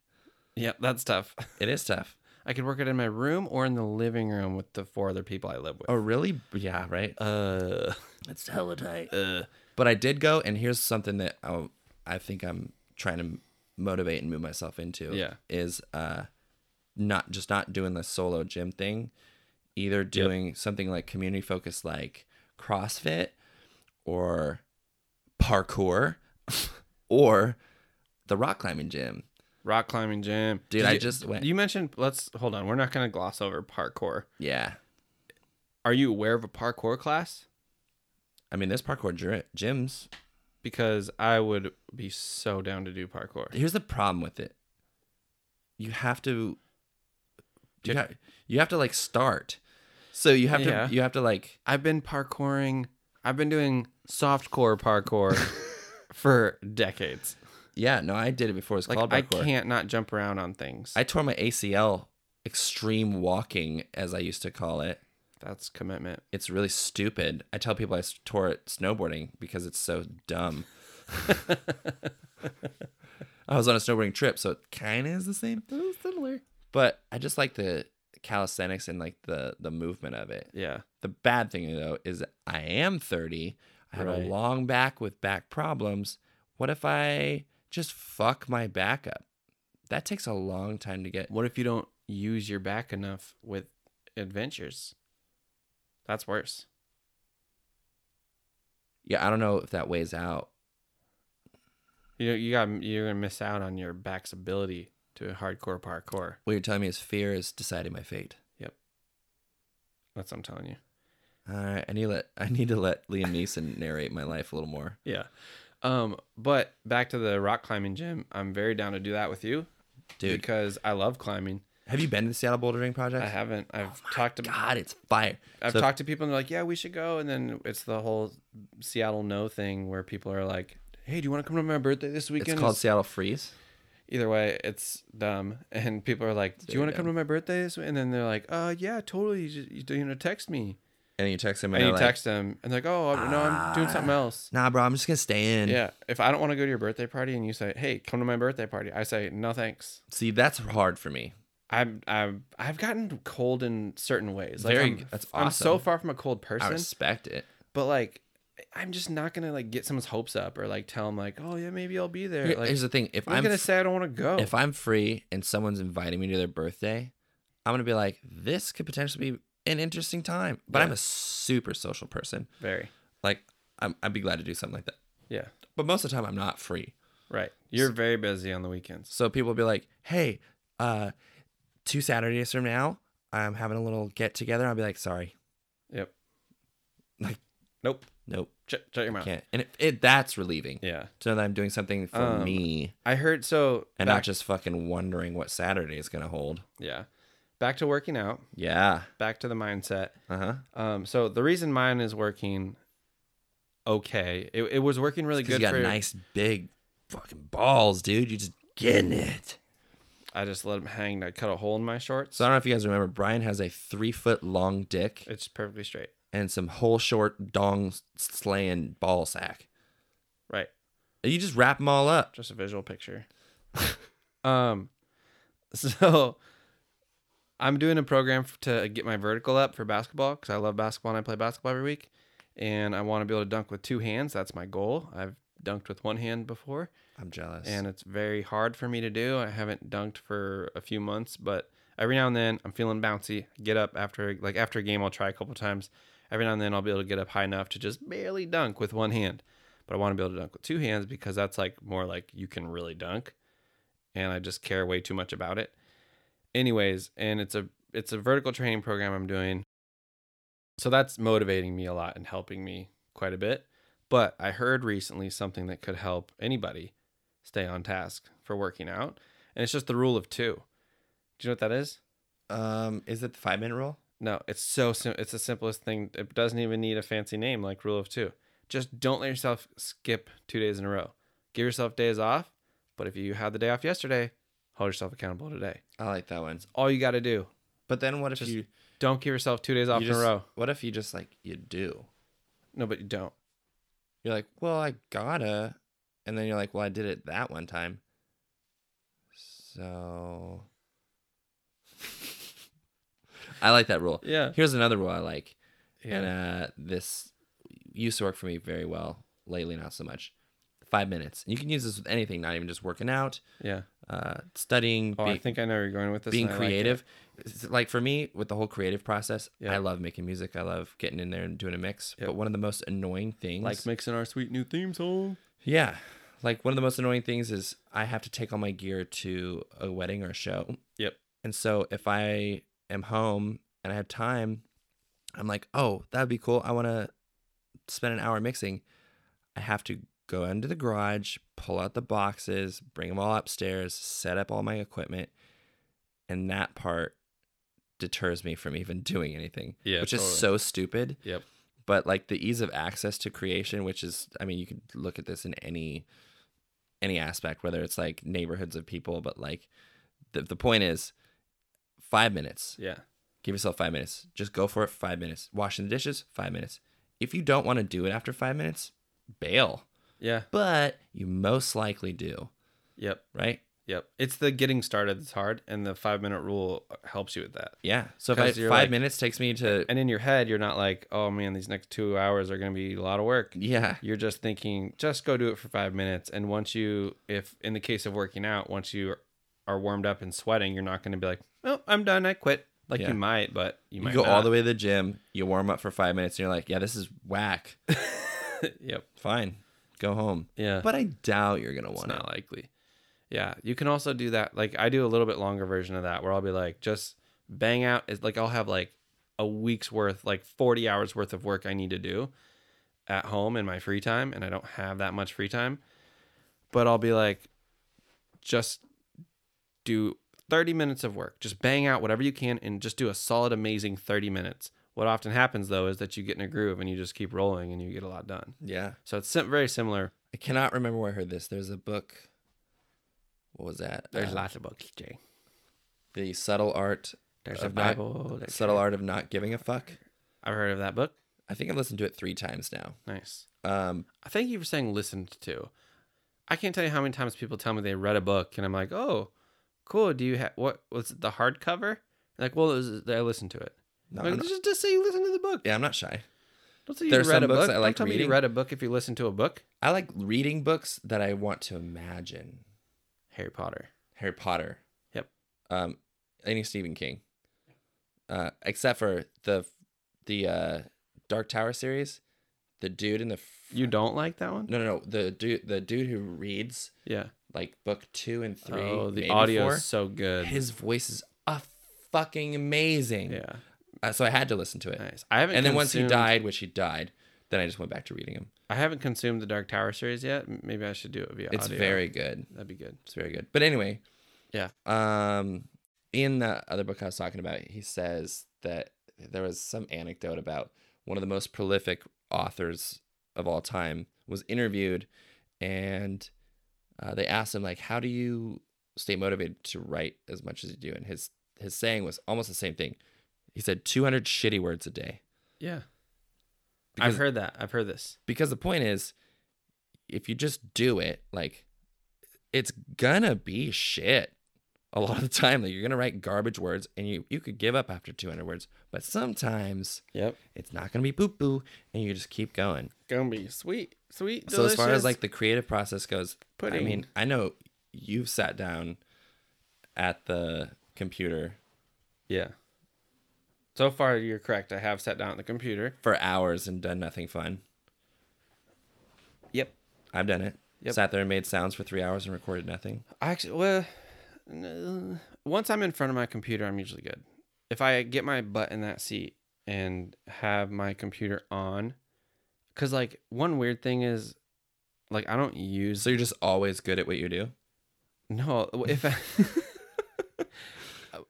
Speaker 2: Yeah, that's tough.
Speaker 3: It is tough.
Speaker 2: I could work it in my room or in the living room with the four other people I live with.
Speaker 3: Oh, really? Yeah, right.
Speaker 2: Uh,
Speaker 3: It's hella tight. But I did go, and here's something that I, I think I'm trying to motivate and move myself into.
Speaker 2: Yeah.
Speaker 3: is uh, not just not doing the solo gym thing, either doing something like community focused, like CrossFit, or parkour, or the rock climbing gym.
Speaker 2: rock climbing gym,
Speaker 3: Dude,
Speaker 2: Did
Speaker 3: I
Speaker 2: you-
Speaker 3: just went-
Speaker 2: You mentioned. Let's hold on. We're not gonna gloss over parkour.
Speaker 3: Yeah,
Speaker 2: Are you aware of a parkour class?
Speaker 3: I mean, there's parkour gy- gyms.
Speaker 2: Because I would be so down to do parkour.
Speaker 3: here's the problem with it. You have to you have, you have to like start. So you have
Speaker 2: Yeah.
Speaker 3: to you have to like
Speaker 2: I've been parkouring. I've been doing softcore parkour for decades.
Speaker 3: yeah, no, I did it before it was
Speaker 2: Like
Speaker 3: called
Speaker 2: I
Speaker 3: parkour. I,
Speaker 2: can't not jump around on things.
Speaker 3: tore my ACL extreme walking as I used to call it.
Speaker 2: That's commitment.
Speaker 3: It's really stupid. I tell people I s- tore it snowboarding because it's so dumb. I was on a snowboarding trip, so it kind of is the same,
Speaker 2: Similar.
Speaker 3: but I just like the calisthenics and like the the movement of it.
Speaker 2: Yeah.
Speaker 3: The bad thing though is I am 30. I have a
Speaker 2: Right.
Speaker 3: long back with back problems. What if I just fuck my back up? That takes a long time to get.
Speaker 2: What if you don't use your back enough with adventures? That's worse.
Speaker 3: Yeah, I don't know if that weighs out.
Speaker 2: You know, you got you're gonna miss out on your back's ability to hardcore parkour.
Speaker 3: What you're telling me is fear is deciding my fate.
Speaker 2: That's what I'm telling you.
Speaker 3: All right, I need to let I need to let Liam Neeson narrate my life a little more.
Speaker 2: Yeah. Um, but back to the rock climbing gym. I'm very down to do that with you,
Speaker 3: Dude.
Speaker 2: because I love climbing.
Speaker 3: Have you been to the Seattle Bouldering Project?
Speaker 2: I haven't. I've talked to
Speaker 3: Oh God, it's fire.
Speaker 2: I've
Speaker 3: So-
Speaker 2: talked to people and they're like, yeah, we should go. And then it's the whole Seattle no thing where people are like, hey, do you want to come to my birthday this
Speaker 3: It's
Speaker 2: weekend?
Speaker 3: called Seattle Freeze.
Speaker 2: Either way, it's dumb. And people are like, do you want to come to my birthday this week? And then they're like, uh, yeah, totally. You, just, you, you know, text me.
Speaker 3: And you text him and,
Speaker 2: And you
Speaker 3: they're like, Ah.
Speaker 2: text them, and they're like, "Oh, I'm- no, I'm doing something else."
Speaker 3: Nah, bro, I'm just gonna stay in.
Speaker 2: Yeah, if I don't want to go to your birthday party, and you say, "Hey, come to my birthday party," I say, "No, thanks."
Speaker 3: See, that's hard for me.
Speaker 2: I'm I'm I've gotten cold in certain ways. Like,
Speaker 3: Very-
Speaker 2: I'm,
Speaker 3: that's
Speaker 2: I'm so
Speaker 3: awesome.
Speaker 2: far from a cold
Speaker 3: I
Speaker 2: person,
Speaker 3: respect it.
Speaker 2: but like, I'm just not gonna like get someone's hopes up or like tell them like, "Oh yeah, maybe I'll be there."
Speaker 3: Here-
Speaker 2: Like,
Speaker 3: Here's the thing: if
Speaker 2: I'm,
Speaker 3: I'm,
Speaker 2: gonna
Speaker 3: f-
Speaker 2: say I don't want to go.
Speaker 3: if I'm free and someone's inviting me to their birthday, I'm gonna be like, this could potentially be an interesting time. But I'm a super social person.
Speaker 2: very
Speaker 3: Like, I'm, I'd be glad to do something like that.
Speaker 2: yeah
Speaker 3: But most of the time, I'm not free.
Speaker 2: right. You're very busy on the weekends.
Speaker 3: So people will be like, hey, uh, two Saturdays from now, I'm having a little get together. I'll be like, sorry,
Speaker 2: Yep.
Speaker 3: Like-
Speaker 2: nope.
Speaker 3: nope,
Speaker 2: Shut, shut your mouth.
Speaker 3: can't. And it, it that's relieving.
Speaker 2: Uh. Yeah,
Speaker 3: To know that I'm doing something for
Speaker 2: Um,
Speaker 3: me
Speaker 2: I heard so.
Speaker 3: and
Speaker 2: back-
Speaker 3: not just fucking wondering what Saturday is gonna hold.
Speaker 2: yeah. Back to working out.
Speaker 3: Yeah.
Speaker 2: Back to the mindset.
Speaker 3: Uh huh.
Speaker 2: Um, so the reason mine is working okay, it, it was working really
Speaker 3: Because you
Speaker 2: good
Speaker 3: got
Speaker 2: for
Speaker 3: nice big fucking balls, dude. You just getting it.
Speaker 2: I just let them hang. I cut a hole in my shorts.
Speaker 3: So I don't know if you guys remember, Brian has a three foot long dick
Speaker 2: It's perfectly straight.
Speaker 3: and some whole short dong slaying ball sack.
Speaker 2: Right.
Speaker 3: You just wrap them all up.
Speaker 2: Just a visual picture. um, so I'm doing a program f- to get my vertical up for basketball because I love basketball and I play basketball every week. And I want to be able to dunk with two hands. That's my goal. I've dunked with one hand before.
Speaker 3: I'm jealous.
Speaker 2: and it's very hard for me to do. I haven't dunked for a few months, but every now and then I'm feeling bouncy. Get up after like after a game, I'll try a couple times. Every now and then I'll be able to get up high enough to just barely dunk with one hand, but I want to be able to dunk with two hands because that's like more like you can really dunk, and I just care way too much about it. Anyways, and it's a it's a vertical training program I'm doing, so that's motivating me a lot and helping me quite a bit. But I heard recently something that could help anybody, stay on task for working out. And it's just the rule of two. Do you know what that is?
Speaker 3: um, is it the five minute rule?
Speaker 2: No, it's so sim- it's the simplest thing. It doesn't even need a fancy name like rule of two. Just don't let yourself skip two days in a row. Give yourself days off, but if you had the day off yesterday, hold yourself accountable today.
Speaker 3: I like that one.
Speaker 2: All you got to do.
Speaker 3: But then what if
Speaker 2: Just
Speaker 3: you,
Speaker 2: Don't give yourself two days off
Speaker 3: you
Speaker 2: in
Speaker 3: just-
Speaker 2: a row.
Speaker 3: What if you just like you do?
Speaker 2: No, but you don't.
Speaker 3: You're like, well, I gotta, and then you're like, well, I did it that one time. So, I like that rule.
Speaker 2: Yeah.
Speaker 3: Here's another rule I like,
Speaker 2: Yeah.
Speaker 3: and uh, this used to work for me very well. Lately, not so much. Five minutes. And you can use this with anything, not even just working out,
Speaker 2: Yeah.
Speaker 3: uh, studying,
Speaker 2: Oh, I
Speaker 3: be-
Speaker 2: think I know where you're going with this.
Speaker 3: being
Speaker 2: and I like it.
Speaker 3: creative. It's Like, for me, with the whole creative process,
Speaker 2: Yeah.
Speaker 3: I love making music. I love getting in there and doing a mix.
Speaker 2: Yep.
Speaker 3: But one of the most annoying things,
Speaker 2: Like mixing our sweet new theme song.
Speaker 3: yeah. Like one of the most annoying things is I have to take all my gear to a wedding or a show.
Speaker 2: Yep.
Speaker 3: And so if I am home and I have time, I'm like, oh, that'd be cool. I want to spend an hour mixing. I have to go into the garage, pull out the boxes, bring them all upstairs, set up all my equipment. And that part deters me from even doing anything,
Speaker 2: Yeah,
Speaker 3: which is
Speaker 2: totally.
Speaker 3: so stupid
Speaker 2: Yep.
Speaker 3: but like the ease of access to creation which is i mean you could look at this in any any aspect whether it's like neighborhoods of people but like the, the point is five minutes
Speaker 2: Yeah.
Speaker 3: give yourself five minutes just go for it five minutes washing the dishes five minutes if you don't want to do it after five minutes bail
Speaker 2: Yeah.
Speaker 3: but you most likely do
Speaker 2: Yep.
Speaker 3: right
Speaker 2: Yep. It's the getting started that's hard, and the five minute rule uh, helps you with that.
Speaker 3: yeah so if I,
Speaker 2: 'Cause
Speaker 3: five
Speaker 2: you're like-
Speaker 3: minutes takes me to
Speaker 2: And in your head, you're not like, oh man, these next two hours are going to be a lot of work.
Speaker 3: yeah
Speaker 2: You're just thinking, just go do it for five minutes. And once you, if in the case of working out, once you are warmed up and sweating, you're not going to be like, oh, I'm done. I quit. Like
Speaker 3: Yeah.
Speaker 2: you might, but you,
Speaker 3: you
Speaker 2: might
Speaker 3: go all the way to the gym you warm up for five minutes and you're like yeah this is whack
Speaker 2: way. yep.
Speaker 3: fine go home
Speaker 2: Yeah.
Speaker 3: but I doubt you're gonna
Speaker 2: It's
Speaker 3: want
Speaker 2: not
Speaker 3: to.
Speaker 2: likely. Yeah, you can also do that. Like I do a little bit longer version of that, where I'll be like, just bang out. It's like I'll have like a week's worth, like forty hours worth of work I need to do at home in my free time, and I don't have that much free time. But I'll be like, just do thirty minutes of work. Just bang out whatever you can, and just do a solid, amazing thirty minutes. What often happens though is that you get in a groove and you just keep rolling and you get a lot done.
Speaker 3: Yeah,
Speaker 2: So it's sim- very similar.
Speaker 3: I cannot remember where I heard this. There's a book. What was that? Uh,
Speaker 2: of books, Jay.
Speaker 3: The subtle art.
Speaker 2: There's
Speaker 3: of
Speaker 2: a
Speaker 3: not-
Speaker 2: Bible. There's
Speaker 3: subtle art of not giving a fuck.
Speaker 2: I've heard of that book.
Speaker 3: I think I've listened to it three times now.
Speaker 2: Nice.
Speaker 3: Um,
Speaker 2: Thank you for saying listened to. I can't tell you how many times people tell me they read a book, and I'm like, oh, cool. Do you have what was it the hardcover? Like, well, it was, I listened to it.
Speaker 3: no,
Speaker 2: Like,
Speaker 3: I'm not-
Speaker 2: just, just say you listened to the book.
Speaker 3: yeah, I'm not shy.
Speaker 2: Don't say you
Speaker 3: There's
Speaker 2: read
Speaker 3: some
Speaker 2: a
Speaker 3: books
Speaker 2: book.
Speaker 3: that I
Speaker 2: Don't
Speaker 3: like
Speaker 2: tell me you
Speaker 3: reading.
Speaker 2: read a book if you listen to a book.
Speaker 3: I like reading books that I want to imagine.
Speaker 2: Harry Potter.
Speaker 3: Harry Potter.
Speaker 2: Yep.
Speaker 3: Um, any Stephen King. Uh, except for the the uh, Dark Tower series, the dude in the fr-
Speaker 2: You don't like that one?
Speaker 3: no no no the dude the dude who reads
Speaker 2: Yeah.
Speaker 3: like book two and three.
Speaker 2: oh, the
Speaker 3: maybe
Speaker 2: audio
Speaker 3: four,
Speaker 2: is so good.
Speaker 3: his voice is a fucking amazing.
Speaker 2: yeah.
Speaker 3: Uh, so I had to listen to it.
Speaker 2: Nice. I haven't.
Speaker 3: And then once he
Speaker 2: consumed-
Speaker 3: died, which he died, then I just went back to reading him.
Speaker 2: I haven't consumed the Dark Tower series yet. M- Maybe I should do it via.
Speaker 3: It's
Speaker 2: audio.
Speaker 3: very good.
Speaker 2: That'd be good.
Speaker 3: It's very good. But anyway,
Speaker 2: Yeah.
Speaker 3: Um, in the other book I was talking about, he says that there was some anecdote about one of the most prolific authors of all time was interviewed, and uh, they asked him like, "How do you stay motivated to write as much as you do?" And his his saying was almost the same thing. He said 200 shitty words a day
Speaker 2: Yeah.
Speaker 3: Because-
Speaker 2: I've heard that. I've heard this.
Speaker 3: because the point is, if you just do it, like it's gonna be shit a lot of the time. Like you're gonna write garbage words, and you you could give up after 200 words. But sometimes
Speaker 2: Yep.
Speaker 3: it's not gonna be poo poo, and you just keep going.
Speaker 2: Gonna be sweet, sweet.
Speaker 3: So as far as like the creative process goes, I
Speaker 2: Pudding.
Speaker 3: mean, I know you've sat down at the computer
Speaker 2: yeah. So far, you're correct. I have sat down at the computer.
Speaker 3: for hours and done nothing fun.
Speaker 2: Yep.
Speaker 3: I've done it.
Speaker 2: Yep.
Speaker 3: Sat there and made sounds for three hours and recorded nothing.
Speaker 2: I actually, well, n- once I'm in front of my computer, I'm usually good. If I get my butt in that seat and have my computer on, because like one weird thing is, like I don't use
Speaker 3: So you're just always good at what you do.
Speaker 2: No, if I,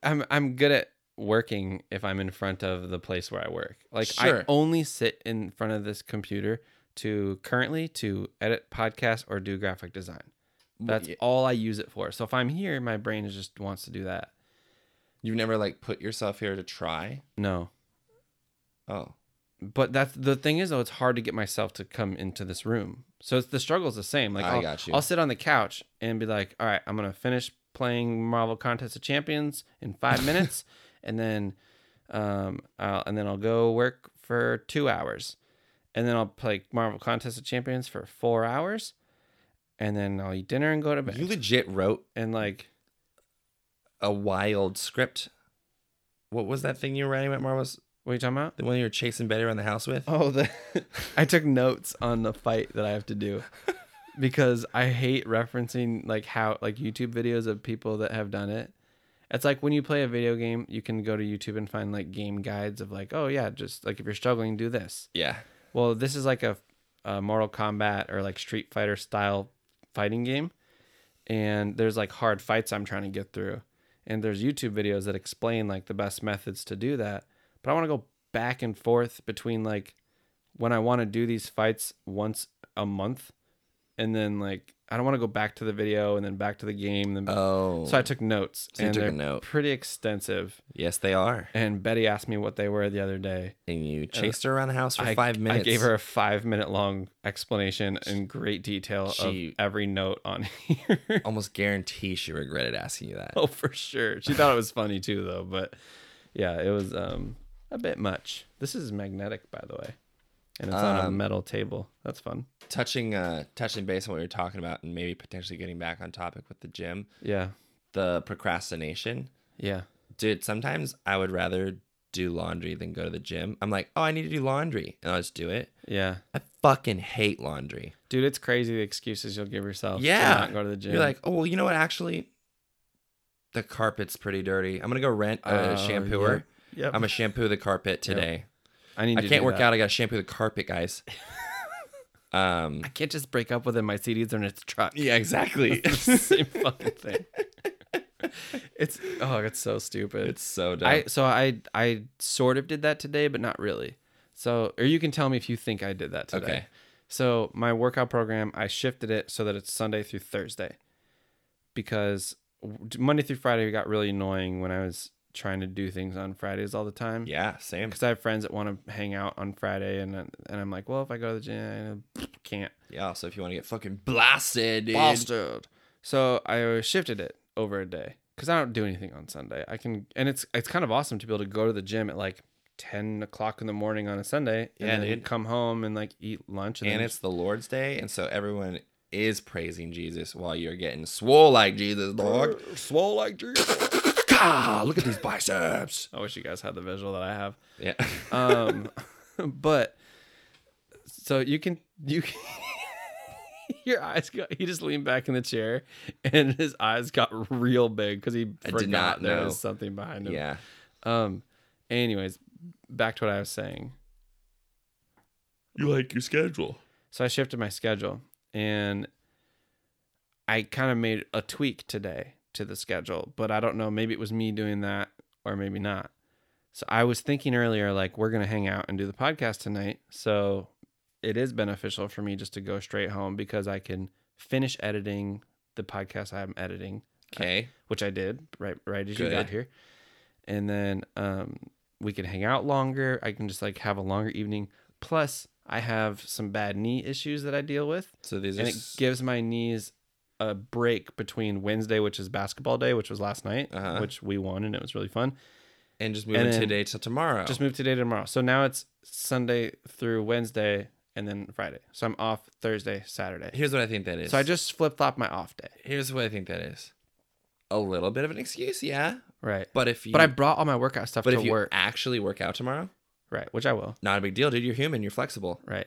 Speaker 2: I'm I'm good at working if I'm in front of the place where I work. Like I
Speaker 3: Sure.
Speaker 2: only sit in front of this computer to currently to edit podcasts or do graphic design. That's
Speaker 3: yeah.
Speaker 2: all I use it for. So if I'm here, my brain is just wants to do that.
Speaker 3: You've never like put yourself here to try.
Speaker 2: No.
Speaker 3: Oh,
Speaker 2: But that's the thing is though, it's hard to get myself to come into this room. So it's the struggle's the same. Like
Speaker 3: I
Speaker 2: will
Speaker 3: got you.
Speaker 2: I'll sit on the couch and be like, all right, I'm gonna finish playing Marvel Contest of Champions in five minutes, and then, um, I'll, and then I'll go work for two hours, and then I'll play Marvel Contest of Champions for four hours, and then I'll eat dinner and go to bed.
Speaker 3: you legit wrote
Speaker 2: and like,
Speaker 3: a wild script. What was that thing you were writing about, Marvels?
Speaker 2: what are you talking about?
Speaker 3: The one you were chasing Betty around the house with?
Speaker 2: Oh, the I took notes on the fight that I have to do because I hate referencing like how like YouTube videos of people that have done it. It's like when you play a video game, you can go to YouTube and find like game guides of like, oh yeah, just like if you're struggling, do this.
Speaker 3: Yeah.
Speaker 2: Well, this is like a, a Mortal Kombat or like Street Fighter style fighting game, and there's like hard fights I'm trying to get through, and there's YouTube videos that explain like the best methods to do that. But I want to go back and forth between like when I want to do these fights once a month, and then like I don't want to go back to the video and then back to the game. Then
Speaker 3: Oh.
Speaker 2: so I took notes,
Speaker 3: So you
Speaker 2: and
Speaker 3: took a
Speaker 2: they're
Speaker 3: note.
Speaker 2: pretty extensive.
Speaker 3: yes, they are.
Speaker 2: And Betty asked me what they were the other day.
Speaker 3: And you chased her around the house for
Speaker 2: Uh, I-
Speaker 3: five minutes.
Speaker 2: I gave her a five minute long explanation in great detail
Speaker 3: She-
Speaker 2: of every note on here.
Speaker 3: Almost guarantee she regretted asking you that.
Speaker 2: oh, for sure. She thought it was funny too, though. But yeah, it was um a bit much. This is magnetic, by the way, and it's on a metal table. That's fun.
Speaker 3: Touching, uh, touching base on what we were talking about, and maybe potentially getting back on topic with the gym.
Speaker 2: Yeah,
Speaker 3: The procrastination.
Speaker 2: yeah.
Speaker 3: dude, sometimes I would rather do laundry than go to the gym. I'm like, oh, I need to do laundry, and I'll just do it.
Speaker 2: Yeah,
Speaker 3: I fucking hate laundry.
Speaker 2: dude, it's crazy the excuses you'll give yourself.
Speaker 3: Yeah,
Speaker 2: to not go to the gym.
Speaker 3: You're like, oh, well, you know what? Actually, the carpet's pretty dirty. I'm gonna go rent a
Speaker 2: Oh,
Speaker 3: shampooer.
Speaker 2: yep.
Speaker 3: I'm gonna shampoo the carpet today.
Speaker 2: I need.
Speaker 3: I
Speaker 2: to
Speaker 3: can't
Speaker 2: do
Speaker 3: work
Speaker 2: that.
Speaker 3: out. I gotta shampoo the carpet, guys. um.
Speaker 2: I can't just break up with him. My CDs are in its truck.
Speaker 3: Yeah, exactly.
Speaker 2: same fucking thing. It's oh, it's so stupid.
Speaker 3: it's so dumb.
Speaker 2: I so I I sort of did that today, but not really. So or you can tell me if you think I did that today.
Speaker 3: Okay.
Speaker 2: So my workout program, I shifted it so that it's Sunday through Thursday, because w- Monday through Friday got really annoying when I was trying to do things on Fridays all the time.
Speaker 3: Yeah, same.
Speaker 2: Because I have friends that want to hang out on Friday, and and I'm like, well, if I go to the gym, I can't.
Speaker 3: Yeah, so if you want to get fucking blasted, dude.
Speaker 2: Bastard. So I shifted it over a day because I don't do anything on Sunday. I can, and it's it's kind of awesome to be able to go to the gym at like ten o'clock in the morning on a Sunday, and
Speaker 3: Yeah,
Speaker 2: then
Speaker 3: dude.
Speaker 2: come home and like eat lunch, and,
Speaker 3: and
Speaker 2: then
Speaker 3: it's the Lord's Day, and so everyone is praising Jesus while you're getting swole like Jesus, dog.
Speaker 2: swole like Jesus.
Speaker 6: God, look at these biceps.
Speaker 2: I wish you guys had the visual that I have.
Speaker 3: Yeah,
Speaker 2: Um, but so you can you can, your eyes got he just leaned back in the chair and his eyes got real big because he
Speaker 3: I
Speaker 2: forgot
Speaker 3: did not
Speaker 2: there
Speaker 3: know.
Speaker 2: was something behind him.
Speaker 3: yeah.
Speaker 2: Um. Anyways, back to what I was saying.
Speaker 3: You like your schedule?
Speaker 2: So I shifted my schedule and I kind of made a tweak today to the schedule, but I don't know. Maybe it was me doing that or maybe not. So I was thinking earlier, like, we're going to hang out and do the podcast tonight. So it is beneficial for me just to go straight home because I can finish editing the podcast I'm editing,
Speaker 3: Okay,
Speaker 2: which I did right, right as you got
Speaker 3: Good.
Speaker 2: here. And then um, we can hang out longer. I can just like have a longer evening. Plus, I have some bad knee issues that I deal with
Speaker 3: so these
Speaker 2: and
Speaker 3: are.
Speaker 2: it
Speaker 3: s-
Speaker 2: gives my knees a break between Wednesday, which is basketball day, which was last night,
Speaker 3: Uh-huh.
Speaker 2: which we won and it was really fun.
Speaker 3: and just moving
Speaker 2: and then-
Speaker 3: today to tomorrow.
Speaker 2: Just moved today to tomorrow. So now it's Sunday through Wednesday and then Friday. So I'm off Thursday, Saturday.
Speaker 3: Here's what I think that is.
Speaker 2: So I just flip flop my off day.
Speaker 3: Here's what I think that is. A little bit of an excuse, yeah.
Speaker 2: Right. But,
Speaker 3: But if you
Speaker 2: I brought all my workout stuff
Speaker 3: but
Speaker 2: to
Speaker 3: if you
Speaker 2: work.
Speaker 3: actually work out tomorrow,
Speaker 2: right. Which I will.
Speaker 3: not a big deal, dude. You're human. You're flexible.
Speaker 2: Right.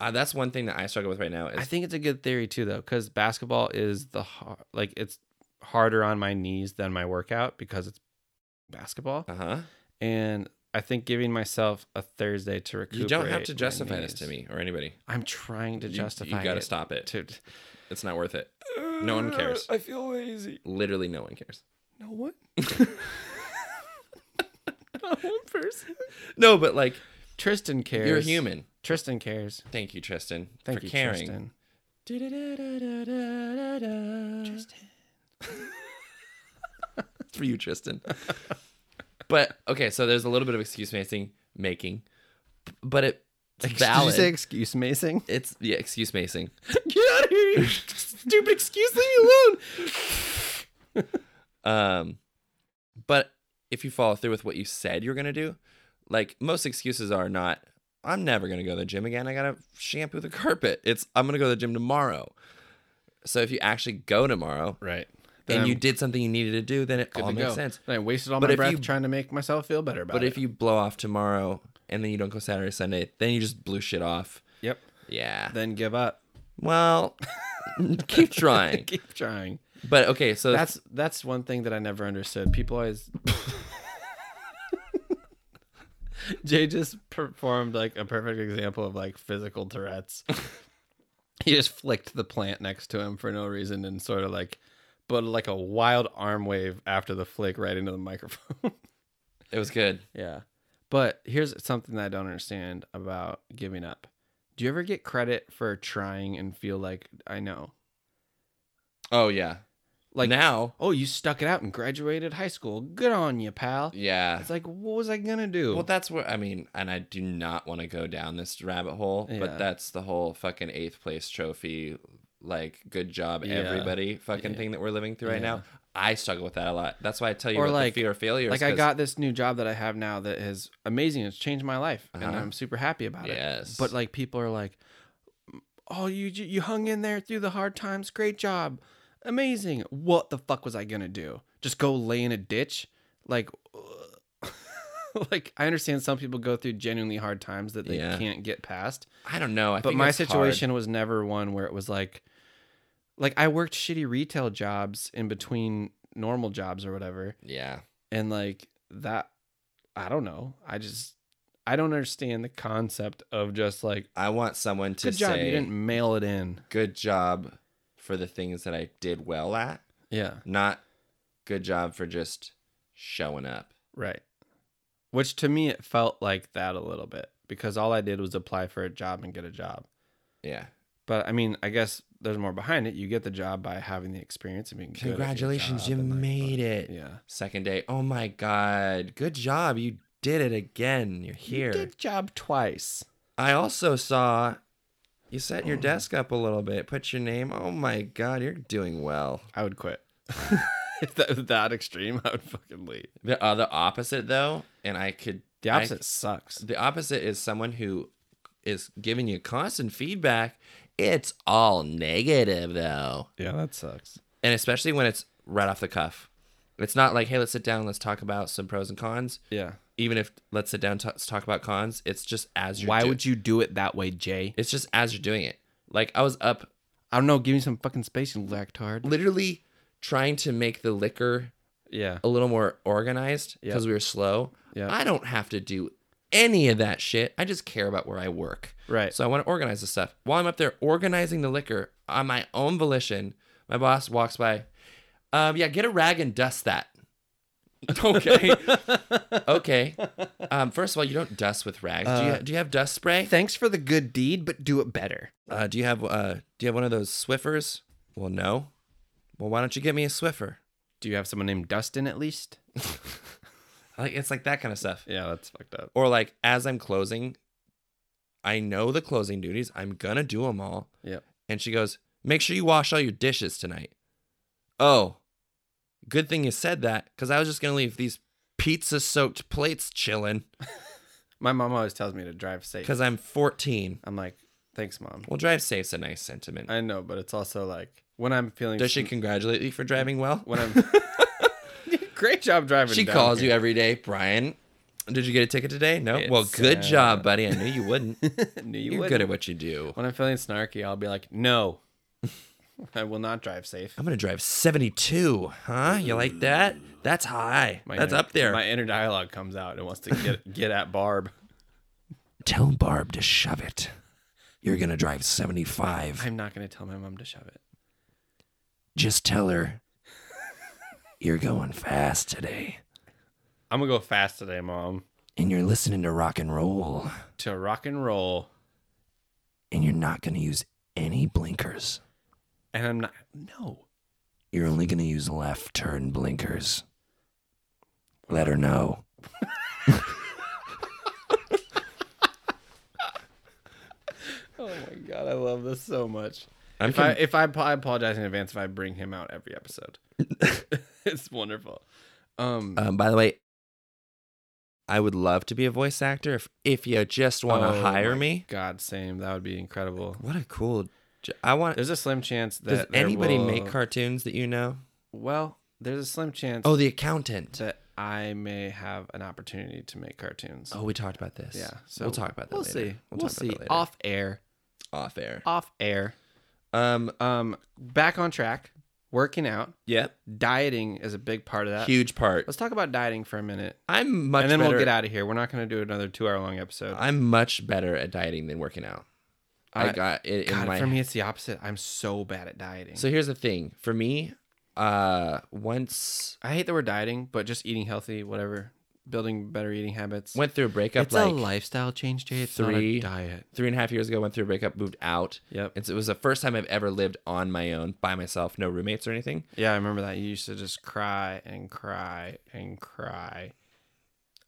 Speaker 3: Uh, that's one thing that I struggle with right now. Is
Speaker 2: I think it's a good theory too, though, because basketball is the har- like it's harder on my knees than my workout because it's basketball.
Speaker 3: uh huh.
Speaker 2: and I think giving myself a Thursday to recuperate.
Speaker 3: You don't have to
Speaker 2: my
Speaker 3: justify this to
Speaker 2: knees.
Speaker 3: me or anybody.
Speaker 2: I'm trying to
Speaker 3: You-
Speaker 2: justify.
Speaker 3: You, gotta
Speaker 2: it
Speaker 3: stop it.
Speaker 2: To,
Speaker 3: It's not worth it. No one cares.
Speaker 2: I feel lazy.
Speaker 3: Literally, no one cares.
Speaker 2: No one. Not one person.
Speaker 3: No, but like
Speaker 2: Tristan cares.
Speaker 3: you're human.
Speaker 2: Tristan cares.
Speaker 3: Thank you, Tristan,
Speaker 2: Thank
Speaker 3: for
Speaker 2: you,
Speaker 3: caring.
Speaker 2: Tristan.
Speaker 3: Tristan. it's for you, Tristan. but okay, so there's a little bit of excuse making, making, but it it's
Speaker 2: Did you
Speaker 3: valid.
Speaker 2: say excuse macing?
Speaker 3: it's yeah, excuse making.
Speaker 2: Get out of here! Stupid excuse. Leave me alone.
Speaker 3: Um, but if you follow through with what you said you're gonna do, like most excuses are not, I'm never gonna go to the gym again. I gotta shampoo the carpet. It's I'm gonna go to the gym tomorrow. So if you actually go tomorrow
Speaker 2: Right.
Speaker 3: and you did something you needed to do, then it all makes sense.
Speaker 2: Oh, I wasted all
Speaker 3: But
Speaker 2: my
Speaker 3: if
Speaker 2: breath
Speaker 3: you-
Speaker 2: trying to make myself feel better about
Speaker 3: But
Speaker 2: it.
Speaker 3: if you blow off tomorrow and then you don't go Saturday, Sunday, then you just blew shit off.
Speaker 2: yep,
Speaker 3: Yeah.
Speaker 2: then give up.
Speaker 3: Well, keep trying.
Speaker 2: Keep trying.
Speaker 3: But okay, so that's
Speaker 2: That's that's one thing that I never understood. People always. Jay just performed like a perfect example of like physical Tourette's. he just flicked the plant next to him for no reason and sort of like, but like a wild arm wave after the flick right into the microphone.
Speaker 3: it was good.
Speaker 2: yeah. But here's something that I don't understand about giving up. Do you ever get credit for trying and feel like I know?
Speaker 3: Oh yeah.
Speaker 2: Like
Speaker 3: Like now,
Speaker 2: oh, you stuck it out and graduated high school. Good on you, pal.
Speaker 3: yeah.
Speaker 2: It's like, what was I gonna do?
Speaker 3: Well, that's where I mean, and I do not want to go down this rabbit hole,
Speaker 2: Yeah.
Speaker 3: but that's the whole fucking eighth place trophy, like good job
Speaker 2: Yeah.
Speaker 3: everybody fucking thing that we're living through right now. I struggle with that a lot. That's why I tell you
Speaker 2: Or
Speaker 3: about
Speaker 2: like-
Speaker 3: the fear of failure. is
Speaker 2: like I
Speaker 3: 'cause-
Speaker 2: got this new job that I have now that is amazing. It's changed my life, and
Speaker 3: Uh-huh.
Speaker 2: I'm super happy about it.
Speaker 3: Yes.
Speaker 2: But like people are like, oh, you you hung in there through the hard times. Great job, amazing. What the fuck was I gonna do? Just go lay in a ditch? Like, like I understand some people go through genuinely hard times that they
Speaker 3: Yeah.
Speaker 2: can't get past.
Speaker 3: I don't know. I
Speaker 2: but
Speaker 3: think
Speaker 2: my
Speaker 3: it's hard.
Speaker 2: situation was never one where it was like like i worked shitty retail jobs in between normal jobs or whatever
Speaker 3: yeah,
Speaker 2: and like that i don't know i just i don't understand the concept of just like
Speaker 3: I want someone to
Speaker 2: good job
Speaker 3: say
Speaker 2: you didn't mail it in
Speaker 3: good job for the things that I did well at,
Speaker 2: yeah
Speaker 3: not good job for just showing up.
Speaker 2: right which to me it felt like that a little bit because all i did was apply for a job and get a job
Speaker 3: Yeah,
Speaker 2: but i mean i guess there's more behind it. You get the job by having the experience and being good at your
Speaker 3: Congratulations,
Speaker 2: job
Speaker 3: you
Speaker 2: and, like,
Speaker 3: made it.
Speaker 2: Yeah.
Speaker 3: Second day. Oh my god. Good job. You did it again. You're here.
Speaker 2: Good job twice.
Speaker 3: I also saw you set your desk up a little bit. Put your name. Oh my god, you're doing well.
Speaker 2: I would quit. if that was that extreme, I would fucking leave.
Speaker 3: The other opposite though, and I could
Speaker 2: The
Speaker 3: I-
Speaker 2: opposite sucks.
Speaker 3: the opposite is someone who is giving you constant feedback. It's all negative though.
Speaker 2: Yeah, that sucks.
Speaker 3: and especially when it's right off the cuff. It's not like, hey, let's sit down, let's talk about some pros and cons.
Speaker 2: Yeah.
Speaker 3: Even if let's sit down, t- let's talk about cons. It's just as you're.
Speaker 2: Why
Speaker 3: do-
Speaker 2: would you do it that way, Jay?
Speaker 3: It's just as you're doing it. Like I was up,
Speaker 2: I don't know. Give me some fucking space, you lactard.
Speaker 3: literally trying to make the liquor
Speaker 2: Yeah.
Speaker 3: a little more organized because we were slow.
Speaker 2: Yeah.
Speaker 3: I don't have to do any of that shit. I just care about where I work.
Speaker 2: Right.
Speaker 3: So I want to organize this stuff. While I'm up there organizing the liquor on my own volition, my boss walks by. Um, yeah, get a rag and dust that. okay. okay. Um, first of all, you don't dust with rags. do,
Speaker 2: Uh,
Speaker 3: you do you have dust spray?
Speaker 2: Thanks for the good deed, but do it better.
Speaker 3: uh, do you have uh, do you have one of those Swiffers? Well, no. Well, why don't you get me a Swiffer?
Speaker 2: Do you have someone named Dustin at least?
Speaker 3: Like it's like that kind of stuff.
Speaker 2: Yeah, that's fucked up.
Speaker 3: or like as I'm closing, I know the closing duties. I'm gonna do them all.
Speaker 2: Yep.
Speaker 3: And she goes, "Make sure you wash all your dishes tonight." Oh, good thing you said that, because I was just gonna leave these pizza-soaked plates chilling,
Speaker 2: My mom always tells me to drive safe.
Speaker 3: because I'm 14.
Speaker 2: I'm like, thanks, mom.
Speaker 3: Well, drive safe's a nice sentiment.
Speaker 2: I know, but it's also like when I'm feeling.
Speaker 3: Does she congratulate you for driving well?
Speaker 2: When I'm. Great job driving.
Speaker 3: She
Speaker 2: down
Speaker 3: calls
Speaker 2: here.
Speaker 3: you every day, Brian. Did you get a ticket today? No. well,
Speaker 2: It's,
Speaker 3: good
Speaker 2: uh,
Speaker 3: job, buddy. I knew you wouldn't.
Speaker 2: No, you
Speaker 3: You're good
Speaker 2: wouldn't.
Speaker 3: at what you do.
Speaker 2: When I'm feeling snarky, I'll be like, no, I will not drive safe.
Speaker 3: I'm gonna drive 72, huh? You like that? That's high. That's
Speaker 2: inner-
Speaker 3: up there.
Speaker 2: My inner dialogue comes out and wants to get get at Barb.
Speaker 6: Tell Barb to shove it. You're going to drive 75.
Speaker 2: I'm not going to tell my mom to shove it.
Speaker 6: Just tell her you're going fast today
Speaker 2: I'm gonna go fast today, mom.
Speaker 6: and you're listening to rock and roll
Speaker 2: To rock and roll,
Speaker 6: and you're not going to use any blinkers.
Speaker 2: and I'm not. No,
Speaker 6: You're only going to use left turn blinkers. Let her know.
Speaker 2: Oh my God, I love this so much.
Speaker 3: I'm
Speaker 2: if I if I, I apologize in advance if I bring him out every episode, it's wonderful. Um,
Speaker 3: um, by the way, I would love to be a voice actor if if you just want to
Speaker 2: oh
Speaker 3: hire
Speaker 2: my
Speaker 3: me.
Speaker 2: God, same. That would be incredible.
Speaker 3: What a cool. j- I want.
Speaker 2: There's a slim chance that
Speaker 3: Does
Speaker 2: there
Speaker 3: anybody
Speaker 2: will-
Speaker 3: make cartoons that you know?
Speaker 2: Well, there's a slim chance.
Speaker 3: Oh, the accountant.
Speaker 2: that I may have an opportunity to make cartoons.
Speaker 3: Oh, we talked about this.
Speaker 2: yeah.
Speaker 3: so we'll talk about that.
Speaker 2: We'll
Speaker 3: later.
Speaker 2: see. We'll,
Speaker 3: talk about
Speaker 2: see.
Speaker 3: that later.
Speaker 2: Off air.
Speaker 3: off air.
Speaker 2: Off air.
Speaker 3: Um.
Speaker 2: Um, back on track. Working out.
Speaker 3: Yep.
Speaker 2: Dieting is a big part of that.
Speaker 3: Huge part.
Speaker 2: Uh, Let's talk about dieting for a minute,
Speaker 3: I'm much
Speaker 2: and then
Speaker 3: better. Uh,
Speaker 2: we'll get out of here. We're not going to do another two-hour-long episode.
Speaker 3: I'm much better at dieting than working out. I,
Speaker 2: I-
Speaker 3: got it in
Speaker 2: God,
Speaker 3: my
Speaker 2: for me, it's the opposite. I'm so bad at dieting.
Speaker 3: So here's the thing for me, uh, once
Speaker 2: I hate that we're dieting, but just eating healthy, whatever, building better eating habits.
Speaker 3: went through a breakup
Speaker 2: it's a
Speaker 3: like
Speaker 2: lifestyle change, Jay. It's
Speaker 3: three-
Speaker 2: not a diet.
Speaker 3: three and a half years ago, went through a breakup, moved out.
Speaker 2: Yep.
Speaker 3: It's, it was the first time I've ever lived on my own by myself, no roommates or anything.
Speaker 2: Yeah, I remember that. You used to just cry and cry and cry.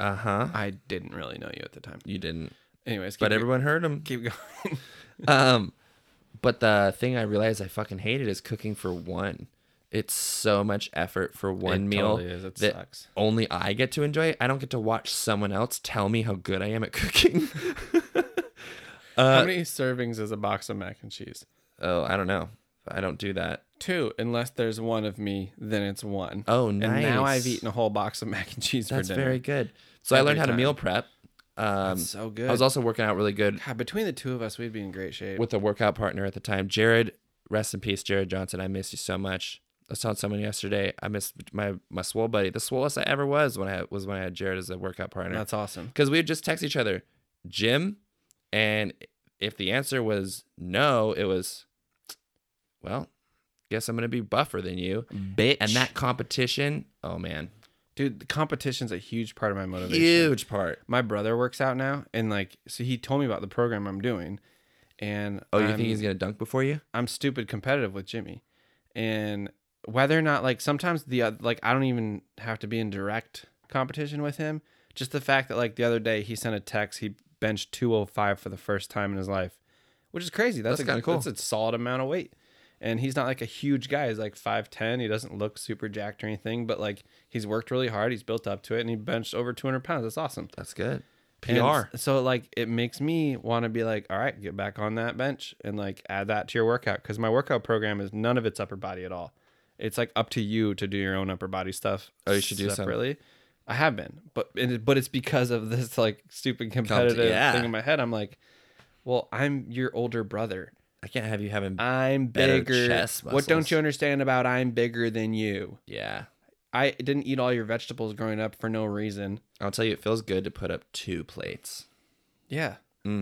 Speaker 3: Uh huh.
Speaker 2: I didn't really know you at the time.
Speaker 3: You didn't,
Speaker 2: Anyways, keep
Speaker 3: but
Speaker 2: go-
Speaker 3: everyone heard him.
Speaker 2: keep going.
Speaker 3: Um, but the thing I realized I fucking hated is cooking for one. It's so much effort for one
Speaker 2: It
Speaker 3: meal
Speaker 2: totally is. It
Speaker 3: that
Speaker 2: sucks.
Speaker 3: only I get to enjoy. I don't get to watch someone else tell me how good I am at cooking. uh,
Speaker 2: How many servings is a box of mac and cheese?
Speaker 3: oh, I don't know. I don't do that.
Speaker 2: Two, unless there's one of me, then it's one.
Speaker 3: Oh,
Speaker 2: And now
Speaker 3: nice.
Speaker 2: I've eaten a whole box of mac and cheese
Speaker 3: That's
Speaker 2: for dinner.
Speaker 3: very good. So I
Speaker 2: Every
Speaker 3: learned how to
Speaker 2: time.
Speaker 3: meal prep. Um,
Speaker 2: so
Speaker 3: I
Speaker 2: good.
Speaker 3: was also working out really good
Speaker 2: God, between the two of us, we'd be in great shape.
Speaker 3: with a workout partner at the time, Jared. Rest in peace, Jared Johnson. I miss you so much. I was telling someone yesterday. I miss my my swole buddy. The swollest I ever was when I had, was when I had Jared as a workout partner
Speaker 2: That's awesome.
Speaker 3: because we would just text each other, Jim, and if the answer was no, it was, well, guess I'm gonna be buffer than you,
Speaker 2: Bitch.
Speaker 3: And that competition, oh man,
Speaker 2: dude, the competition's a huge part of my motivation.
Speaker 3: huge part.
Speaker 2: my brother works out now and like so he told me about the program i'm doing and
Speaker 3: Oh, you
Speaker 2: I'm-
Speaker 3: think he's gonna dunk before you?
Speaker 2: I'm stupid competitive with Jimmy, and whether or not like sometimes the oth- like I don't even have to be in direct competition with him. Just the fact that like the other day he sent a text, he benched 205 for the first time in his life, which is crazy. That's,
Speaker 3: That's
Speaker 2: a
Speaker 3: kinda cool.
Speaker 2: That's a solid amount of weight, and he's not like a huge guy. He's like 5'10. He doesn't look super jacked or anything, but like he's worked really hard. He's built up to it, and he benched over 200 pounds. That's awesome.
Speaker 3: That's good. PR.
Speaker 2: And s- so like it makes me want to be like, all right, get back on that bench and like add that to your workout because my workout program is none of it's upper body at all. It's like up to you to do your own upper body stuff.
Speaker 3: Oh, you should do some.
Speaker 2: separately. I have been, but and it, but it's because of this like stupid competitive
Speaker 3: yeah.
Speaker 2: thing in my head. I'm like, well, I'm your older brother.
Speaker 3: I can't have you having.
Speaker 2: I'm
Speaker 3: Better
Speaker 2: bigger.
Speaker 3: chest
Speaker 2: what don't
Speaker 3: muscles.
Speaker 2: you understand about I'm bigger than you?
Speaker 3: yeah,
Speaker 2: I didn't eat all your vegetables growing up for no reason.
Speaker 3: I'll tell you, it feels good to put up two plates.
Speaker 2: Yeah.
Speaker 3: Mm.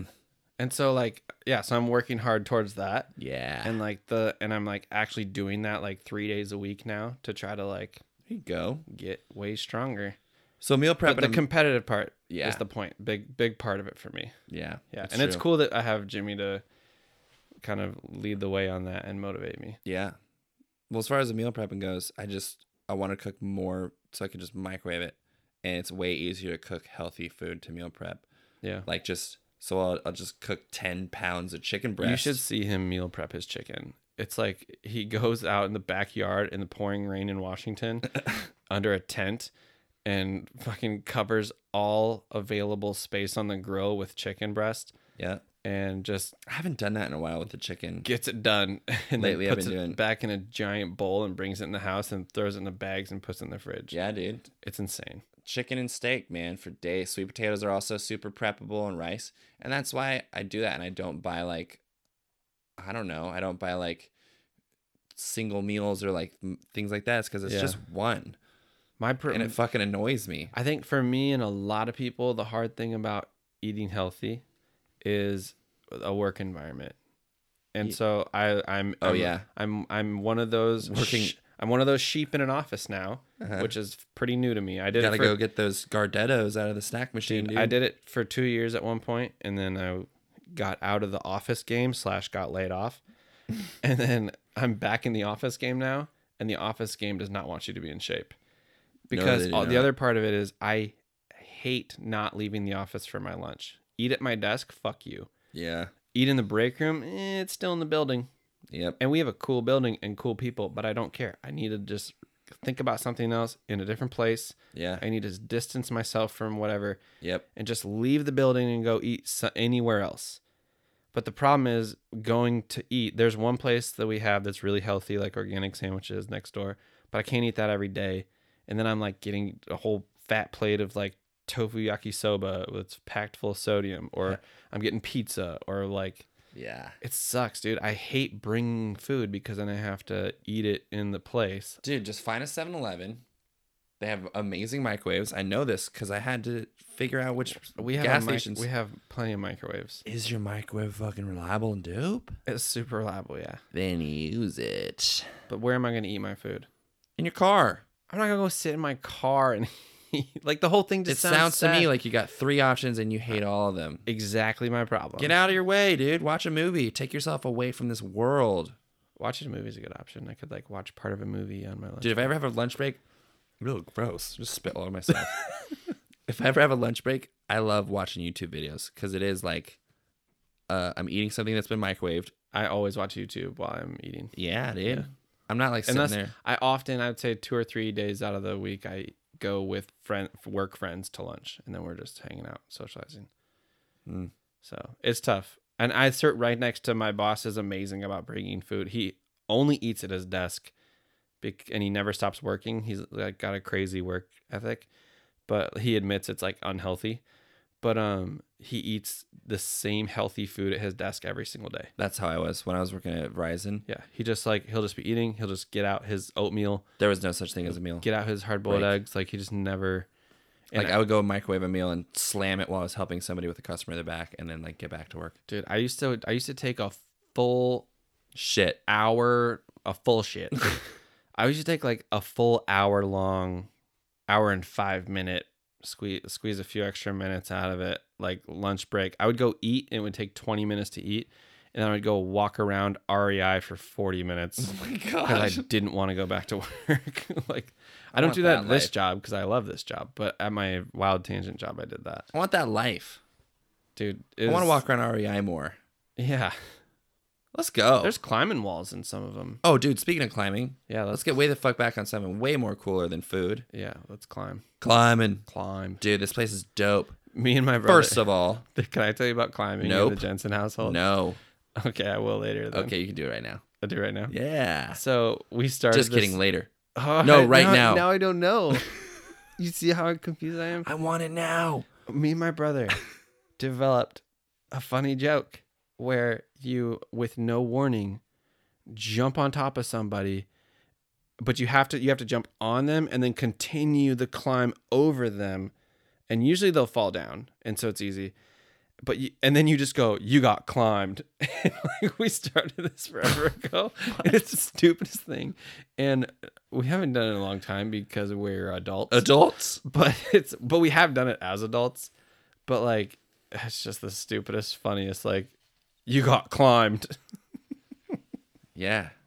Speaker 2: And so like yeah, so I'm working hard towards that.
Speaker 3: Yeah,
Speaker 2: And like the and I'm like actually doing that like 3 days a week now to try to like
Speaker 3: there you go.
Speaker 2: get way stronger.
Speaker 3: So meal prep.
Speaker 2: But the
Speaker 3: and-
Speaker 2: competitive part
Speaker 3: Yeah.
Speaker 2: is the point. Big big part of it for me.
Speaker 3: yeah,
Speaker 2: Yeah.
Speaker 3: that's
Speaker 2: and it's
Speaker 3: true.
Speaker 2: cool that I have Jimmy to kind of lead the way on that and motivate me.
Speaker 3: Yeah. Well, as far as the meal prepping goes, I just I want to cook more so I can just microwave it, and it's way easier to cook healthy food to meal prep.
Speaker 2: Yeah.
Speaker 3: Like just so I'll, I'll just cook ten pounds of chicken breast.
Speaker 2: You should see him meal prep his chicken. It's like he goes out in the backyard in the pouring rain in Washington under a tent and fucking covers all available space on the grill with chicken breast
Speaker 3: Yeah.
Speaker 2: and just
Speaker 3: I haven't done that in a while with the chicken.
Speaker 2: gets it done and
Speaker 3: Lately,
Speaker 2: then
Speaker 3: I've
Speaker 2: puts
Speaker 3: been
Speaker 2: it
Speaker 3: doing-
Speaker 2: back in a giant bowl and brings it in the house and throws it in the bags and puts it in the fridge.
Speaker 3: Yeah, dude.
Speaker 2: It's insane.
Speaker 3: Chicken and steak, man, for days. Sweet potatoes are also super preppable and rice. And that's why I do that and I don't buy like I don't know, I don't buy like single meals or like m- things like that. It's cuz it's
Speaker 2: Yeah.
Speaker 3: just one.
Speaker 2: My pr-
Speaker 3: and it fucking annoys me.
Speaker 2: I think for me and a lot of people, the hard thing about eating healthy is a work environment. And so I, I'm
Speaker 3: Oh,
Speaker 2: I'm-
Speaker 3: yeah.
Speaker 2: I'm I'm one of those
Speaker 3: Working- Uh-huh.
Speaker 2: sh- I'm one of those sheep in an office now, which is pretty new to me. I did
Speaker 3: Gotta
Speaker 2: it for,
Speaker 3: go get those Gardettos out of the snack machine, dude.
Speaker 2: I did it for two years at one point, and then I got out of the office game slash got laid off, and then I'm back in the office game now, and the office game does not want you to be in shape, because
Speaker 3: do
Speaker 2: all, the
Speaker 3: not.
Speaker 2: other part of it is I hate not leaving the office for my lunch. Eat at my desk, fuck you.
Speaker 3: Yeah.
Speaker 2: Eat in the break room, eh, it's still in the building,
Speaker 3: Yep.
Speaker 2: and we have a cool building and cool people, but I don't care. I need to just think about something else in a different place.
Speaker 3: Yeah.
Speaker 2: I need to distance myself from whatever
Speaker 3: Yep.
Speaker 2: and just leave the building and go eat so- anywhere else. But the problem is going to eat. There's one place that we have that's really healthy, like organic sandwiches next door, but I can't eat that every day. And then I'm like getting a whole fat plate of like tofu yakisoba that's packed full of sodium, or I'm getting pizza, or like
Speaker 3: Yeah.
Speaker 2: it sucks, dude. I hate bringing food because then I have to eat it in the place.
Speaker 3: Dude, just find a 7 Eleven. They have amazing microwaves. I know this because I had to figure out which
Speaker 2: We have
Speaker 3: gas
Speaker 2: a mic-
Speaker 3: stations.
Speaker 2: we have plenty of microwaves.
Speaker 3: Is your microwave fucking reliable and dope?
Speaker 2: It's super reliable, yeah.
Speaker 3: Then use it.
Speaker 2: But where am I going to eat my food?
Speaker 3: In your car.
Speaker 2: I'm not gonna go sit in my car and eat. like the whole thing
Speaker 3: It
Speaker 2: just
Speaker 3: sounds, to me
Speaker 2: sad.
Speaker 3: like you got three options and you hate all of them.
Speaker 2: exactly my problem.
Speaker 3: Get out of your way, dude. Watch a movie. Take yourself away from this world.
Speaker 2: Watching a movie is a good option. I could like watch part of a movie on my lunch.
Speaker 3: Dude, if I ever have a lunch break, real gross. Just spit all over myself. if I ever have a lunch break, I love watching YouTube videos because it is like uh, I'm eating something that's been microwaved.
Speaker 2: I always watch YouTube while I'm eating.
Speaker 3: Yeah, dude. I'm not like sitting
Speaker 2: Unless
Speaker 3: there.
Speaker 2: I often, I'd say two or three days out of the week, I go with friend work friends to lunch, and then we're just hanging out, socializing.
Speaker 3: Mm.
Speaker 2: So it's tough. And I sit right next to my boss is amazing about bringing food. He only eats at his desk, bec- and he never stops working. He's like got a crazy work ethic, but he admits it's like unhealthy. But um, he eats the same healthy food at his desk every single day.
Speaker 3: That's how I was when I was working at Verizon.
Speaker 2: Yeah, he just like he'll just be eating. He'll just get out his oatmeal,
Speaker 3: There was no such thing as a meal.
Speaker 2: get out his hard boiled
Speaker 3: Break.
Speaker 2: eggs. Like he just never.
Speaker 3: like I would go microwave a meal and slam it while I was helping somebody with a customer in the back, and then like get back to work.
Speaker 2: Dude, I used to I used to take a full
Speaker 3: Shit.
Speaker 2: hour a full shit. I used to take like a full hour long, hour and five minute squeeze squeeze a few extra minutes out of it, like lunch break. I would go eat and it would take twenty minutes to eat, and I would go walk around REI for 40 minutes
Speaker 3: Oh my
Speaker 2: because
Speaker 3: gosh.
Speaker 2: I didn't want to go back to work. like, I don't
Speaker 3: want
Speaker 2: do that,
Speaker 3: that
Speaker 2: in this
Speaker 3: life.
Speaker 2: job because I love this job, but at my wild tangent job, I did that,
Speaker 3: I want that life.
Speaker 2: dude. it
Speaker 3: I want to
Speaker 2: was-
Speaker 3: walk Oh. around REI more.
Speaker 2: Yeah,
Speaker 3: Let's go.
Speaker 2: there's climbing walls in some of them.
Speaker 3: oh, dude, speaking of climbing,
Speaker 2: Yeah,
Speaker 3: let's
Speaker 2: let's
Speaker 3: get way the fuck back on something way more cooler than food.
Speaker 2: yeah, let's climb,
Speaker 3: Climbing.
Speaker 2: climb.
Speaker 3: Dude, this place is dope.
Speaker 2: Me and my brother.
Speaker 3: First of all,
Speaker 2: can I tell you about climbing in
Speaker 3: Nope.
Speaker 2: the Jensen household?
Speaker 3: no.
Speaker 2: Okay, I will later. Then.
Speaker 3: Okay, you can do it right now.
Speaker 2: I'll do it right now.
Speaker 3: Yeah.
Speaker 2: So we started.
Speaker 3: Just
Speaker 2: this-
Speaker 3: kidding, later.
Speaker 2: Oh,
Speaker 3: No,
Speaker 2: I-
Speaker 3: right now.
Speaker 2: Now I don't know. you see how confused I am?
Speaker 3: I want it now.
Speaker 2: Me and my brother developed a funny joke where you, with no warning, jump on top of somebody, but you have to you have to jump on them and then continue the climb over them, and usually they'll fall down, and so it's easy. But you, and then you just go, you got climbed. like we started this forever ago. it's the stupidest thing, and we haven't done it in a long time because we're adults
Speaker 3: Adults?
Speaker 2: but it's but we have done it as adults but like it's just the stupidest funniest like you got climbed
Speaker 3: Yeah.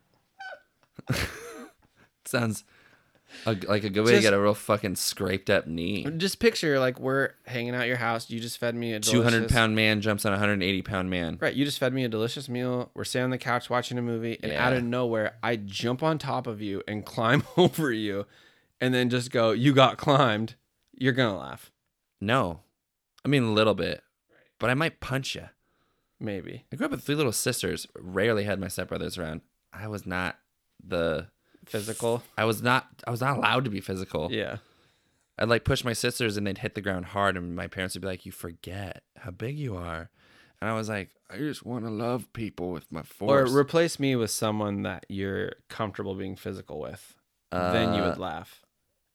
Speaker 3: Sounds a, like a good way to
Speaker 2: Just-
Speaker 3: get a real fucking scraped up knee.
Speaker 2: just picture like we're hanging out at your house you just fed me a
Speaker 3: 200
Speaker 2: delicious-
Speaker 3: pound man jumps on a 180 pound man.
Speaker 2: right you just fed me a delicious meal we're sitting on the couch watching a movie and
Speaker 3: Yeah.
Speaker 2: out of nowhere i jump on top of you and climb over you and then just go you got climbed you're gonna laugh
Speaker 3: No. I mean, a little bit. But I might punch you.
Speaker 2: maybe
Speaker 3: I grew up with three little sisters, rarely had my stepbrothers around. I was not the.
Speaker 2: physical
Speaker 3: I was not. I was not allowed to be physical.
Speaker 2: yeah
Speaker 3: I'd like push my sisters, and they'd hit the ground hard, and my parents would be like, "You forget how big you are," and I was like,
Speaker 6: I just want to love people with my
Speaker 2: or
Speaker 6: force.
Speaker 2: replace me with someone that you're comfortable being physical with then you
Speaker 3: Uh,
Speaker 2: would laugh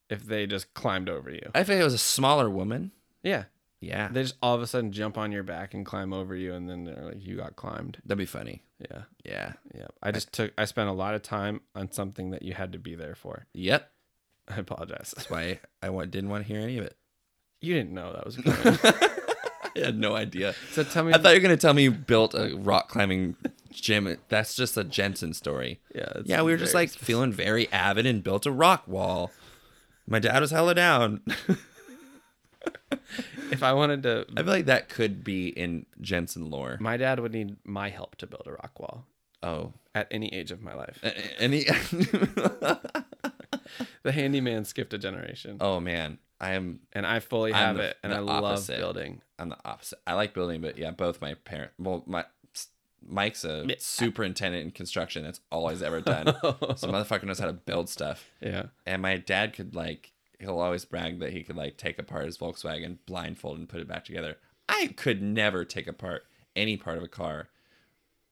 Speaker 2: if they just climbed over you.
Speaker 3: "I think I was a smaller woman."
Speaker 2: Yeah,
Speaker 3: Yeah,
Speaker 2: they just all of a sudden jump on your back and climb over you, and then they're like, "You got climbed."
Speaker 3: that'd be funny.
Speaker 2: Yeah,
Speaker 3: Yeah.
Speaker 2: yeah. I just took. I spent a lot of time on something that you had to be there for.
Speaker 3: Yep.
Speaker 2: I apologize.
Speaker 3: That's why I wa- didn't want to hear any of it.
Speaker 2: You didn't know that was. Coming.
Speaker 3: I had no idea.
Speaker 2: so tell me.
Speaker 3: I thought you were gonna tell me you built a rock climbing gym. That's just a Jensen story.
Speaker 2: yeah, it's
Speaker 3: Yeah, we were just
Speaker 2: very-
Speaker 3: like feeling very avid and built a rock wall. My dad was hella down.
Speaker 2: if I wanted to,
Speaker 3: I feel like that could be in Jensen lore.
Speaker 2: my dad would need my help to build a rock wall
Speaker 3: Oh,
Speaker 2: at any age of my life.
Speaker 3: A- any?
Speaker 2: The handyman skipped a generation,
Speaker 3: oh man, I am.
Speaker 2: and I fully
Speaker 3: I'm
Speaker 2: have
Speaker 3: the-
Speaker 2: it, and
Speaker 3: the
Speaker 2: I
Speaker 3: opposite.
Speaker 2: love building.
Speaker 3: I'm the opposite. I like building, but yeah, both my parent. Well, my Mike's a superintendent in construction. That's all he's ever done. so motherfucker knows how to build stuff.
Speaker 2: Yeah,
Speaker 3: And my dad could like. He'll always brag that he could like take apart his Volkswagen blindfold and put it back together. I could never take apart any part of a car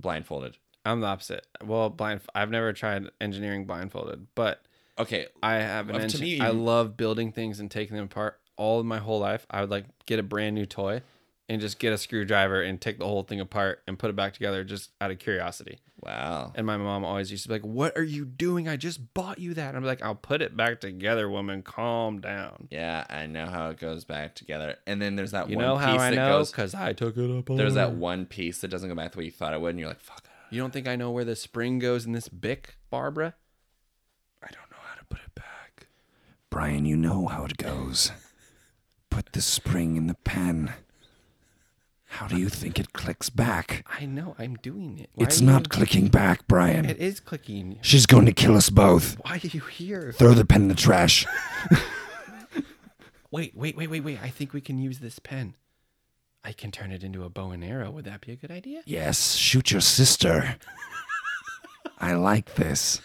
Speaker 3: blindfolded.
Speaker 2: I'm the opposite. Well, blind. I've never tried engineering blindfolded, but
Speaker 3: Okay,
Speaker 2: I have an
Speaker 3: Up to
Speaker 2: engine.
Speaker 3: me.
Speaker 2: I love building things and taking them apart. All of my whole life, I would like get a brand new toy and just get a screwdriver and take the whole thing apart and put it back together just out of curiosity.
Speaker 3: wow.
Speaker 2: And my mom always used to be like, "What are you doing? I just bought you that." And I'm like, "I'll put it back together, woman. Calm down."
Speaker 3: Yeah, I know how it goes back together. And then there's that
Speaker 2: You
Speaker 3: one
Speaker 2: know
Speaker 3: piece
Speaker 2: how I
Speaker 3: that
Speaker 2: know?
Speaker 3: goes.
Speaker 2: Because I took it up.
Speaker 3: There's that
Speaker 2: on.
Speaker 3: one piece that doesn't go back the way you thought it would, and you're like, "Fuck, I
Speaker 2: You don't think I know where the spring goes in this bic, Barbara?
Speaker 3: don't know how to put it back."
Speaker 6: Brian, you know how it goes. Put the spring in the pan. How do you think it clicks back?
Speaker 2: I know. I'm doing it.
Speaker 6: it's
Speaker 2: are you-
Speaker 6: not clicking back, Brian.
Speaker 2: It is clicking.
Speaker 6: She's going to kill us both.
Speaker 2: Why are you here?
Speaker 6: Throw the pen in the trash.
Speaker 2: Wait, wait, wait, wait, wait. I think we can use this pen. I can turn it into a bow and arrow. Would that be a good idea?
Speaker 6: Yes, shoot your sister. I like this.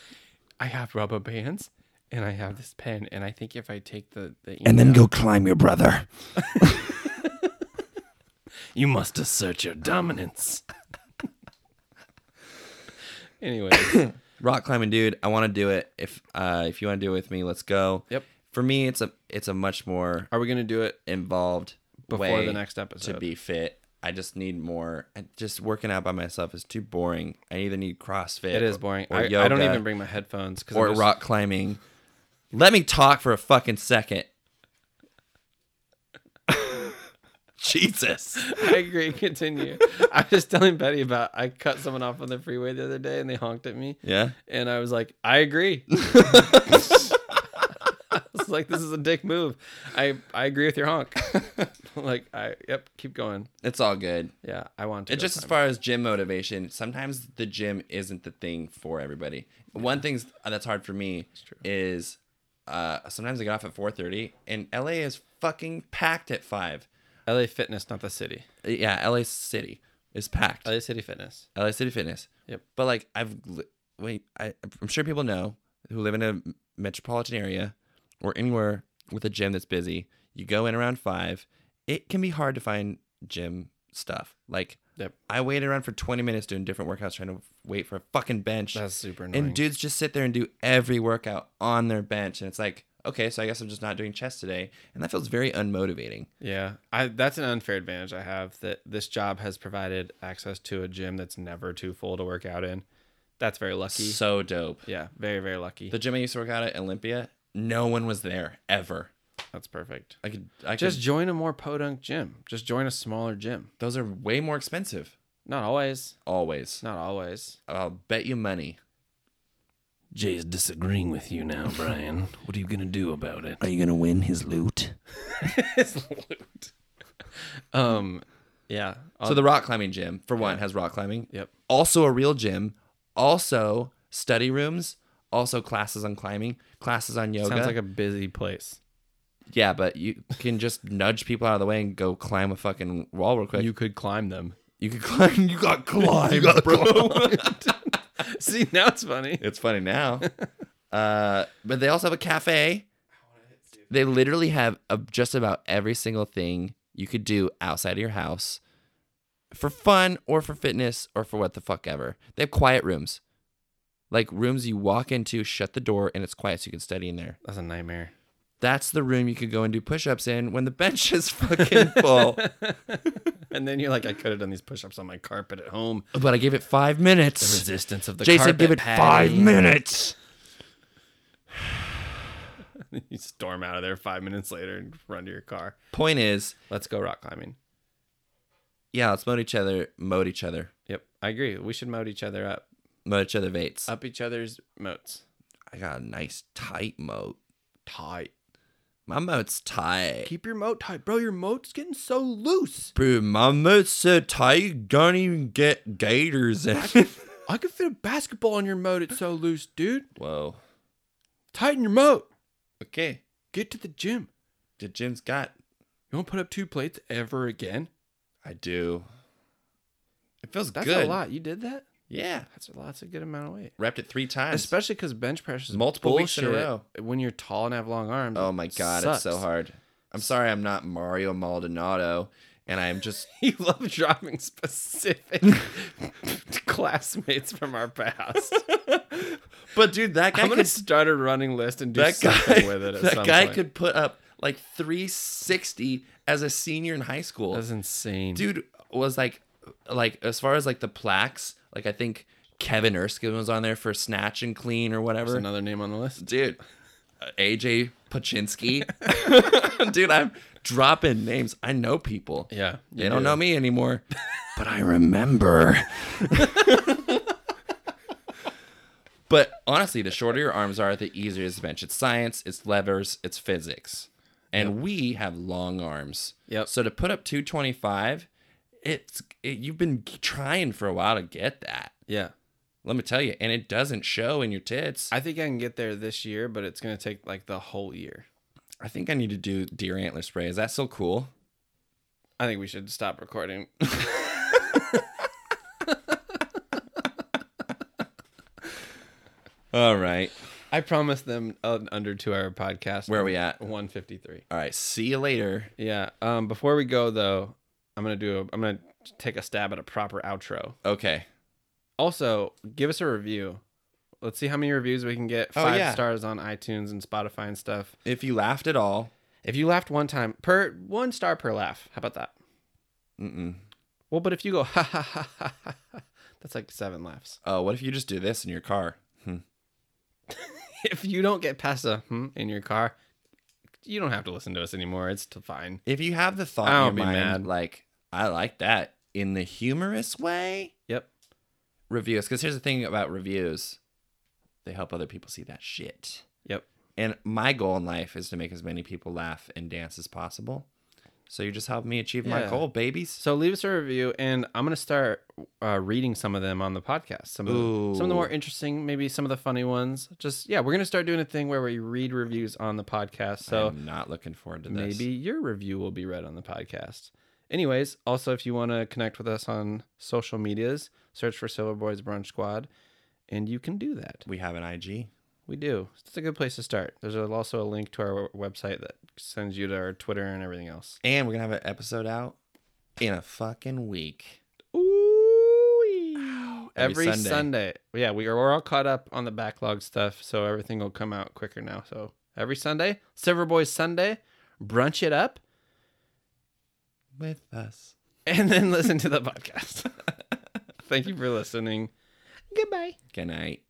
Speaker 2: I have rubber bands and I have this pen. And I think if I take the. the
Speaker 6: And then
Speaker 2: ink
Speaker 6: go
Speaker 2: out-
Speaker 6: climb your brother.
Speaker 2: You must assert your dominance. anyway,
Speaker 3: Rock climbing, dude. I want to do it. If uh, if you want to do it with me, let's go.
Speaker 2: Yep.
Speaker 3: For me, it's a it's a much more
Speaker 2: are we going to do it?
Speaker 3: involved
Speaker 2: Before
Speaker 3: way
Speaker 2: the next episode.
Speaker 3: to be fit. I just need more. I- Just working out by myself is too boring. I either need CrossFit.
Speaker 2: It is
Speaker 3: or-
Speaker 2: boring.
Speaker 3: or
Speaker 2: I, I don't
Speaker 3: yoga
Speaker 2: even bring my headphones because
Speaker 3: or rock climbing. Let me talk for a fucking second. Jesus.
Speaker 2: I agree. Continue. I was telling Betty about I cut someone off on the freeway the other day and they honked at me.
Speaker 3: Yeah.
Speaker 2: And I was like, I agree. I was like, this is a dick move. I, I agree with your honk. like, I yep, keep going.
Speaker 3: It's all good.
Speaker 2: Yeah, I want to.
Speaker 3: And
Speaker 2: go
Speaker 3: just as
Speaker 2: climb.
Speaker 3: far as gym motivation, sometimes the gym isn't the thing for everybody. One thing that's hard for me is uh, sometimes I get off at 4:30, and LA is fucking packed at five.
Speaker 2: LA Fitness, not the city.
Speaker 3: Yeah, LA City is packed.
Speaker 2: LA City Fitness.
Speaker 3: LA City Fitness.
Speaker 2: Yep.
Speaker 3: But like I've li- wait, I I'm sure people know who live in a metropolitan area or anywhere with a gym that's busy. You go in around 5, it can be hard to find gym stuff. Like
Speaker 2: Yep.
Speaker 3: I waited around for 20 minutes doing different workouts trying to wait for a fucking bench.
Speaker 2: That's super annoying.
Speaker 3: and dudes just sit there and do every workout on their bench and it's like, okay, so I guess I'm just not doing chest today. And that feels very unmotivating.
Speaker 2: Yeah, I that's an unfair advantage I have that this job has provided access to a gym that's never too full to work out in. That's very lucky.
Speaker 3: So dope.
Speaker 2: yeah, very very lucky.
Speaker 3: The gym I used to work out at Olympia, no one was there ever.
Speaker 2: that's perfect.
Speaker 3: I could, I could
Speaker 2: Just join a more podunk gym. Just join a smaller gym.
Speaker 3: Those are way more expensive.
Speaker 2: Not always.
Speaker 3: Always.
Speaker 2: Not always.
Speaker 3: I'll bet you money.
Speaker 1: Jay's disagreeing with you now, Brian. What are you gonna do about it?
Speaker 6: Are you gonna win his loot?
Speaker 2: Um, yeah.
Speaker 3: so the rock climbing gym, for one, has rock climbing.
Speaker 2: Yep.
Speaker 3: Also a real gym. Also study rooms. Also classes on climbing. Classes on yoga.
Speaker 2: sounds like a busy place.
Speaker 3: yeah, but you can just nudge people out of the way and go climb a fucking wall real quick.
Speaker 2: You
Speaker 3: You,
Speaker 2: could climb them.
Speaker 3: can climb. You got climb, bro.
Speaker 2: See, now it's funny.
Speaker 3: It's funny now. uh, but they also have a cafe. They literally have a, just about every single thing you could do outside of your house for fun or for fitness or for what the fuck ever. They have quiet rooms. Like rooms you walk into, shut the door, and it's quiet so you can study in there.
Speaker 2: That's a nightmare.
Speaker 3: That's the room you could go and do push ups in when the bench is fucking full.
Speaker 2: And then you're like, I could have done these push-ups on my carpet at home.
Speaker 3: but I gave it five minutes.
Speaker 2: Resistance of the
Speaker 3: Jason, give it five minutes.
Speaker 2: you storm out of there five minutes later and run to your car.
Speaker 3: Point is,
Speaker 2: Let's go rock climbing.
Speaker 3: yeah, let's moat each other, moat each other,
Speaker 2: Yep, I agree. We should moat each other up,
Speaker 3: moat each other vates.
Speaker 2: up each other's moats.
Speaker 3: I got a nice tight moat.
Speaker 2: Tight.
Speaker 3: My moat's tight.
Speaker 2: Keep your moat tight, bro. Your moat's getting so loose.
Speaker 3: Bro, my moat's so tight you don't even get gators in it.
Speaker 2: I could fit a basketball in your moat. It's so loose, dude.
Speaker 3: Whoa.
Speaker 2: Tighten your moat.
Speaker 3: Okay.
Speaker 2: Get to the gym.
Speaker 3: The gym's got.
Speaker 2: You won't put up two plates ever again.
Speaker 3: I do. It feels
Speaker 2: That's
Speaker 3: good.
Speaker 2: a lot. You did that.
Speaker 3: Yeah.
Speaker 2: That's a lot. That's a good amount of weight.
Speaker 3: Wrapped it three times.
Speaker 2: Especially because bench press is
Speaker 3: Multiple weeks in a
Speaker 2: bullshit
Speaker 3: row.
Speaker 2: When you're tall and have long arms.
Speaker 3: oh
Speaker 2: It
Speaker 3: my god, it's so
Speaker 2: sucks.
Speaker 3: hard. I'm sorry I'm not Mario Maldonado and I'm just.
Speaker 2: You love dropping specific classmates from our past.
Speaker 3: but dude, that guy
Speaker 2: I'm gonna
Speaker 3: could.
Speaker 2: start a running list and do
Speaker 3: That
Speaker 2: something
Speaker 3: guy,
Speaker 2: with it. At
Speaker 3: that
Speaker 2: some
Speaker 3: guy
Speaker 2: point.
Speaker 3: could put up like 360 as a senior in high school.
Speaker 2: That's insane,
Speaker 3: dude was like like as far as like the plaques like i think kevin erskine was on there for snatch and clean or
Speaker 2: There's
Speaker 3: whatever
Speaker 2: another name on the list.
Speaker 3: dude uh, aj pachinsky dude i'm dropping names i know people
Speaker 2: Yeah,
Speaker 3: they don't know me anymore
Speaker 6: But I remember.
Speaker 3: but honestly the shorter your arms are the easier it is to bench it's science it's levers it's physics and we have long arms
Speaker 2: Yep.
Speaker 3: so to put up 225 it's it, you've been trying for a while to get that
Speaker 2: Yeah,
Speaker 3: Let me tell you, and it doesn't show in your tits. I,
Speaker 2: I think I can get there this year, but it's gonna take like the whole year.
Speaker 3: I think I need to do deer antler spray. Is that still cool?
Speaker 2: I think we should stop recording.
Speaker 3: All right.
Speaker 2: I promised them an under two hour podcast.
Speaker 3: Where are we at?
Speaker 2: One fifty three.
Speaker 3: All right. See you later.
Speaker 2: Yeah. Um. Before we go though, I'm gonna do. A, I'm gonna take a stab at a proper outro.
Speaker 3: Okay.
Speaker 2: Also, give us a review. Let's see how many reviews we can get.
Speaker 3: Oh,
Speaker 2: Five
Speaker 3: yeah.
Speaker 2: stars on iTunes and Spotify and stuff.
Speaker 3: If you laughed at all,
Speaker 2: If you laughed one time per one star per laugh, how about that?
Speaker 3: mm-mm.
Speaker 2: Well, but if you go ha ha ha ha, ha, ha that's like seven laughs.
Speaker 3: Oh, what if you just do this in your car? Hmm.
Speaker 2: If you don't get past a hmm in your car, you don't have to listen to us anymore. It's t- fine.
Speaker 3: If you have the thought
Speaker 2: I'll
Speaker 3: in
Speaker 2: be
Speaker 3: your mind,
Speaker 2: mad.
Speaker 3: like I like that in the humorous way,
Speaker 2: Yep.
Speaker 3: review us. Because here's the thing about reviews, they help other people see that shit.
Speaker 2: Yep.
Speaker 3: And my goal in life is to make as many people laugh and dance as possible. So you just helped me achieve my
Speaker 2: Yeah.
Speaker 3: goal, babies.
Speaker 2: So leave us a review, and I'm gonna start uh, reading some of them on the podcast. Some of the, some of the more interesting, maybe some of the funny ones. Just yeah, we're gonna start doing a thing where we read reviews on the podcast. So
Speaker 3: I'm not looking forward to this.
Speaker 2: maybe your review will be read on the podcast. Anyways, also if you want to connect with us on social medias, search for Silver Boys Brunch Squad, and you can do that.
Speaker 3: we have an IG.
Speaker 2: We do. It's a good place to start. There's also a link to our website that sends you to our Twitter and everything else.
Speaker 3: And we're gonna have an episode out in a fucking week.
Speaker 2: Ooh.
Speaker 3: Every
Speaker 2: Every,
Speaker 3: Sunday.
Speaker 2: Sunday. Yeah, we are, we're all caught up on the backlog stuff, so everything will come out quicker now. So every Sunday, Silver Boys Sunday, brunch it up,
Speaker 3: With us.
Speaker 2: and then listen to the podcast. Thank you for listening. Goodbye.
Speaker 3: Good night.